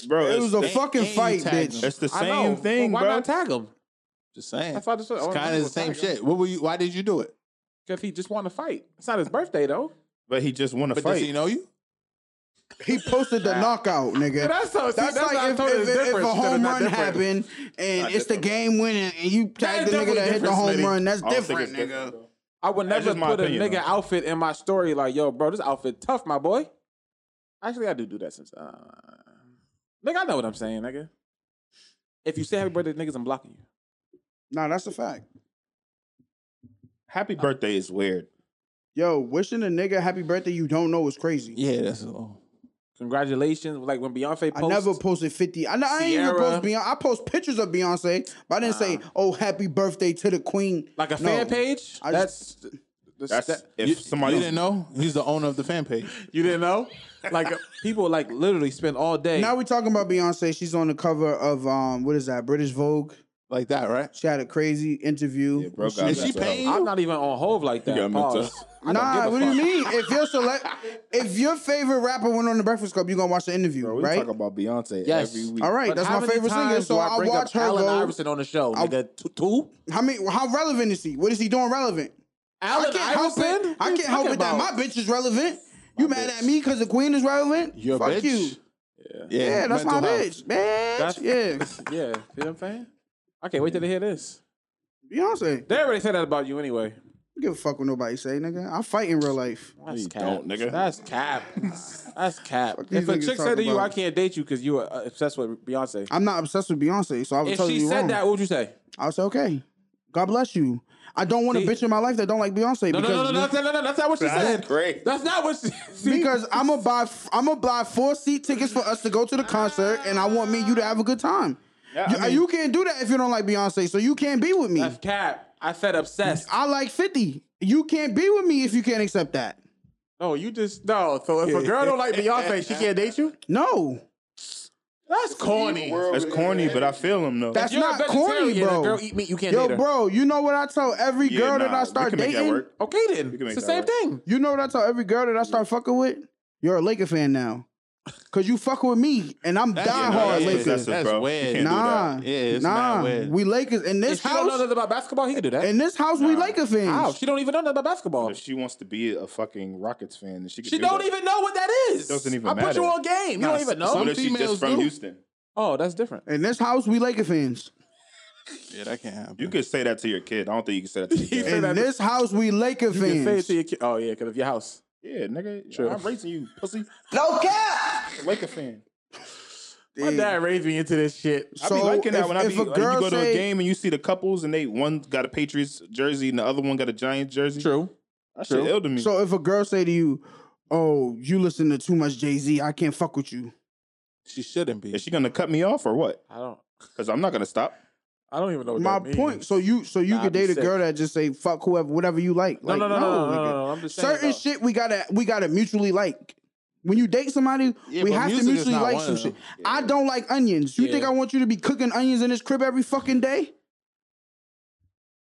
C: Bro,
A: It
C: it's,
A: was a
C: the-
A: fucking
D: and you
A: fight,
D: tagged
A: bitch.
D: him.
C: it's the
B: I know.
C: same thing,
B: Well, why
C: bro.
B: not tag him?
D: Just saying.
B: That's why I just oh,
D: it's kind of the same shit. What were you? Why did you do it?
B: Because he just wanted to fight. It's not his birthday though.
C: but he just won a
D: But
C: fight.
D: does he know you?
A: He posted the knockout, nigga.
B: that's so.
A: That's, like if, if, if a home run happened and
C: Not
A: it's the
C: different.
A: game winner and you tag
B: is
A: the nigga
B: definitely
A: that hit the
B: different,
A: home
B: Smitty.
A: run, that's
C: I don't think
A: different,
C: it's
A: nigga.
C: different, though.
B: I would never
C: That's just my
B: put
C: opinion,
B: a nigga
C: though.
B: outfit in my story like, yo, bro, this outfit tough, my boy. Actually, I do do that since. Uh... Nigga, I know what I'm saying, nigga. If you say happy birthday, to niggas, I'm blocking you.
A: Nah, that's a fact.
C: Happy birthday is weird.
A: Yo, wishing a nigga happy birthday you don't know is crazy.
D: Yeah, that's all.
B: Congratulations. Like when Beyonce
A: I
B: posts.
A: never posted 50. I, know I ain't even
B: Sierra.
A: post Beyonce. I post pictures of Beyonce, but I didn't say, oh, happy birthday to the queen.
B: like a
A: No.
B: fan page.
A: I
B: that's
A: just-
B: the
C: That's
B: sta-
C: if
D: you,
C: somebody
D: you didn't know he's the owner of the fan page.
B: you didn't know. Like people like literally spend all day.
A: Now we talking about Beyonce. She's on the cover of um, what is that? British Vogue.
D: Like that, right?
A: She had a crazy interview.
C: Yeah, bro, got
D: Is she
C: messed up.
D: paying
B: I'm
D: you?
B: not even on Hove like
C: You
B: that.
C: got me too.
B: Pause. I don't
A: Nah,
B: give a
A: what do you
B: fuck.
A: mean? If your select, if your favorite rapper went on the Breakfast Club, you gonna watch the interview,
C: Bro, we
A: right?
C: talk about Beyonce
B: Yes.
C: every week.
A: All right,
B: But
A: that's
B: how
A: my
B: many
A: favorite singer.
B: times
A: So
B: do
A: I,
B: bring up
A: watch her
B: Allen
A: go.
B: Iverson on the show. nigga, two. two?
A: How many? How relevant is he? What is he doing relevant?
B: Allen
A: I can't
B: Iverson.
A: help it.
B: What
A: I
B: you
A: can't help
B: talking
A: it that
B: about?
A: my bitch is relevant. You mad at me because the queen is relevant?
D: Your
A: Fuck
D: bitch.
A: you.
D: Yeah,
A: Yeah, that's my
D: mental health.
A: bitch, bitch.
B: That's-
A: yeah,
B: Yeah, you know what I'm saying? I can't wait till they hear this.
A: Beyonce.
B: They already said that about you anyway.
A: Don't give a fuck what nobody say, nigga. I fight in real life.
B: That's
C: you
B: cap.
C: don't, nigga.
B: That's cap. That's cap.
A: Fuck these
B: If a
A: niggas
B: chick
A: talking
B: said to you,
A: about.
B: I can't date you because you are uh, obsessed with Beyonce.
A: I'm not obsessed with Beyonce, so I would
B: If
A: tell
B: she
A: you you
B: said
A: wrong.
B: that, what would you say?
A: I would say, okay, God bless you. I don't want a
B: See-
A: bitch in my life that don't like Beyonce
B: No, no,
A: because
B: no, no, no, no, no, no, that's not what she said.
C: great.
B: That's not what she see,
A: because I'm gonna buy I'm gonna buy four seat tickets for us to go to the concert, and I want me and you to have a good time.
C: Yeah,
A: you, uh,
C: I mean-
A: you can't do that if you don't like Beyonce, so you can't be with me.
B: That's cap. I said obsessed.
A: I like Fifty. You can't be with me if you can't accept that.
B: No, you just no. So if a girl don't like Beyonce, she can't date you.
A: No,
B: That's corny.
E: World
C: That's
E: we
C: corny,
E: live
C: but
E: in.
C: I feel him though.
A: that's
B: You're a
A: not corny,
B: vegetarian.
A: bro.
B: A girl eat meat, you can't
A: Yo,
B: date her.
A: bro, you know what I tell every
C: Yeah,
A: girl that
C: nah,
A: I
C: we
A: start
C: can make that
A: dating?
C: work.
B: Okay, then
C: You can make
B: it's the
C: that
B: same
C: work.
B: thing.
A: You know what I tell every girl that I start fucking with? You're a Laker fan now. Cause you fucking with me and I'm
D: That's-
A: die
D: yeah,
A: hard
D: that's
A: Lakers.
D: That's
C: bro. You
D: weird.
C: can't do that.
A: Nah.
D: Yeah, it's
A: nah.
D: mad weird.
A: We Lakers in this
B: If she don't know
A: house.
B: nothing about basketball, he can do that.
A: In this house, we Laker fans.
B: Wow, she don't even know nothing about basketball.
C: If she wants to be a fucking Rockets fan, then she could
B: She
C: do
B: don't
C: that.
B: even know what that is.
C: Doesn't even
B: I put
C: matter.
B: you on game. You
D: Nah,
B: don't even know.
D: some-
C: What if she's
D: females
C: just from
D: do.
C: Houston?
B: oh, that's different.
A: In this house, we Laker fans.
D: Yeah, that can't happen.
C: You could say that to your kid. I don't think you can say that to
B: He
C: your
B: said-
C: kid.
A: In
B: that-
A: this house, we Laker
B: You can say it
A: fans.
B: to your kid. Oh yeah, because of your house.
C: yeah, nigga.
B: True.
C: I'm raising you, pussy.
A: No cap.
C: Laker fan.
B: My dad raised me into this shit.
C: I be
A: So
C: liking that
A: if-
C: when I
A: if
C: be
A: a
B: uh,
C: like, you
A: girl
C: go to
A: say-
C: a game and you see the couples and they one got a Patriots jersey and the other one got a Giants jersey.
B: True.
C: That shit
B: True.
C: ill to me.
A: So if a girl say to you, "Oh, you listen to too much Jay Z, I can't fuck with you."
D: She shouldn't be.
C: Is she gonna cut me off or what?
B: I don't.
C: Because I'm not gonna stop.
B: I don't even know. What
A: My
B: that means.
A: point. So you, so you
B: Nah,
A: could
B: I'd be
A: date a
B: sick.
A: girl that just say "fuck whoever, whatever you like."
B: No,
A: like,
B: no, no, no, no, no,
A: nigga.
B: no, no, I'm just saying.
A: certain
B: though.
A: shit we gotta we gotta mutually like. When you date somebody,
D: Yeah,
A: we
D: but
A: have to
D: music is
A: mutually
D: not
A: like
D: one
A: some
D: of them.
A: shit. I don't like onions. You
B: Yeah.
A: think I want you to be cooking onions in this crib every fucking day?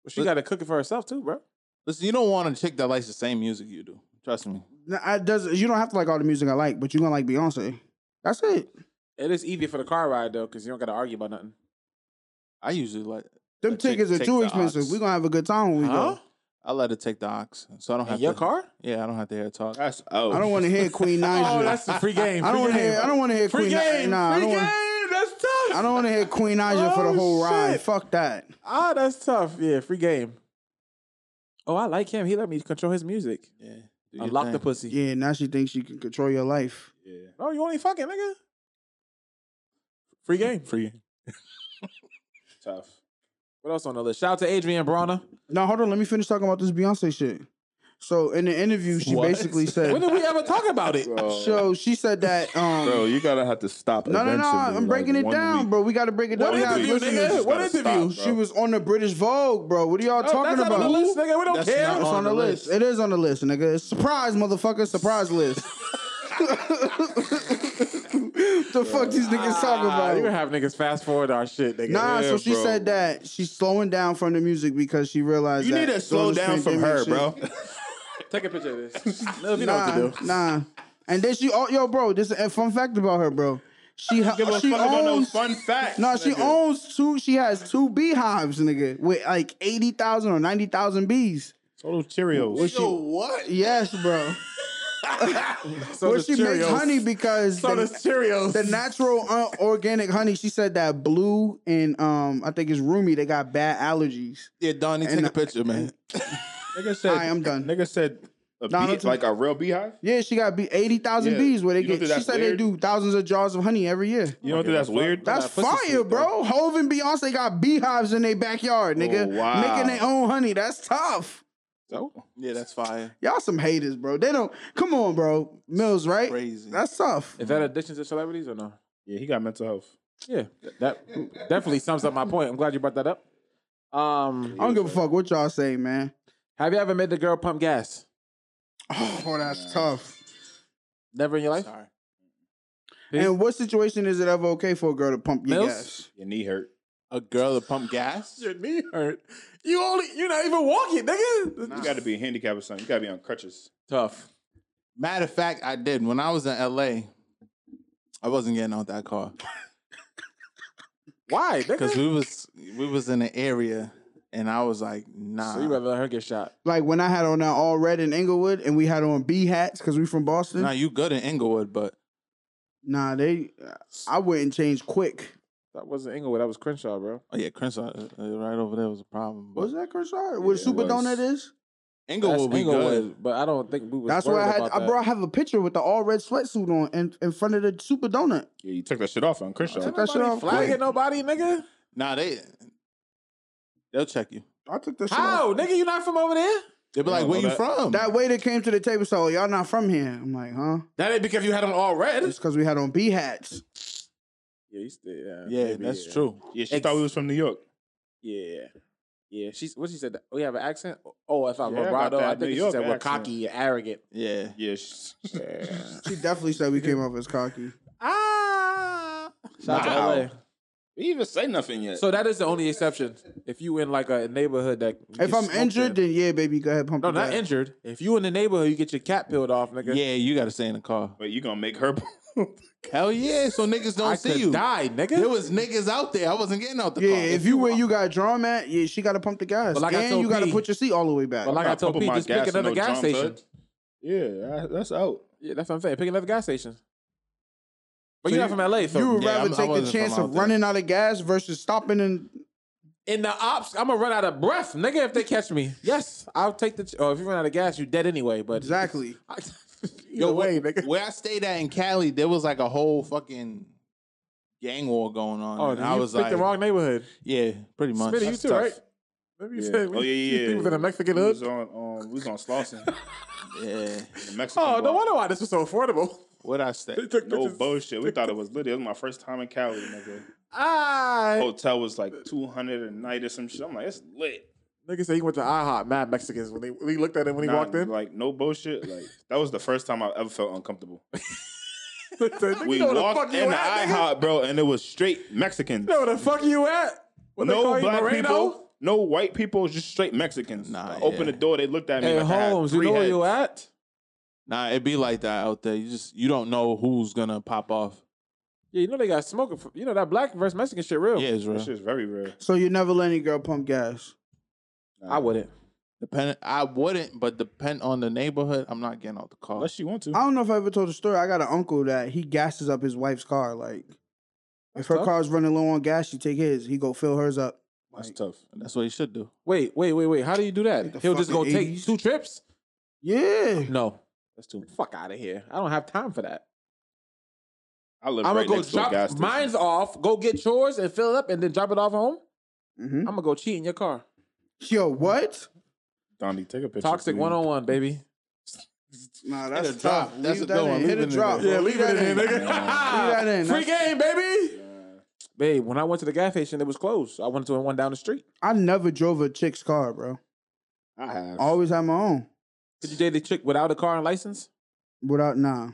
B: But she got to cook it for herself too, bro.
D: Listen, you don't want a chick that likes the same music you do. Trust me.
A: Nah, I does you don't have to like all the music I like, but you're gonna like Beyonce. That's it.
B: It is easy for the car ride though, because you don't got to argue about nothing.
D: I usually like.
A: Them
D: I take-
A: tickets are
D: take
A: too
D: the
A: expensive.
D: ox.
A: We're gonna have a good time when we
B: Huh?
D: I let her take the ox, so I don't
B: In
D: have
B: your
D: to,
B: car?
D: Yeah, I don't have to hear her talk.
C: That's oh.
A: go. I don't want to hear Queen Naja.
B: Oh, that's a free game.
A: I don't want
B: Free
A: to
B: game.
A: hear. I don't want to hear
B: Free
A: Queen.
B: game.
A: Nah, I
B: free
A: don't
B: game.
A: want.
B: That's tough.
A: I don't want to hear Queen Naja for the
B: Oh,
A: whole ride.
B: shit.
A: Fuck that.
B: Ah, that's tough. Yeah, free game. Oh, I like him. He let me control his music.
D: Yeah, do your
B: Unlock the
D: thing.
B: pussy.
A: Yeah, now she thinks she can control your life.
C: Yeah.
B: Oh, you only fucking nigga. Free game. Free game.
C: Tough.
B: What else on the list? Shout out to Adrian Brana.
A: Now hold on, let me finish talking about this Beyonce shit. So in the interview, she
D: What?
A: basically
B: When
A: said.
B: did we ever talk about it?
C: Bro,
A: So she said that. Um,
C: bro you gotta have to stop.
A: no, no, no.
C: eventually,
A: I'm
C: like,
A: breaking it
C: one
A: down,
C: week.
A: bro. We got to break it down.
B: What
A: We gotta
B: interview,
A: listen to
B: nigga?
A: this.
B: What
C: Gotta
B: interview?
C: stop, bro.
A: She was on the British Vogue, bro. What are y'all
B: Oh,
A: talking
B: that's not
A: about?
B: on the list, nigga. We don't
D: That's
B: care.
D: not
A: It's on the list. It is on the list, nigga. It's surprise, motherfucker. Surprise list. the fuck these niggas talking
B: Ah,
A: about?
B: you gonna have niggas fast forward our shit, nigga.
A: Nah,
C: Yeah,
A: so she
C: bro.
A: said that she's slowing down from the music because she realized
C: You
A: that
C: need to
A: during
C: slow
A: this
C: down from
A: pandemic
C: her,
A: shit-
C: bro.
B: Take a picture of this. No, if you know what
A: Nah,
B: to do.
A: nah. And then she, oh, yo, bro, this is a fun fact about her, bro. She ha-
C: Give a
A: she
C: fuck about no
A: owns
C: fun facts.
A: no, she
C: nigga.
A: owns two. She has two beehives, nigga, with like eighty thousand or ninety thousand bees.
C: Total Cheerios.
D: what?
A: Yes, bro.
B: So
A: Well,
B: does
A: she makes
B: Cheerios.
A: honey because
B: So
A: the,
B: does Cheerios.
A: the natural uh, organic honey. She said that blue and um, I think it's roomy. They got bad allergies.
D: Yeah, Donnie, take
A: And-
D: a picture, man.
C: Nigga said,
A: Alright, I'm done.
C: Nigga said, a
A: Nah,
C: bee,
A: that's-
C: like a real beehive.
A: Yeah, she got be eighty thousand
C: Yeah.
A: bees where they
C: You don't
A: get.
C: think
A: She
C: that's
A: said
C: weird?
A: they do thousands of jars of honey every year.
C: You don't think that's weird?
A: That's
B: pussy
A: fire,
B: shit,
A: bro. Hove and Beyonce got beehives in their backyard, nigga.
C: Oh, wow.
A: Making their own honey. That's tough.
B: So?
D: Yeah, that's fire.
A: Y'all some haters, bro. They don't. Come on, bro. Mills, right?
D: Crazy.
A: That's tough.
B: Is that addiction to celebrities or no?
C: yeah, he got mental health.
B: Mm. Yeah, that definitely sums up my point. I'm glad you brought that up. Um,
A: I don't give a fuck what y'all say, man.
B: have you ever made the girl pump gas?
A: Oh, that's tough.
B: Never in your life.
D: Sorry.
B: Yeah.
A: And what situation is it ever okay for a girl to pump your
B: Mills?
A: gas?
C: Your knee hurt.
D: A girl to pump gas?
B: knee hurt. You only you're not even walking, nigga.
C: You got to be a handicap or something. You got to be on crutches.
B: Tough.
D: Matter of fact, I did. When I was in LA, I wasn't getting out that car.
B: Why? Nigga?
D: Because we was we was in an area and I was like, nah.
B: so you rather let her get shot?
A: Like when I had on that all red in Inglewood and we had on B hats because we from Boston.
D: nah, you good in Inglewood, but
A: Nah, they. I wouldn't change quick.
B: That wasn't Inglewood. That was Crenshaw, bro.
D: oh yeah, Crenshaw uh, uh, right over there was a problem. But
A: Was that Kershaw? What
C: Yeah, it
A: Super
C: was.
A: Donut is?
D: Inglewood,
B: That's
D: we
B: Inglewood,
D: good.
B: but I don't think we was.
A: That's why I
B: worried
A: had.
B: about
A: I
B: that.
A: bro, I have a picture with the all red sweatsuit on in, in front of the Super Donut.
C: Yeah, you took that shit off on Crenshaw.
A: Took that shit off.
B: Flagging
A: quick.
B: nobody, nigga.
D: Nah, they they'll check you.
A: I took that shit off.
B: How, nigga? You not from over there?
D: They'll be
C: Yeah,
D: like, where
C: all
D: you
C: that-
D: from?
A: That waiter came to the table. So y'all not from here? I'm like, huh?
B: That ain't because you had on all red.
A: It's because we had on B hats.
B: Yeah, you still, yeah,
D: yeah,
B: maybe,
D: that's true.
C: Yeah, she thought we was from New York.
B: Yeah. Yeah, she's what she said. We have an accent. Oh, if I'm
C: Yeah, about
B: vibrato,
C: that
B: I think
C: New
B: she
C: York
B: said we're
C: accent.
B: cocky and arrogant.
D: Yeah.
C: Yeah, she's
A: She definitely said we came off as cocky.
B: ah, shout
C: Wow.
B: out to
C: we even say nothing
B: LA.
C: yet.
B: So that is the only exception. If you in like a neighborhood that
A: If I'm injured, then yeah, baby, go ahead, pump.
B: no,
A: your
B: not
A: gas.
B: injured. If you in the neighborhood, you get your cat peeled off, nigga.
D: Yeah, you gotta stay in the car.
C: but you gonna make her.
D: Hell yeah, so niggas don't
B: I
D: see
B: could
D: you.
B: die, nigga.
D: There was niggas out there. I wasn't getting out the
A: Yeah,
D: car.
A: if you where you got drawn at, yeah, she got to pump the gas,
B: But like I
A: and
B: told
A: you got to
B: P,
A: put your seat all the way back.
B: but like I
C: Not
B: told Pete,
C: pumping my
B: just pick
C: gas in
B: another
C: no
B: gas
C: drum
B: station.
C: hood. Yeah, I- that's out.
B: Yeah, that's what I'm saying. Pick another gas station.
A: So
B: But you're
A: you-
B: not from LA, so
A: you would
D: Yeah,
A: rather
D: I'm- I
A: take the
D: wasn't from
A: chance
D: out
A: of
D: there.
A: running out of gas versus stopping and
B: in the ops, I'm gonna run out of breath, nigga. If they catch me, yes, I'll take the. Ch- oh, if you run out of gas, you dead anyway. But
A: exactly.
B: I,
D: Yo,
B: Either way, nigga.
D: Where I stayed at in Cali, there was like a whole fucking gang war going on.
B: Oh,
D: and
B: then
D: I
B: you
D: was
B: picked
D: like,
B: the wrong neighborhood.
D: yeah, pretty much.
B: Smitty, you
D: That's
B: too,
D: tough.
B: right? Remember you
C: Yeah.
B: said we,
C: Oh, yeah, yeah,
B: you
C: yeah.
B: was in a Mexican
C: We
B: hood.
C: was on, um, we was on Slauson.
D: Yeah.
C: the Mexican
B: Oh, no
C: bar.
B: wonder why this was so affordable.
D: What I stay?
B: They took
C: No
B: pictures.
C: bullshit. We thought it was lit. It was my first time in Cali, nigga.
B: Ah,
C: Hotel was like two hundred a night or some shit. I'm like, it's lit.
B: nigga said he went to IHOP. Mad Mexicans when he, when he looked at him when he
C: Nah,
B: walked in.
C: Like no bullshit. Like that was the first time I ever felt uncomfortable.
B: Said, "Nigga,
C: we
B: you know where the
C: walked
B: fuck you
C: in the
B: at, nigga?
C: IHOP, bro, and it was straight Mexicans.
B: You know where the fuck you at? What they call
C: no
B: you,
C: black
B: Moreno?
C: people, no white people, just straight Mexicans.
D: Nah,
C: I opened
D: yeah.
C: the door, they looked at me.
B: Hey
C: like I had
B: Holmes, you
C: three
B: know where you
C: heads.
B: at?
D: Nah, it be like that out there. You just you don't know who's gonna pop off.
B: Yeah, you know they got smoking. For, you know that black versus Mexican Oh, shit real.
D: Yeah, it's
C: That
D: real.
C: shit's very rare.
A: So you never let any girl pump gas.
B: I wouldn't.
D: Depend. I wouldn't, but depend on the neighborhood. I'm not getting out the car.
C: Unless you want to.
A: I don't know if I ever told the story. I got an uncle that he gasses up his wife's car. Like, if her
B: tough.
A: car's running low on gas, she take his. He go fill hers up.
C: That's tough.
D: That's what you should do.
B: Wait, wait, wait, wait. How do you do that?
A: Like the
B: He'll just go
A: fucking
B: take
A: 80s?
B: two trips.
A: Yeah.
B: No, that's too. Fuck out of here. I don't have time for that.
C: I live
B: I'm
C: right
B: gonna go
C: next to a gas
B: drop
C: station.
B: mine's off, go get yours and fill it up, and then drop it off home.
A: hmm
B: I'm gonna go cheat in your car.
A: Yo, what?
C: Donnie, take a picture.
B: Toxic
C: please.
B: one on one, baby.
A: Nah,
D: Hit
A: that's
D: a drop.
A: tough.
D: That's
A: Leave
D: a
A: that
D: good
A: in.
D: one.
A: Hit
D: Leave
A: a
D: it in
A: drop.
D: there.
A: bro. that that in.
B: Free
A: That's-
B: game, baby. Babe, when I went to the gas station, it was closed. I went to one down the street.
A: I never drove a chick's car, bro.
C: I have.
A: I always had my own.
B: Did you date the chick without a car and license?
A: Without nah.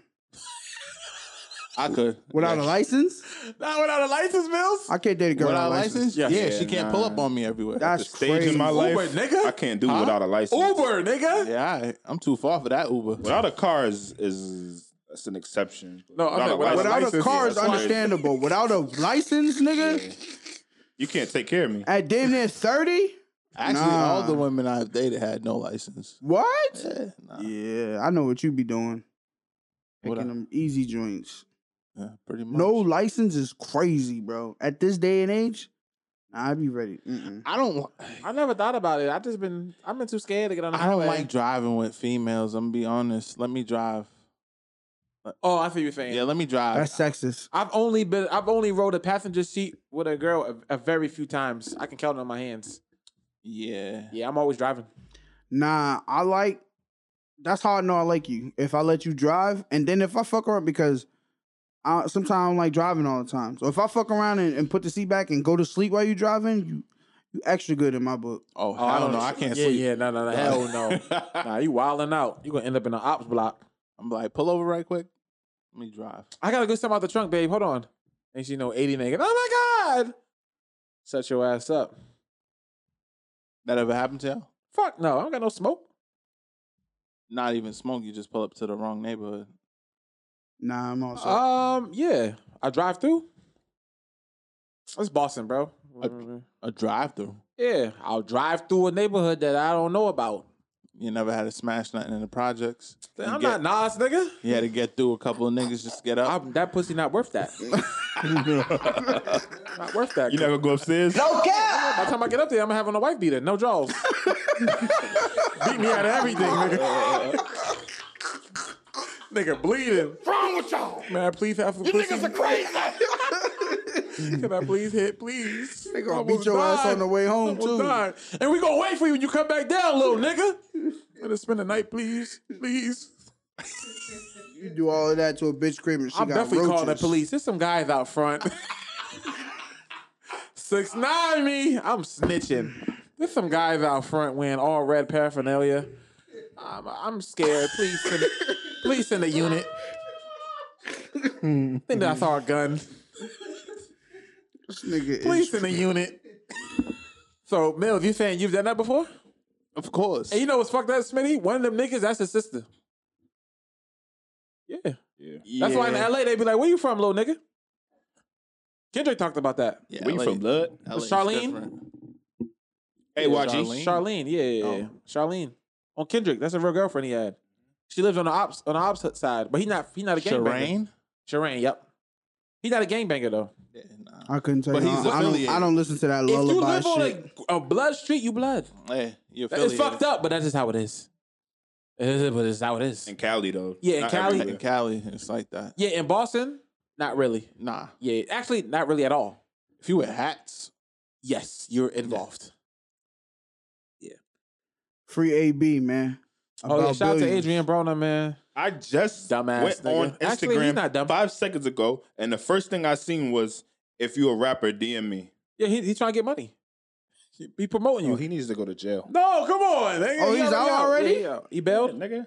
D: I could
A: Without a
D: yeah.
A: license?
B: Not without a license, Mills.
A: I can't date a girl
D: Without a
A: without
D: license?
B: Yeah.
D: Yeah, she can't
C: nah.
D: pull up on me everywhere.
A: That's
C: Stage
A: crazy.
C: in my
B: Uber,
C: life,
B: nigga?
C: I can't do it without a license.
B: Uber, nigga.
D: yeah, I, I'm too far for that Uber.
C: Without a car is is that's an exception.
B: No, I
C: without
B: meant
C: a license,
A: Without a
B: license,
A: car
B: yeah,
A: is
B: that's why-
A: understandable. Without a license, nigga,
C: you can't take care of me.
A: at damn near 30?
D: Actually,
A: Nah.
D: all the women I've dated had no license.
A: What?
D: Eh, Yeah, nah,
A: Yeah, I know what you be doing.
D: Uh, What
A: Picking
D: I-
A: them easy joints.
D: yeah, pretty much.
A: No license is crazy, bro. At this day and age, nah, I'd be ready. Mm-mm.
D: I don't.
B: I never thought about it. I just been. I've been too scared to get on. The
D: I don't
B: highway.
D: like driving with females. I'm gonna be honest. Let me drive.
B: Oh, I feel you saying.
D: Yeah, let me drive.
A: That's sexist.
B: I've only been. I've only rode a passenger seat with a girl a, a very few times. I can count it on my hands.
D: yeah.
B: Yeah, I'm always driving.
A: Nah, I like. That's how I know I like you. If I let you drive, and then if I fuck around because. I, sometimes I don't like driving all the time. So if I fuck around and, and put the seat back and go to sleep while you driving, you you extra good in my book.
D: Oh,
B: Oh,
D: hell no, I can't
B: yeah,
D: sleep.
B: Yeah, no, no, no, hell no. Nah, you wilding out. You gonna end up in an ops block.
D: I'm like, pull over right quick. Let me drive.
B: I gotta go something out the trunk, babe. Hold on. And she know 80 nigga. Oh my god. Set your ass up.
D: That ever happened to you?
B: Fuck no. I don't got no smoke.
D: Not even smoke. You just pull up to the wrong neighborhood.
A: Nah, I'm also.
B: Um, yeah. I drive through. It's Boston, bro.
D: Okay. A drive through.
B: Yeah. I'll drive through a neighborhood that I don't know about.
D: You never had to smash nothing in the projects. You
B: I'm
D: get-
B: not Nas, nigga.
D: You had to get through a couple of niggas just to get up.
B: I'm, that pussy not worth that. not worth that.
C: You never go upstairs.
B: By the time I get up there, I'm gonna have on a wife beater, no jaws. Beat me out of everything, nigga. nigga bleeding.
E: wrong with y'all?
B: May I please have some
E: You
B: pussy?
E: niggas are crazy.
B: Can I please hit, please?
A: They gonna
B: Almost
A: beat your ass
B: died.
A: on the way home,
B: Almost
A: too.
B: died. And we gonna wait for you when you come back down, little nigga. Let us spend the night, please, please.
A: You do all of that to a bitch screaming. She
B: I'm
A: got
B: definitely
A: roaches.
B: calling the police. There's some guys out front. Six nine me. I'm snitching. There's some guys out front wearing all red paraphernalia. I'm, I'm scared. Please send, please send a unit. think that I saw a gun.
A: This nigga is-
B: Please send a unit. So, Mills, you saying you've done that before?
D: of course.
B: And you know what's fucked up, Smitty? One of them niggas, that's his sister. Yeah. That's why in
D: Yeah.
B: LA they be like, where you from, little nigga? Kendrick talked about that.
D: Yeah,
C: Where you
D: LA
C: from, blood?
D: LA is
B: Charlene?
D: different.
C: Hey,
D: Yeah,
C: watch
D: Charlene. Oh.
B: Charlene, yeah, yeah, yeah. Charlene. On Kendrick, that's a real girlfriend he had. She lives on the ops on the ops side, but he not he not a gangbanger.
D: Shireen?
B: Shireen, yep. He not a gangbanger though.
D: Yeah, nah.
A: I couldn't tell
D: But
A: you.
D: he's
A: I- I, don't,
D: affiliated.
A: I don't listen to that
B: If you
A: lullaby
B: live
A: shit.
B: on a, a blood street, you blood.
D: Hey, you're
B: That is fucked up, but that's just how it is. It is, but it's how it is.
C: In Cali though.
B: Yeah, in
C: Not
B: Cali.
D: In
C: everywhere.
D: Cali, it's like that.
B: Yeah, in Boston, not really.
D: Nah.
B: Yeah, actually, not really at all.
D: If you wear hats,
B: Yes, you're involved.
A: Free AB, man.
B: oh yeah,
A: About
B: shout out to
A: billions.
B: Adrian Broner, man.
C: I just
B: Dumbass
C: went
B: nigga.
C: on Instagram
B: Actually, he's not dumb.
C: five seconds ago, and the first thing I seen was if you a rapper, DM me.
B: Yeah, he, he's trying to get money. He, he promoting you.
C: Oh, he needs to go to jail.
B: no, come on. nigga.
A: Oh,
B: He
A: he's out already?
B: Yeah, he out. He bailed.
C: nigga.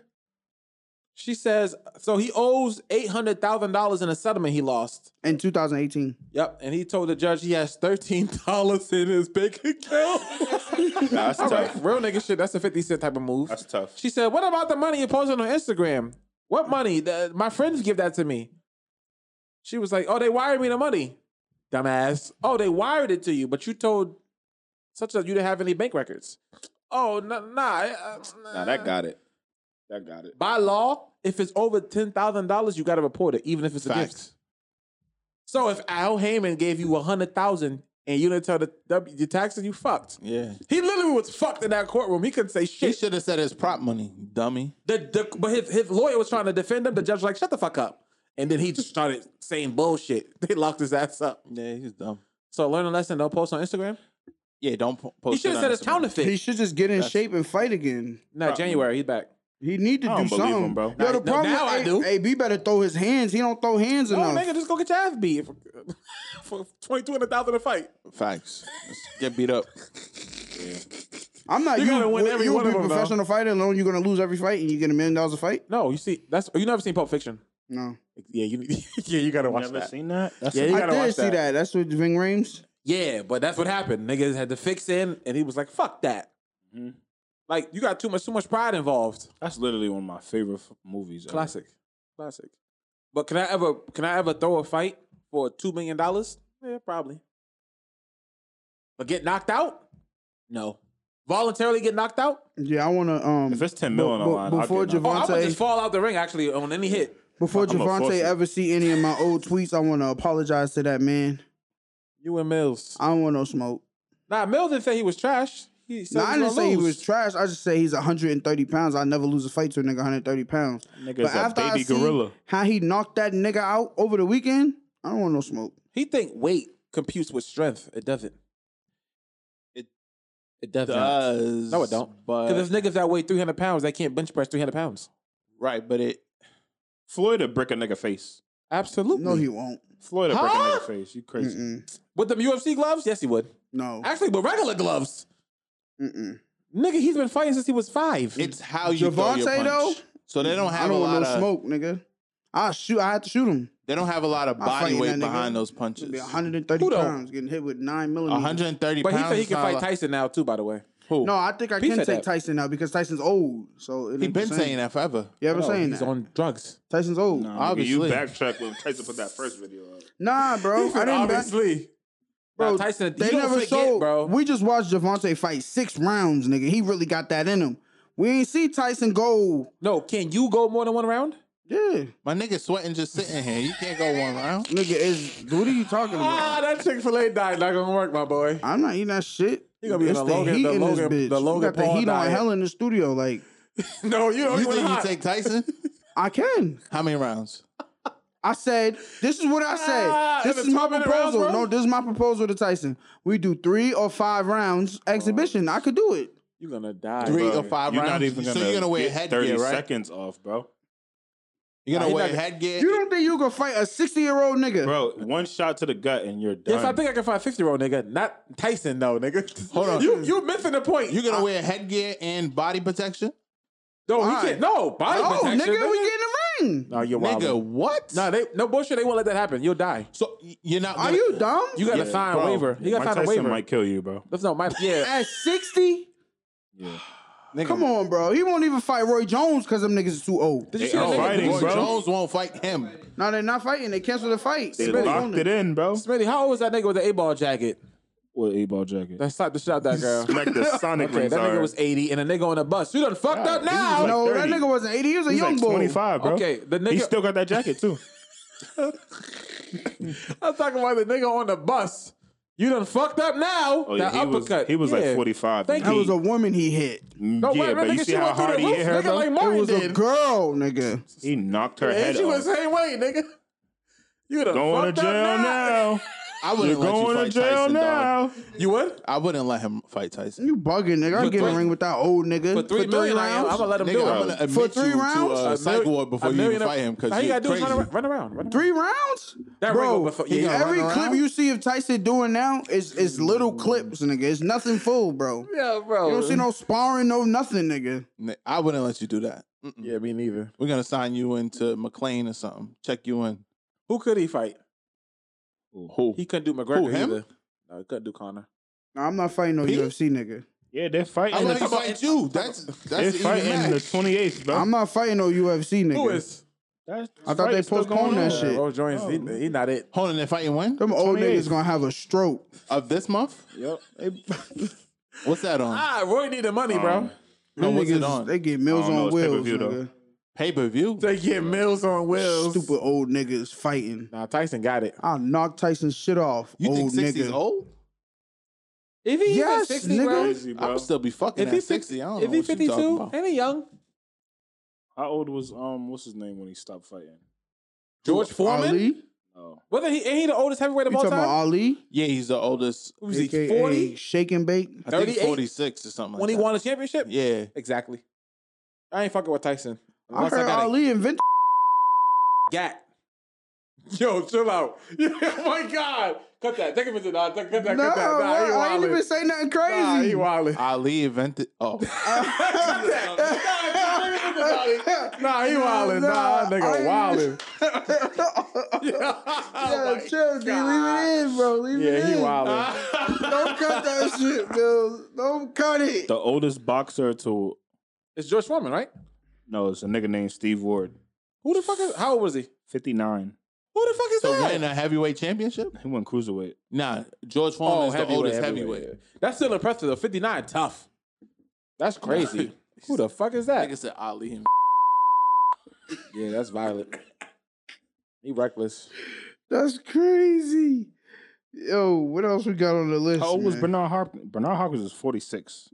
B: She says so he owes eight hundred thousand dollars in a settlement he lost.
A: In 2018.
B: Yep, and he told the judge he has thirteen dollars in his bank account.
C: Nah, that's
B: All right,
C: tough.
B: real nigga shit. That's a fifty cent type of move.
C: That's tough.
B: She said, "What about the money you posted on Instagram? What money? The- my friends give that to me." She was like, "Oh, they wired me the money, dumbass. Oh, they wired it to you, but you told such that you didn't have any bank records. Oh, nah, nah, I- I-
C: Nah, that got it. That got it.
B: by law, if it's over ten thousand dollars, you got to report it, even if it's a gift.
D: Facts.
B: So if Al Heyman gave you a hundred thousand and you didn't tell the W- your taxes, you fucked.
D: yeah.
B: He literally was fucked in that courtroom. He couldn't say
D: He
B: shit.
D: should have said his prop money, dummy.
B: The, the, but his, his lawyer was trying to defend him. The judge was like, shut the fuck up. And then he just started saying bullshit. They locked his ass up.
D: Yeah, he's dumb.
B: So learn a lesson. Don't post on Instagram.
D: Yeah, don't po-
B: He
D: post.
B: should have
D: shit
B: said
D: on
B: it's
D: Instagram.
B: counterfeit.
A: He should just get in shape and fight again.
B: no, January he's back.
A: He need to
C: I don't
A: do
C: believe
A: something,
C: him, bro.
A: Yo,
C: Nah,
A: the
B: no,
A: problem
B: now I
A: is
B: do.
A: A- AB better throw his hands. He don't throw hands
B: No,
A: enough.
B: nigga, just go get your ass beat for, for twenty two hundred thousand a fight.
D: Facts. Let's get beat up.
A: I'm not.
B: You
A: You,
B: gotta win
A: you-
B: every
A: you
B: one
A: be
B: of
A: a
B: 'em, though.
A: professional fighter alone. You're gonna lose every fight, and you get a million dollars a fight.
B: No, you see, that's you never seen Pulp Fiction.
A: No.
B: Yeah, you yeah you gotta watch
C: Never
B: that.
C: seen that? That's
B: Yeah, you
A: I
B: gotta
A: did
B: watch
A: see that.
B: that.
A: That's with Ving Rhames.
B: Yeah, but that's what happened. Niggas had to fix in, and he was like, "Fuck that." Mm-hmm.
C: Mhm.
B: Like you got too much too much pride involved.
C: That's literally one of my favorite f- movies. ever.
B: Classic, classic. But can I ever can I ever throw a fight for two million dollars? Yeah, probably. But get knocked out? No. Voluntarily get knocked out?
A: Yeah, I want to. Um,
C: If it's 10 mil on the
A: be-
C: line, I'll get
A: before
C: knocked out.
B: Oh, I would
A: Javante,
B: just fall out the ring actually on any hit.
A: before
C: I'ma force
A: Javante
C: it.
A: ever see any of my old tweets, I want to apologize to that man.
B: You and Mills.
A: I don't want no smoke.
B: Nah, Mills didn't say he was trash. He said
A: Nah, I
B: he
A: didn't
B: was
A: say
B: gonna
A: he
B: lose.
A: was trash. I just say he's 130 pounds. I never lose a fight to a nigga 130 pounds.
C: Nigga's
A: but after
C: a
A: I
C: baby
A: see
C: gorilla.
A: how he knocked that nigga out over the weekend, I don't want no smoke.
B: He think weight computes with strength. It doesn't.
D: It
B: it does. not.
D: Does
B: No, it don't.
D: But
B: Because there's niggas that weigh 300 pounds that can't bench press 300 pounds.
D: right, but it
C: Floyd a brick a nigga face.
B: Absolutely.
C: Mm.
A: No, he won't.
C: Floyd a brick a
B: Huh?
C: nigga face. You crazy.
A: Mm-mm.
B: With them UFC gloves? Yes, he would.
A: No.
B: Actually, with regular gloves.
A: Mm-mm.
B: Nigga, he's been fighting since he was five.
D: it's how you throw your
A: Javante,
D: punch.
A: though?
D: So they don't
A: I
D: have
A: don't
D: a
A: want
D: lot
A: no
D: of
A: smoke, nigga. I shoot. I had to shoot him.
D: they don't have a lot of
A: I'm
D: body
A: fighting
D: weight
A: that nigga.
D: behind those
A: It'd
D: punches.
A: be 130
B: Who don't?
A: pounds getting hit with nine millimeters.
D: 130
B: but he
D: pounds.
B: said he
D: is
B: can
D: not a
B: fight
D: lot.
B: Tyson now, too, by the way.
D: Who?
A: No, I think I
B: He
A: can
B: said
A: take
B: that.
A: Tyson now because Tyson's old. So it
D: He's
A: ain't
D: been
A: the same.
D: saying that forever.
A: You ever saying
B: Oh, he's
A: that?
B: on drugs.
A: Tyson's old. Nah,
C: Nah, nigga, you
D: Obviously.
C: backtrack when Tyson put that first video up.
A: bro. I didn't. back- Bro,
B: Bro, Tyson,
A: They
B: you don't
A: never
B: forget,
A: sold.
B: bro.
A: We just watched Javante fight six rounds, nigga. He really got that in him. We ain't see Tyson go.
B: no, can you go more than one round?
A: Yeah,
D: My nigga sweating just sitting here. You can't go one round.
A: nigga is. What are you talking about?
B: Ah, that Chick Fil A diet not gonna work, my boy.
A: I'm not eating that shit.
B: You gonna be
A: it's
B: on
A: the
B: the Logan-
A: heat
B: the
A: in
B: Logan-
A: this bitch.
B: the Logan
A: you got the
B: Paul
A: heat on
B: diet.
A: hell in the studio. Like
B: No, you don't.
D: You think you take Tyson?
A: I can.
D: How many rounds?
A: I said, this is what I said.
B: Ah,
A: this
B: in
A: is
B: the
A: my
B: 12 minute rounds,
A: proposal.
B: bro?
A: no, this is my proposal to Tyson. We do three or five rounds
B: Oh.
A: exhibition. I could do it.
B: You're gonna die.
D: Three
B: bro.
D: or five
C: You're
D: rounds.
C: not even gonna
D: so you're gonna wear
C: get
D: headgear, right?
C: seconds off, bro.
D: You're
B: Nah,
D: gonna
B: he
D: wear
B: not-
D: headgear.
A: You don't think you could fight a 60 year old nigga?
C: Bro, one shot to the gut and you're done.
B: Yes, I think I can fight 50 year old nigga, not Tyson though, nigga.
D: Hold on.
B: you you missing the point.
D: You're gonna
B: I-
D: wear headgear and body protection,
B: No, he
A: Why?
B: can't. No, body
A: no,
B: protection.
A: nigga, we get in the ring.
B: No, you're wild.
D: nigga. What?
B: No, they no bullshit. They won't let that happen. You'll die.
D: So y- you're not.
A: Are
D: gonna-
A: you dumb?
B: You gotta sign a waiver. You gotta
C: Mike
B: sign a
C: Tyson
B: waiver.
C: might kill you, bro.
B: That's no my yeah.
A: At 60?
C: Yeah.
D: Nigga,
A: Come on, bro. He won't even fight Roy Jones because them niggas is too old.
B: Did you
C: They
B: see that
C: are
B: nigga?
C: fighting,
D: Roy
C: bro.
D: Jones won't fight him.
A: No, they're not fighting. They canceled the fight.
C: They
A: Spence
C: locked
A: won
C: it in, bro.
B: Smitty, how old was that nigga with the A ball jacket?
C: With eight ball jacket.
B: That slapped the shit out that girl.
C: Smack the Sonic
B: Okay,
C: rings
B: that nigga
C: hard.
B: was 80 and a nigga on a bus. You done fucked up now.
C: like
A: No, that
C: 30.
A: nigga wasn't 80. He was a
C: He's
A: young
C: like
A: boy.
C: 25, bro.
B: Okay, the
C: He
B: nigga-
C: still got that jacket too.
B: I'm talking about the nigga on the bus. You done fucked up now.
C: Oh,
B: that
C: yeah, he was
B: uppercut.
C: he was
B: Yeah.
C: like 45.
B: Thank
A: That
B: you.
A: was a woman he hit.
B: No,
C: yeah,
B: wait,
C: but
B: nigga,
C: you see
B: she
C: how
B: went through
C: hard
B: the
C: he
B: roof.
C: hit her,
B: Nigga,
C: bro?
B: like
A: It
B: Martin
A: was a
B: did.
A: girl, nigga.
C: he knocked her
B: and
C: head
B: she was
C: off.
B: the same way, nigga. You done
C: Going
B: fucked
C: to jail
B: up now.
C: now.
D: I
C: You're
D: wouldn't let you
C: going
D: fight
C: to jail
D: Tyson, dog.
C: now.
B: You would?
D: I wouldn't let him fight Tyson.
A: You bugging, nigga. I
B: For
A: get in
B: three-
A: the ring with that old nigga.
B: For three million, I am. I'm gonna let him
D: Nigga,
B: do it.
D: I'm gonna admit
A: For three
D: you
A: rounds?
D: to
B: A
D: a psych
B: million-
D: ward
B: a
D: before you
B: million
D: even
B: of-
D: fight him
B: All
D: because
B: you
D: you're
B: gotta do is
D: crazy.
B: run around. Run around. Run around.
A: Three rounds,
B: That ring
A: bro.
B: over-
A: he-
B: yeah.
D: gonna
A: every
D: run
A: clip
D: around?
A: you see of Tyson doing now is is little clips, nigga. It's nothing full, bro.
B: Yeah, bro.
A: You don't see no sparring, no nothing, nigga.
D: Ni- I wouldn't let you do that. Mm-mm.
B: Yeah, me neither.
D: We're gonna sign you into McLean or something. Check you in.
B: Who could he fight?
D: Who?
B: He couldn't do McGregor
D: Who, him?
B: either. No, he couldn't do Connor.
A: Nah, I'm not fighting no
D: Pete?
A: UFC, nigga.
C: Yeah, they're
D: I
C: fighting.
D: would
C: The,
D: let
B: talk about-
D: fight you. That's
C: they're
D: that's
C: fighting
D: even
C: the
D: match.
C: 28th, bro.
A: I'm not fighting no UFC, nigga.
B: Who is?
C: That's-
A: I thought
C: fight
A: they
C: is still
A: postponed
C: going
A: that
C: on.
A: shit.
B: Roy Jones, he, he not it.
D: Hold on, they're fighting when
A: Them old
C: 28th.
A: niggas gonna have a stroke.
D: of this month. What's that on?
B: Ah, Roy need the money, bro.
C: Um,
D: No,
A: Them
D: what's
A: niggas,
D: it on?
A: They get meals
C: I don't know,
A: on
C: it's
A: wheels,
C: pay-per-view,
A: nigga.
D: Pay per view.
B: They get Mills on Wills.
A: Stupid old niggas fighting.
B: Nah, Tyson got it.
A: I'll knock Tyson's shit off.
D: You
A: old
D: think
A: Oh, nigga.
D: sixty's old?
B: If he
A: Yes,
B: even 60,
A: nigga.
B: bro.
C: Crazy,
D: I
C: bro.
D: would still be fucking
B: If
D: at
B: he
D: sixty. I don't know
B: If he
D: what you talking
B: 52,
D: about.
B: ain't he young?
C: How old was um what's his name when he stopped fighting?
B: George Foreman?
A: Ali? You
C: Oh,
B: Wasn't he? Ain't he the oldest heavyweight of all
A: talking about
B: time?
A: Ali?
D: Yeah, he's the oldest.
B: Who was he?
A: AKA
B: 40
A: Shake and bake.
D: I think
B: 38?
D: forty six or something.
B: when he
D: like
B: won the championship?
D: that. Yeah,
B: Exactly. I ain't fucking with Tyson.
A: I
B: Unless I,
A: heard
B: got a
A: Ali invented.
B: gat. Yo, chill out. oh my God. Cut that. Take him into that. Cut that.
A: No,
B: Cut that. Nah, he
A: I, I ain't
B: wildin'.
A: even say nothing
B: Nah, he
A: crazy.
B: wildin'.
D: Ali invented. Oh,
B: Cut that. Nah, he wildin'. Nah,
A: Nah,
B: that
A: I ain't
B: nigga wildin'.
A: yeah,
B: Oh my
A: chill, D. Leave it in, bro. Leave it
B: Yeah,
A: in.
B: he wildin'.
A: Don't cut that shit, Bill. Don't cut it.
C: The oldest boxer to
B: It's George Foreman, right?
C: no, it's a nigga named Steve Ward,
B: Who the fuck is? How old was he?
C: fifty nine.
B: Who the fuck is
D: to
B: that?
D: win a heavyweight championship?
C: He went cruiserweight.
D: Nah, George Foreman
B: Oh,
D: is the
B: heavyweight,
D: oldest
B: heavyweight.
D: heavyweight.
B: That's still impressive though. Fifty nine, tough. That's crazy. Who the fuck is
D: I think
B: that?
D: it's Ali. And
B: Yeah, that's violent. He reckless.
A: That's crazy. Yo, what else we got on the list?
C: How old was
A: man?
C: Bernard Hopkins? Bernard Hopkins is forty six.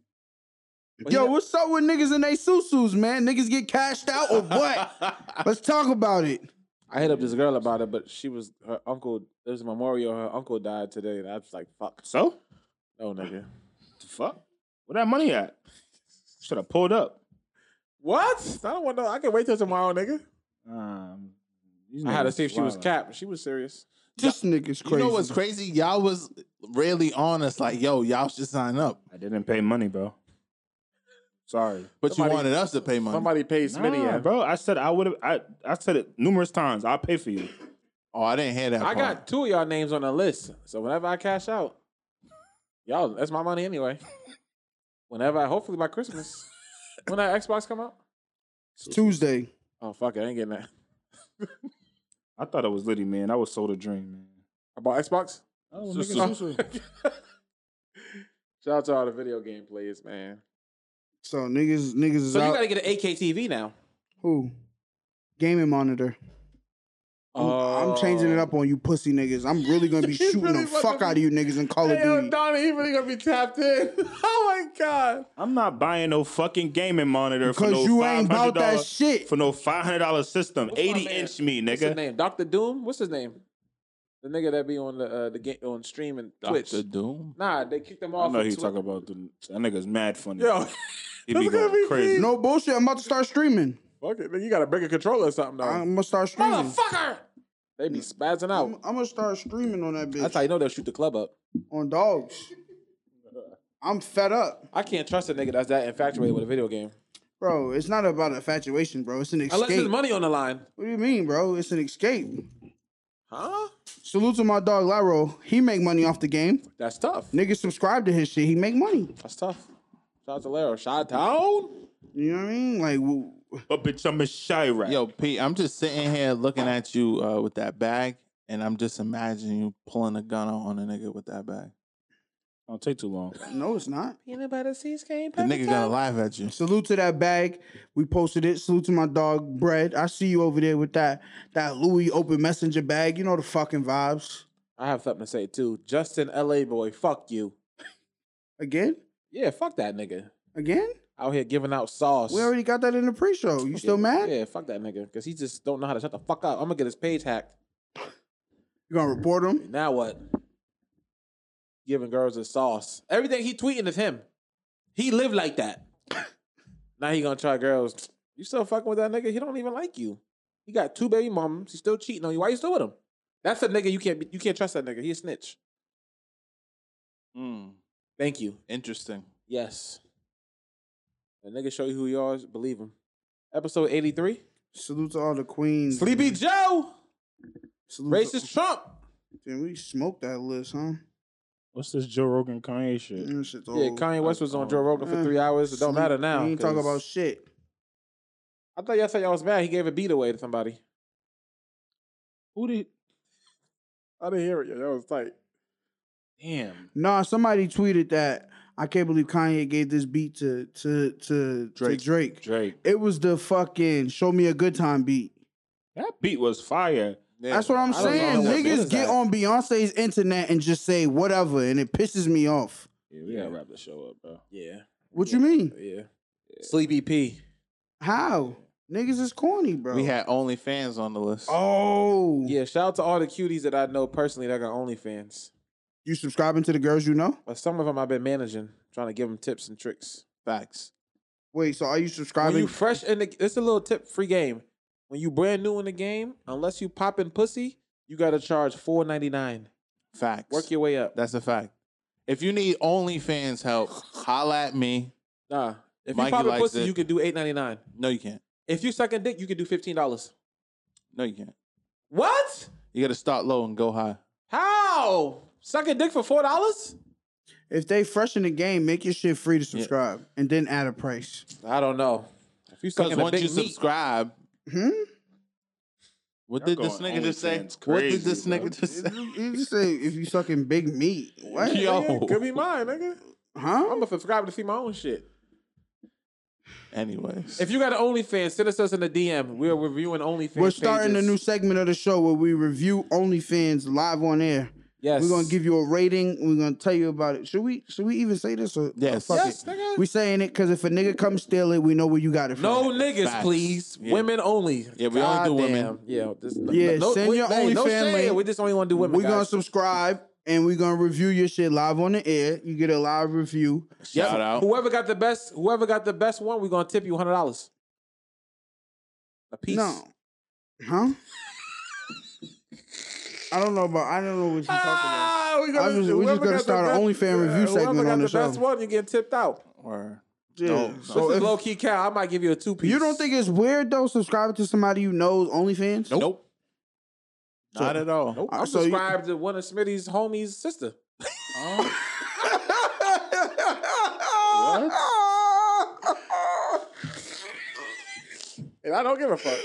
A: Yo, what's up with niggas and they susus, man? Niggas get cashed out or what? Let's talk about it.
B: I hit up this girl about it, but she was her uncle. There was a memorial. Her uncle died today, and I was like, "Fuck,
C: So
B: no, nigga."
C: the fuck? Where that money at? Should have pulled up.
B: What? I don't want to. I can wait till tomorrow, nigga.
C: Um, these
B: I had to
C: niggas
B: see if she was
C: wildin'.
B: capped. She was serious.
A: This nigga's crazy.
D: You know what's crazy? Y'all was really on us, like, yo, y'all should sign up.
C: I didn't pay money, bro. Sorry.
D: But
B: Somebody-
D: you wanted us to pay money.
B: Somebody paid Smitty.
C: Nah,
B: and-
C: bro. I said I would have. I, I said it numerous times. I'll pay for you.
D: oh, I didn't hear that.
B: I
D: part.
B: got two of y'all names on the list. So whenever I cash out, y'all, that's my money anyway. Whenever I, hopefully by Christmas, when that Xbox come out.
A: It's Tuesday.
B: Oh fuck it, I ain't getting that.
C: I thought it was Liddy, man. I was sold a dream, man.
B: I bought Xbox.
C: Oh,
B: So-
C: nigga,
B: so-
C: so-
B: Shout out to all the video game players, man.
A: So niggas, niggas is
B: So
A: out.
B: you gotta get an AK TV now.
A: Who? Gaming monitor. I'm, I'm changing it
B: Oh.
A: up on you pussy niggas. I'm really gonna be
B: He's
A: shooting
B: really
A: the fuck
B: fucking-
A: out of you niggas in Call of
B: Hey, yo,
A: Duty.
B: Donnie, he really gonna be tapped in. oh my god.
C: I'm not buying no fucking gaming monitor for
A: Because
C: no
A: you
C: five
A: ain't
C: hundred
A: about that
C: dollars
A: shit.
C: for no five hundred dollar system.
B: What's my
C: Eighty
B: man?
C: inch me,
B: What's his
C: nigga.
B: name? Doctor Doom. What's his name? The nigga that be on the uh, the game on stream and
D: Dr.
B: Twitch.
D: Doom.
B: Nah, they kicked him
C: I
B: off.
C: know
B: of
C: he
B: Twi-
C: talking about the that nigga's mad funny.
B: Yo,
C: he
B: that's
C: be
B: gonna
C: going
B: be
C: crazy.
A: No bullshit. I'm about to start streaming.
B: fuck it. nigga, You gotta break a controller or something,
A: I'm
B: though.
A: gonna start streaming.
B: Motherfucker! They be spazzing
A: I'm,
B: out.
A: I'm gonna start streaming on that bitch.
B: That's how you know they'll shoot the club up.
A: on dogs. I'm fed up,
B: I can't trust a nigga that's that infatuated with a video game.
A: bro. It's not about infatuation, bro. It's an
B: Unless
A: escape.
B: there's money on the line.
A: what do you mean, bro? It's an escape.
B: Huh?
A: Salute to my dog Laro. He make money off the game.
B: That's tough.
A: Niggas subscribe to his shit. He make money.
B: That's tough. Shout out to Laro. Shot down?
A: You know what I mean? Like, w-
C: But Oh, bitch, I'm a shy rat.
D: Yo, Pete, I'm just sitting here looking at you uh, with that bag, and I'm just imagining you pulling a gun out on a nigga with that bag.
C: don't take too long.
A: no, it's not.
B: Peanut butter cheesecake.
D: The nigga gonna laugh at you.
A: Salute to that bag. We posted it. Salute to my dog Bread. I see you over there with that that Louis open messenger bag. You know the fucking vibes.
B: I have something to say too. Justin LA boy, fuck you.
A: Again,
B: Yeah, fuck that nigga.
A: again.
B: Out here giving out sauce.
A: We already got that in the pre-show. You still
B: Yeah,
A: mad?
B: Yeah, fuck that nigga. Cause he just don't know how to shut the fuck up. I'm gonna get his page hacked.
A: You gonna report him?
B: Now what? Giving girls his sauce. Everything he tweeting is him. He lived like that. now he gonna try girls. You still fucking with that nigga? He don't even like you. He got two baby moms. He's still cheating on you. Why you still with him? That's a nigga you can't be, you can't trust that nigga. He a snitch.
D: Mm,
B: Thank you.
D: interesting.
B: Yes. That nigga show you who you are. Believe him. Episode eighty three.
A: Salute to all the queens.
B: Sleepy Joe.
A: Salute to-
B: Racist Trump.
A: Damn, we smoked that list, huh?
C: What's this Joe Rogan Kanye shit?
A: That shit's
B: Yeah,
A: old.
B: Kanye West was on Joe Rogan for
A: Eh,
B: three hours. It don't
A: Sleep.
B: matter now.
A: We ain't talking
B: 'cause-
A: about shit.
B: I thought y'all said y'all was mad. He gave a beat away to somebody.
C: Who did?
B: I didn't hear it. That was tight.
C: Damn.
A: Nah, somebody tweeted that I can't believe Kanye gave this beat to to to Drake.
C: Drake.
A: To Drake.
C: Drake.
A: It was the fucking "Show Me a Good Time" beat.
C: That beat was fire.
A: That's what I'm
B: I don't
A: saying.
B: know what beat is
A: Niggas get
B: that.
A: on Beyonce's internet and just say whatever, and it pisses me off.
C: Yeah, we gotta wrap the show up, bro.
B: Yeah.
A: What you mean?
B: Yeah. Sleepy P.
A: How niggas is corny, bro.
D: We had OnlyFans on the list.
A: oh
B: Yeah. Shout out to all the cuties that I know personally that got OnlyFans.
A: You subscribing to the girls you know?
B: But some of them I've been managing, trying to give them tips and tricks.
D: Facts.
A: Wait, so are you
B: When
A: subscribing?
B: you fresh in the, it's a little tip, free game. When you brand new in the game, unless you popping pussy, you got to charge four ninety nine.
D: Facts.
B: Work your way up.
D: That's a fact. If you need OnlyFans help, holla at me.
B: Nah, if
D: Mikey
B: you popping
D: likes
B: pussy,
D: it.
B: you can do eight ninety nine.
D: No, you can't.
B: If you sucking dick, you can do fifteen dollars.
D: No, you can't.
B: What?
D: You got to start low and go high.
B: How? Sucking dick for four dollars?
A: If they fresh in the game, make your shit free to subscribe and then add a price.
B: I don't know. If you
D: Because
B: sucking a
D: once
B: big
D: you
B: meat,
D: subscribe,
A: Hmm?
D: what
C: Y'all
D: did this
C: going
D: nigga just say?
C: OnlyFans
D: what did
C: crazy,
D: this
C: bro.
D: nigga just say?
A: You just say if you sucking big meat. What?
D: Yo.
B: could be mine, nigga. I'm
A: Huh?
B: gonna subscribe to see my own shit.
D: Anyways,
B: If you got an OnlyFans, send us us in the DM. We're reviewing OnlyFans.
A: We're starting
B: pages.
A: a new segment of the show where we review OnlyFans live on air.
B: Yes,
A: We're gonna give you a rating. and We're gonna tell you about it. Should we? Should we even say this? Or,
D: Yes.
A: fuck
B: Yes,
A: it.
B: nigga.
A: We saying it because if a nigga comes steal it, we know where you got it from.
B: No niggas,
D: Facts.
B: please.
D: Yeah.
B: Women only.
D: Yeah, we only do women.
B: damn. Yeah, just,
A: Yeah, send your
B: hey, no
A: OnlyFans
B: shade.
A: link.
B: We just only want to do women.
A: We're gonna
B: guys.
A: subscribe and we're gonna review your shit live on the air. You get a live review.
B: Yep.
D: shout out.
B: Whoever got the best, whoever got the best one, we're gonna tip you hundred dollars. A piece.
A: No. Huh? I don't know about I don't know what you're talking about.
B: Ah, we
A: I'm just- we just
B: whoever
A: gotta
B: got the
A: start an
B: best-
A: OnlyFans review
B: uh,
A: segment
B: Whoever got
A: on the
B: the best
A: show.
B: one, you getting tipped out.
D: Or-
A: Yeah.
D: No,
A: so if
B: this is low key cow. I might give you a two piece.
A: you don't think it's weird though, subscribing to somebody you know's OnlyFans?
D: Nope. Not at all.
B: Nope.
A: Uh,
B: I'm
A: so you-
B: subscribed to one of Smitty's homies' sister. And I don't give a fuck.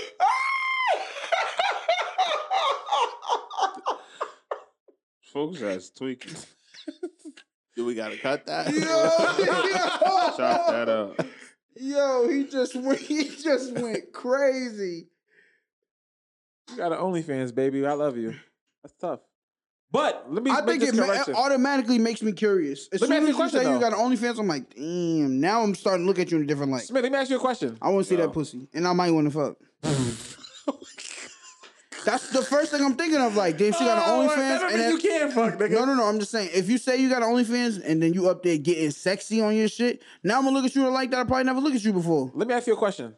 C: Folks, that's tweaking.
D: Do we gotta cut that?
A: Yo,
C: Chop that up.
A: yo, he just went he just went crazy.
B: You got an OnlyFans, baby. I love you. That's tough. But let me
A: I
B: make
A: think
B: this
A: it, ma- it
B: correction.
A: automatically makes me curious. As
B: Let me
A: soon
B: ask you
A: as
B: a
A: you
B: question,
A: say you
B: though.
A: got an OnlyFans, I'm like, damn. Now I'm starting to look at you in a different light.
B: Smith, let me ask you a question.
A: I want to see that pussy, and I might want to fuck. That's the first thing I'm thinking of. Like, damn, she got
B: Oh,
A: an
B: that
A: OnlyFans,
B: don't
A: and
B: mean
A: then,
B: you can fuck, nigga.
A: no, no, no. I'm just saying, if you say you got an OnlyFans, and then you up there getting sexy on your shit, now I'm gonna look at you in a light that I probably never looked at you before.
B: Let me ask you a question.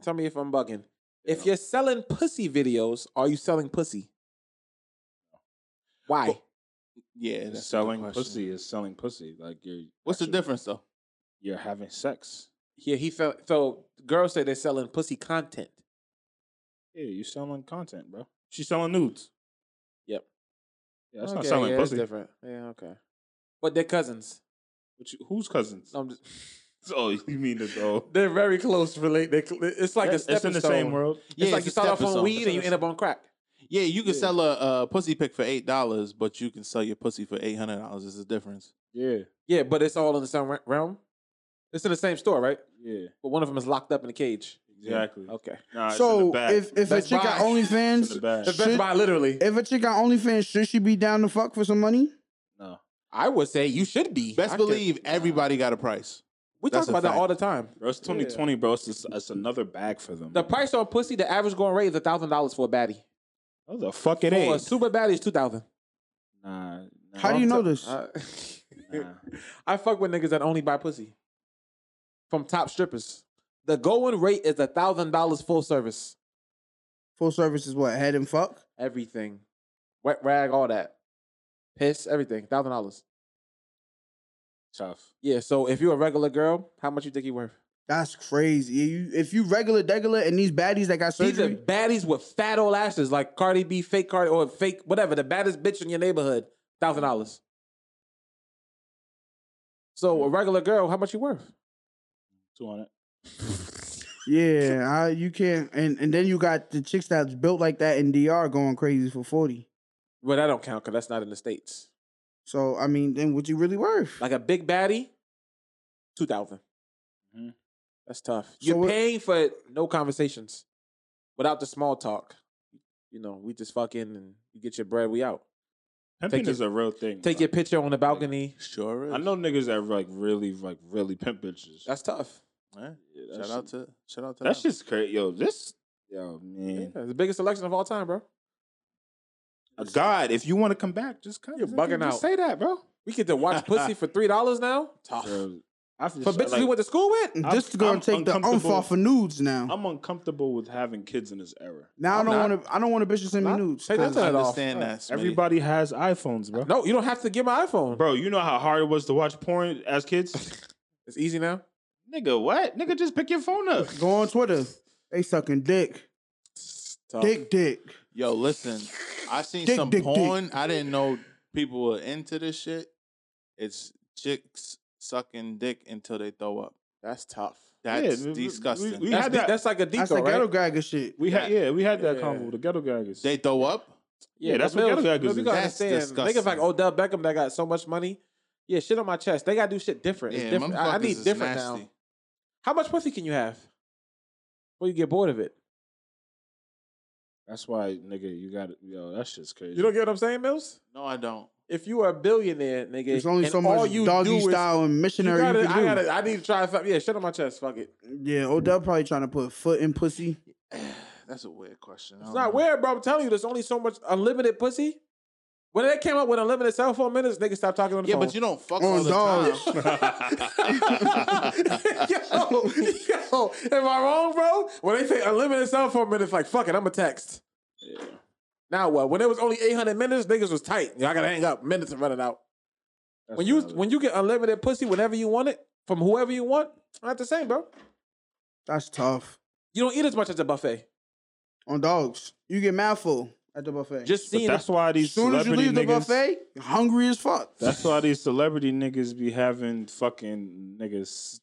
B: Tell me if I'm bugging. If you're selling pussy videos, are you selling pussy? Why?
D: yeah. that's a good
C: selling
D: question.
C: pussy is selling pussy. Like you're
D: What's the
C: actually-
D: difference though?
C: You're having sex.
B: yeah, he felt so. Girls say they're selling pussy content.
C: Yeah, you're selling content, bro. She's selling nudes.
B: Yep.
C: Yeah, that's not
B: Okay,
C: selling
B: yeah, that's
C: pussy.
B: different. Yeah, okay. But they're cousins.
C: What you, who's cousins?
B: I'm just,
C: Oh, you mean the oh?
B: they're very close. Relate. They, it's like a
C: It's,
B: stepping
C: in the
B: stone.
C: same world.
B: It's
D: Yeah,
B: like
D: it's
B: you
D: a
B: start off
D: stepping
B: on
D: stone.
B: weed and you end up on crack.
D: Yeah, you can
C: Yeah.
D: sell a, a pussy pick for eight dollars, but you can sell your pussy for eight hundred dollars. Is the difference?
C: Yeah,
B: Yeah, but it's all in the same re- realm. It's in the same store, right?
C: yeah,
B: But one of them is locked up in a cage.
C: exactly.
B: Okay.
C: Nah, it's in
A: so
C: the back.
A: if if
B: Best
A: a chick got
B: Buy.
C: It's in the
A: OnlyFans,
C: back.
B: The Best
A: Should-
B: Buy, literally.
A: if a chick got OnlyFans, should she be down to fuck for some money?
C: no,
B: I would say you should be.
D: Best
B: I could-
D: believe everybody got a price.
B: we
D: that's
B: talk
D: a
B: about that
D: fact.
B: all the time.
C: bro, it's 2020, bro. It's, just, it's another bag for them.
B: The price on pussy, the average going rate is a thousand dollars for a baddie.
C: oh, the fuck it
B: For a
C: ain't.
B: super baddie is two thousand.
C: nah, nah,
A: How do you know this?
B: Uh,
C: nah.
B: I fuck with niggas that only buy pussy from top strippers. The going rate is a thousand dollars full service,
A: Full service is what head and fuck.
B: everything, wet rag, all that, piss, everything, thousand dollars.
C: Tough.
B: Yeah. So if you're a regular girl, how much you think he worth?
A: That's crazy. You, if you regular degular and these baddies that got
B: These are
A: surgery,
B: baddies with fat old asses, like Cardi B, fake Cardi, or fake whatever. The baddest bitch in your neighborhood, thousand dollars. So a regular girl, how much you worth?
C: 200.
A: yeah, I, you can't. And and then you got the chicks that's built like that in DR going crazy for forty.
B: Well, that don't count because that's not in the states.
A: So I mean, then what you really worth?
B: Like a big baddie, two
C: Mhm.
B: That's tough.
A: So
B: You're
A: what-
B: paying for no conversations, without the small talk. You know, we just fucking and you get your bread. We out.
C: Pimping
B: your-
C: is a real thing.
B: Take
C: bro.
B: your picture on the balcony.
D: Sure is.
C: I know niggas that like really, like really pimp bitches.
B: That's tough.
D: Yeah.
C: Yeah, that
D: Shout
C: shit-
D: out to shout out to
C: That's
D: them.
C: just crazy. Yo, this. Yo,
B: Yeah,
C: man.
B: it's the biggest selection of all time, bro.
C: God, if you want to come back, just come.
B: You're
C: Just-
B: bugging
C: just
B: out.
C: Say that, bro.
B: We get to watch pussy for three dollars now. Tough.
C: Bro, I just,
B: For
C: uh,
B: bitches
C: like,
B: we went to school with?
C: I'm-
A: This is gonna
C: I'm
A: take the umph
C: uncomfortable.
A: off of nudes now.
C: I'm uncomfortable with having kids in this era.
A: now I
B: I'm
A: don't
B: not.
A: want to. I don't want a bitch to send me
B: Not-
A: nudes.
B: Take that
A: 'cause
B: to- it off.
D: understand that. Smitty.
C: Everybody has iPhones, bro.
B: No, you don't have to get my iPhone.
C: Bro, you know how hard it was to watch porn as kids?
B: It's easy now.
C: Nigga, what? Nigga, just pick your phone up.
A: Go on Twitter. They sucking dick,
B: Tough.
A: dick, dick.
D: Yo, listen, I seen
A: Dick,
D: some
A: dick, dick.
D: porn. I didn't know people were into this shit. It's chicks sucking dick until they throw up.
B: That's tough.
D: That's
C: we- we-
D: disgusting.
C: we- we-
B: That's,
C: had
B: the-
C: that-
B: that's like a deco,
A: That's the
B: right?
A: ghetto gagger shit.
C: We had
D: Yeah.
C: yeah, we had that
B: Yeah.
C: combo, the ghetto gaggers.
D: they throw up.
C: Yeah, that's what
B: but
C: ghetto
B: Mills-
C: gaggers
B: Mills, You
C: is.
B: gotta
D: That's
B: understand.
D: disgusting.
B: Niggas like Odell Beckham that got so much money. Yeah, shit on my chest. They gotta do shit different. It's
D: Yeah,
B: different. I, I
D: motherfuckers
B: need
D: is
B: different now. How much pussy can you have? Well, you get bored of it.
C: That's why, nigga, you got yo, that shit's crazy.
B: You don't get what I'm saying, Mills?
D: No, I don't.
B: If you are a billionaire, nigga,
A: There's only
B: and
A: so
B: all
A: much
B: you do
A: doggy
B: is-
A: style and
B: you
A: missionary you,
B: gotta-
A: can
B: I
A: do.
B: gotta. Mm. I need to try something. Yeah, shit on my chest. Fuck it.
A: yeah, Odell probably trying to put foot in pussy.
D: That's a weird question. I
A: Oh
B: It's
D: don't
B: not
D: know.
B: weird, bro. I'm telling you, there's only so much unlimited pussy. When they came up with unlimited cell phone minutes, niggas stopped talking on the
D: Yeah,
B: phone.
D: but you don't fuck
B: Oh,
A: On
D: all the
A: dogs.
D: time.
B: yo, yo, am I wrong, bro? When they say unlimited cell phone minutes, like fuck it, I'm a text. Now what? When it was only 800 minutes, niggas was tight. Yo, I gotta hang up. Minutes are running out.
C: That's
B: when you
C: valid.
B: when you get unlimited pussy whenever you want it from whoever you want, not the same, bro.
A: That's tough.
B: You don't eat as much as a buffet.
A: On dogs, you get mouthful at the buffet.
B: Just
C: but
B: seeing
C: that's why
A: as
C: these
A: soon as you
C: celebrity
A: leave the
C: niggas,
A: buffet, you're hungry as fuck.
C: That's why these celebrity niggas be having fucking niggas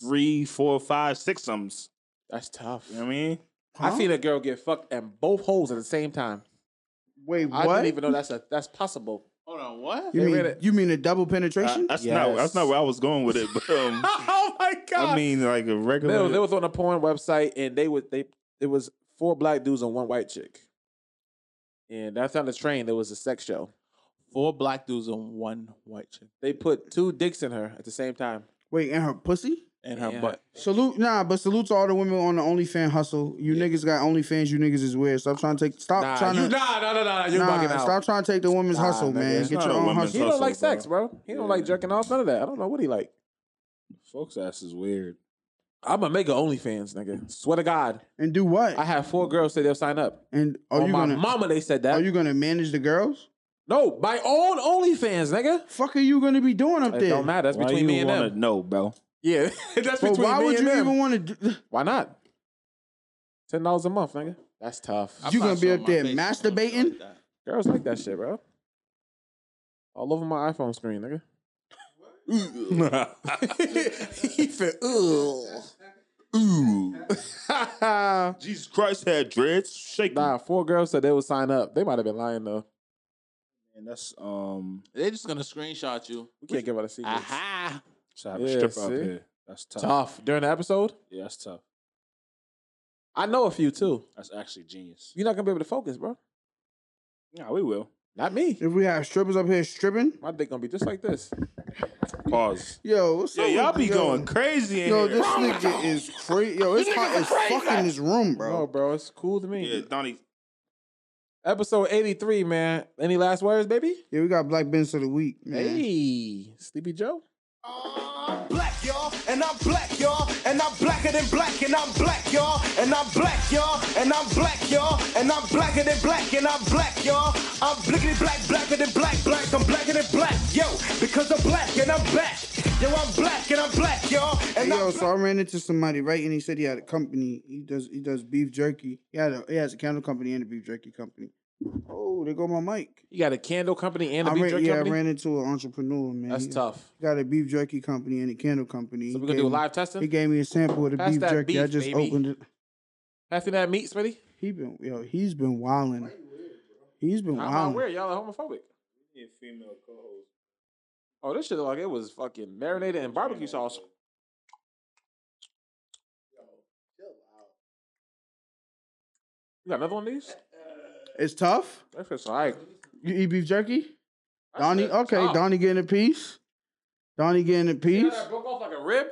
C: three, four, five, six sums.
B: that's tough.
C: You know what I mean?
B: I seen a girl get fucked and both holes at the same time.
A: Wait,
B: I
A: what?
B: didn't even know that's a that's possible.
D: Hold on, what?
A: you
B: they
A: mean
B: read it.
A: you mean a double
C: I-
A: penetration?
C: that's not
B: Yes.
C: that's not where I was going with it, but um,
B: oh my god!
C: I mean like a
B: They
C: regular
B: was, they was on a porn website and they was they it was four black dudes and one white chick. And that's on the train. There was a sex show.
D: Four black dudes and one white chick
B: They put two dicks in her at the same time.
A: Wait, and her pussy?
D: and her
B: Yeah.
D: butt.
A: Salute, nah, but salute to all the women on the OnlyFans hustle. You niggas got OnlyFans. You niggas is weird. Stop trying to take. Stop
B: Nah,
A: trying
B: you,
A: to.
B: nah, nah, nah, nah, you
A: nah,
B: bugging out.
A: stop trying to take the women's
B: Nah,
A: hustle,
B: nigga,
A: man.
B: it's
A: Get
C: not
A: your
C: a
A: own
C: women's
B: He
A: hustle.
B: don't
C: hustle,
B: like
C: bro.
B: sex, bro. He don't like
C: Yeah.
B: jerking off. None of that. I don't know what he like.
C: folks ass is weird.
B: I'm gonna make a OnlyFans, nigga. Swear to God,
A: And do what?
B: I had four girls say they'll sign up.
A: and are
B: On
A: you
B: my
A: gonna?
B: mama, they said
A: Are
B: that.
A: you gonna manage the girls?
B: no, my own OnlyFans, nigga.
A: Fuck, are you gonna be doing up
B: It
A: there?
B: don't matter. That's
C: Why
B: between
C: you
B: me and
C: wanna
B: them.
C: know, bro.
B: Yeah, that's
A: But
B: between
A: why
B: me
A: would
B: and
A: you
B: them.
A: even want to?
B: Why not? Ten dollars a month, nigga. That's tough.
D: I'm
A: You
D: not
A: gonna be up
D: my
A: there
D: face is gonna be
A: masturbating?
D: like that.
B: Girls like that shit, bro. All over my iPhone screen,
A: Mm.
B: nigga. he said, "Ugh."
C: Ooh. Jesus Christ had dreads. Shake them.
B: nah, four girls said they would sign up. They might have been lying though.
C: And that's um
D: They just gonna screenshot you.
B: We can't give out a secret.
D: Aha!
C: should have a
B: Yeah,
C: stripper up
B: see?
C: here. That's tough.
B: Tough during the episode.
C: Yeah, that's tough.
B: I know a few too.
C: That's actually genius.
B: You're not gonna be able to focus, bro.
C: Yeah, we will.
B: Not me.
A: If we have strippers up here stripping,
B: My dick gonna be just like this.
C: Pause.
A: yo, what's
C: Yo,
A: up
C: y'all
A: with-
C: be
A: yo,
C: going crazy in
A: Yo,
C: here.
A: this nigga is crazy. Yo, it's hot as fuck in this room,
B: No,
A: bro.
B: bro, it's cool to me.
C: yeah, Donnie.
B: Episode 83, man. Any last words, baby?
A: Yeah, we got Black Benz of the week, man.
B: Hey, Sleepy Joe.
F: black, y'all, and I'm black, y'all, and I'm blacker than black, and I'm black, y'all, and I'm black, y'all, and I'm black, y'all, and I'm blacker than black, and I'm black, y'all. I'm blickety black, blacker than black, black, I'm blacker than black, yo, because I'm black and I'm back. Yo, I'm black and I'm black, y'all, and
A: Hey,
F: I'm
A: yo, so I ran into somebody, right? And he said he had a company. He does he does beef jerky. He had a he has a candle company and a beef jerky company. Oh, there go my mic.
B: You got a candle company and a
A: I
B: beef
A: ran,
B: jerky
A: yeah,
B: company.
A: I ran into an entrepreneur, man.
B: That's
A: he,
B: tough.
A: He got a beef jerky company and a candle company.
B: So
A: He
B: we're gonna do a
A: gave me-
B: live
A: He
B: testing.
A: gave me a sample of the
B: Pass
A: beef
B: that
A: jerky. I
B: beef,
A: just
B: baby.
A: opened it.
B: Passing that meat, Smitty.
A: He been yo, he's been wilding. He's been
B: I'm not
A: wilding.
B: aware y'all are homophobic. Oh, this shit look like it was fucking marinated in barbecue sauce. You got another one of these?
A: It's tough.
B: That shit's alright.
A: You eat beef jerky?
B: That
A: Donnie,
B: shit
A: okay,
B: tough.
A: Donnie getting a piece. Donnie getting a
B: You know
A: piece.
B: that broke off like a rib.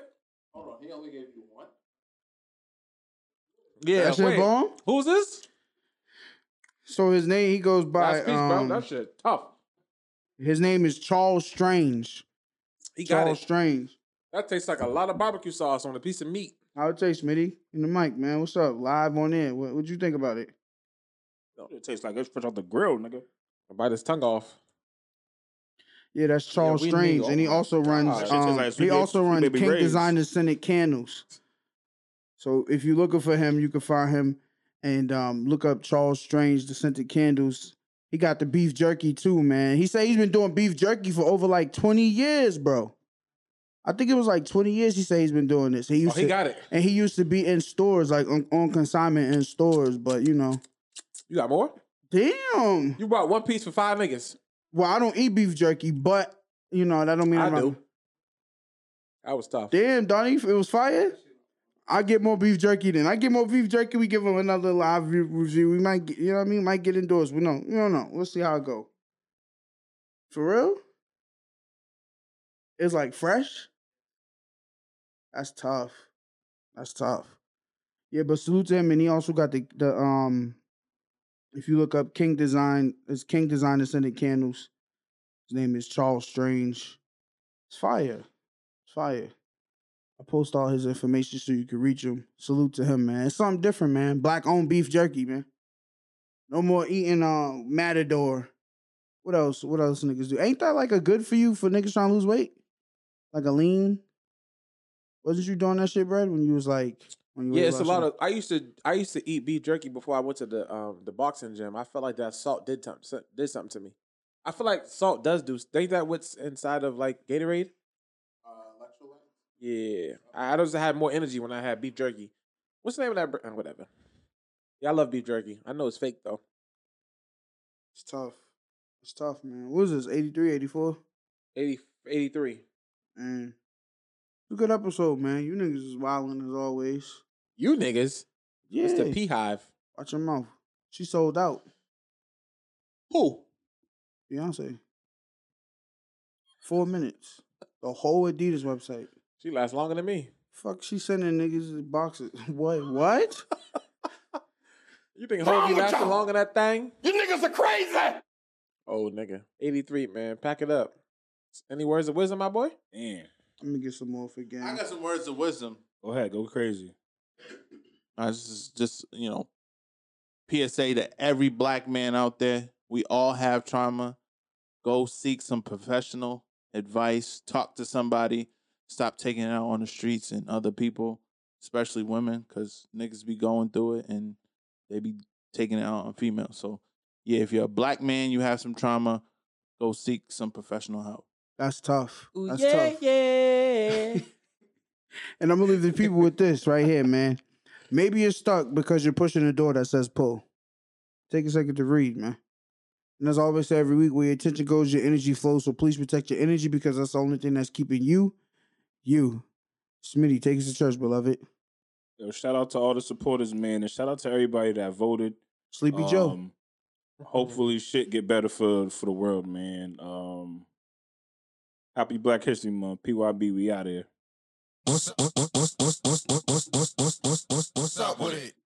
B: Hold on, he only gave you one. Yeah,
A: That shit
B: wait.
A: bomb.
B: Who's this?
A: So his name he goes by.
B: Last piece,
A: um,
B: bro. That shit tough.
A: his name is Charles Strange.
B: He got
A: Charles
B: it.
A: Strange.
B: That tastes like a lot of barbecue sauce on a piece of meat.
A: How it taste, Smitty? In the mic, man. What's up? Live on in. What would you think about it?
C: It tastes like it's fresh off the grill, nigga.
B: I bite his tongue off.
A: Yeah, that's Charles
D: we need
A: Strange,
D: all
A: and he
D: that.
A: also runs.
C: that shit tastes
A: um,
C: like Sweet
A: he
C: Baby-
A: also
C: Sweet
A: runs
C: Baby
A: Kink
C: Ray's.
A: Designer Scented Candles. So if you're looking for him, you can find him and um, look up Charles Strange, the Scented Candles. He got the beef jerky too, man. He said he's been doing beef jerky for over like 20 years, bro. I think it was like 20 years. He said he's been doing this. He
B: Oh,
A: used
B: he
A: to,
B: got it.
A: and he used to be in stores, like on, on consignment in stores. But you know,
B: You got more?
A: damn.
B: You bought one piece for five niggas.
A: Well, I don't eat beef jerky, but you know that don't mean
B: I
A: I'm not-
B: do. That was tough.
A: Damn, Donnie, it was fire. I get more beef jerky than I get more beef jerky. We give him another live re- review. We might, get, you know what I mean? Might get indoors. We don't, we don't know. We'll see how it go. For real, it's like fresh. That's tough. That's tough. Yeah, but salute to him, and he also got the the um. If you look up King Design, it's King Design and Scented Candles. His name is Charles Strange. It's fire. It's fire. I post all his information so you can reach him. Salute to him, man. It's something different, man. Black owned beef jerky, man. No more eating uh Matador. What else? What else niggas do? Ain't that like a good for you for niggas trying to lose weight? Like a lean? Wasn't you doing that shit, Brad, when you was like when you
B: Yeah,
A: was
B: it's a
A: last
B: lot
A: time?
B: of. I used to I used to eat beef jerky before I went to the um the boxing gym. I felt like that salt did tum- so- did something to me. I feel like salt does do. Think that what's inside of like Gatorade? Yeah, I, I just had more energy when I had beef jerky. What's the name of that? br- uh, Whatever. Yeah, I love beef jerky. I know it's fake though.
A: It's tough. It's tough, man. What was this? 83, 84?
B: 80, 83.
A: Man. Mm. It's a good episode, man. You niggas is wildin' as always.
B: You niggas,
A: Yeah.
B: it's the P-Hive.
A: Watch your mouth. She sold out.
B: Who?
A: Beyonce. Four minutes. The whole Adidas website.
B: She lasts longer than me.
A: Fuck, she sending niggas boxes. What? What?
B: You think Hoagie lasted longer than that thing?
F: You niggas are crazy!
B: Oh, nigga. 83, man. Pack it up. Any words of wisdom, my boy?
C: Damn.
A: Let me get some more for game.
D: I got some words of wisdom.
C: Go ahead, go crazy.
D: I just, just you know, PSA to every black man out there. We all have trauma. Go seek some professional advice. Talk to somebody. Stop taking it out on the streets and other people, especially women, because niggas be going through it and they be taking it out on females. So yeah, if you're a black man, you have some trauma. Go seek some professional help.
A: That's tough. That's
B: yeah,
A: tough.
B: yeah.
A: And I'm gonna leave the people with this right here, man. Maybe you're stuck because you're pushing a door that says pull. Take a second to read, man. And as I always say every week, where your attention goes, your energy flows. So please protect your energy because that's the only thing that's keeping you, you. Smitty, take us to church, beloved.
C: Yo, shout out to all the supporters, man, and shout out to everybody that voted.
A: Sleepy Joe.
C: Um, Hopefully, shit get better for for the world, man. Um, happy Black History Month, PYB. We out here.
G: What's up? What's up with it?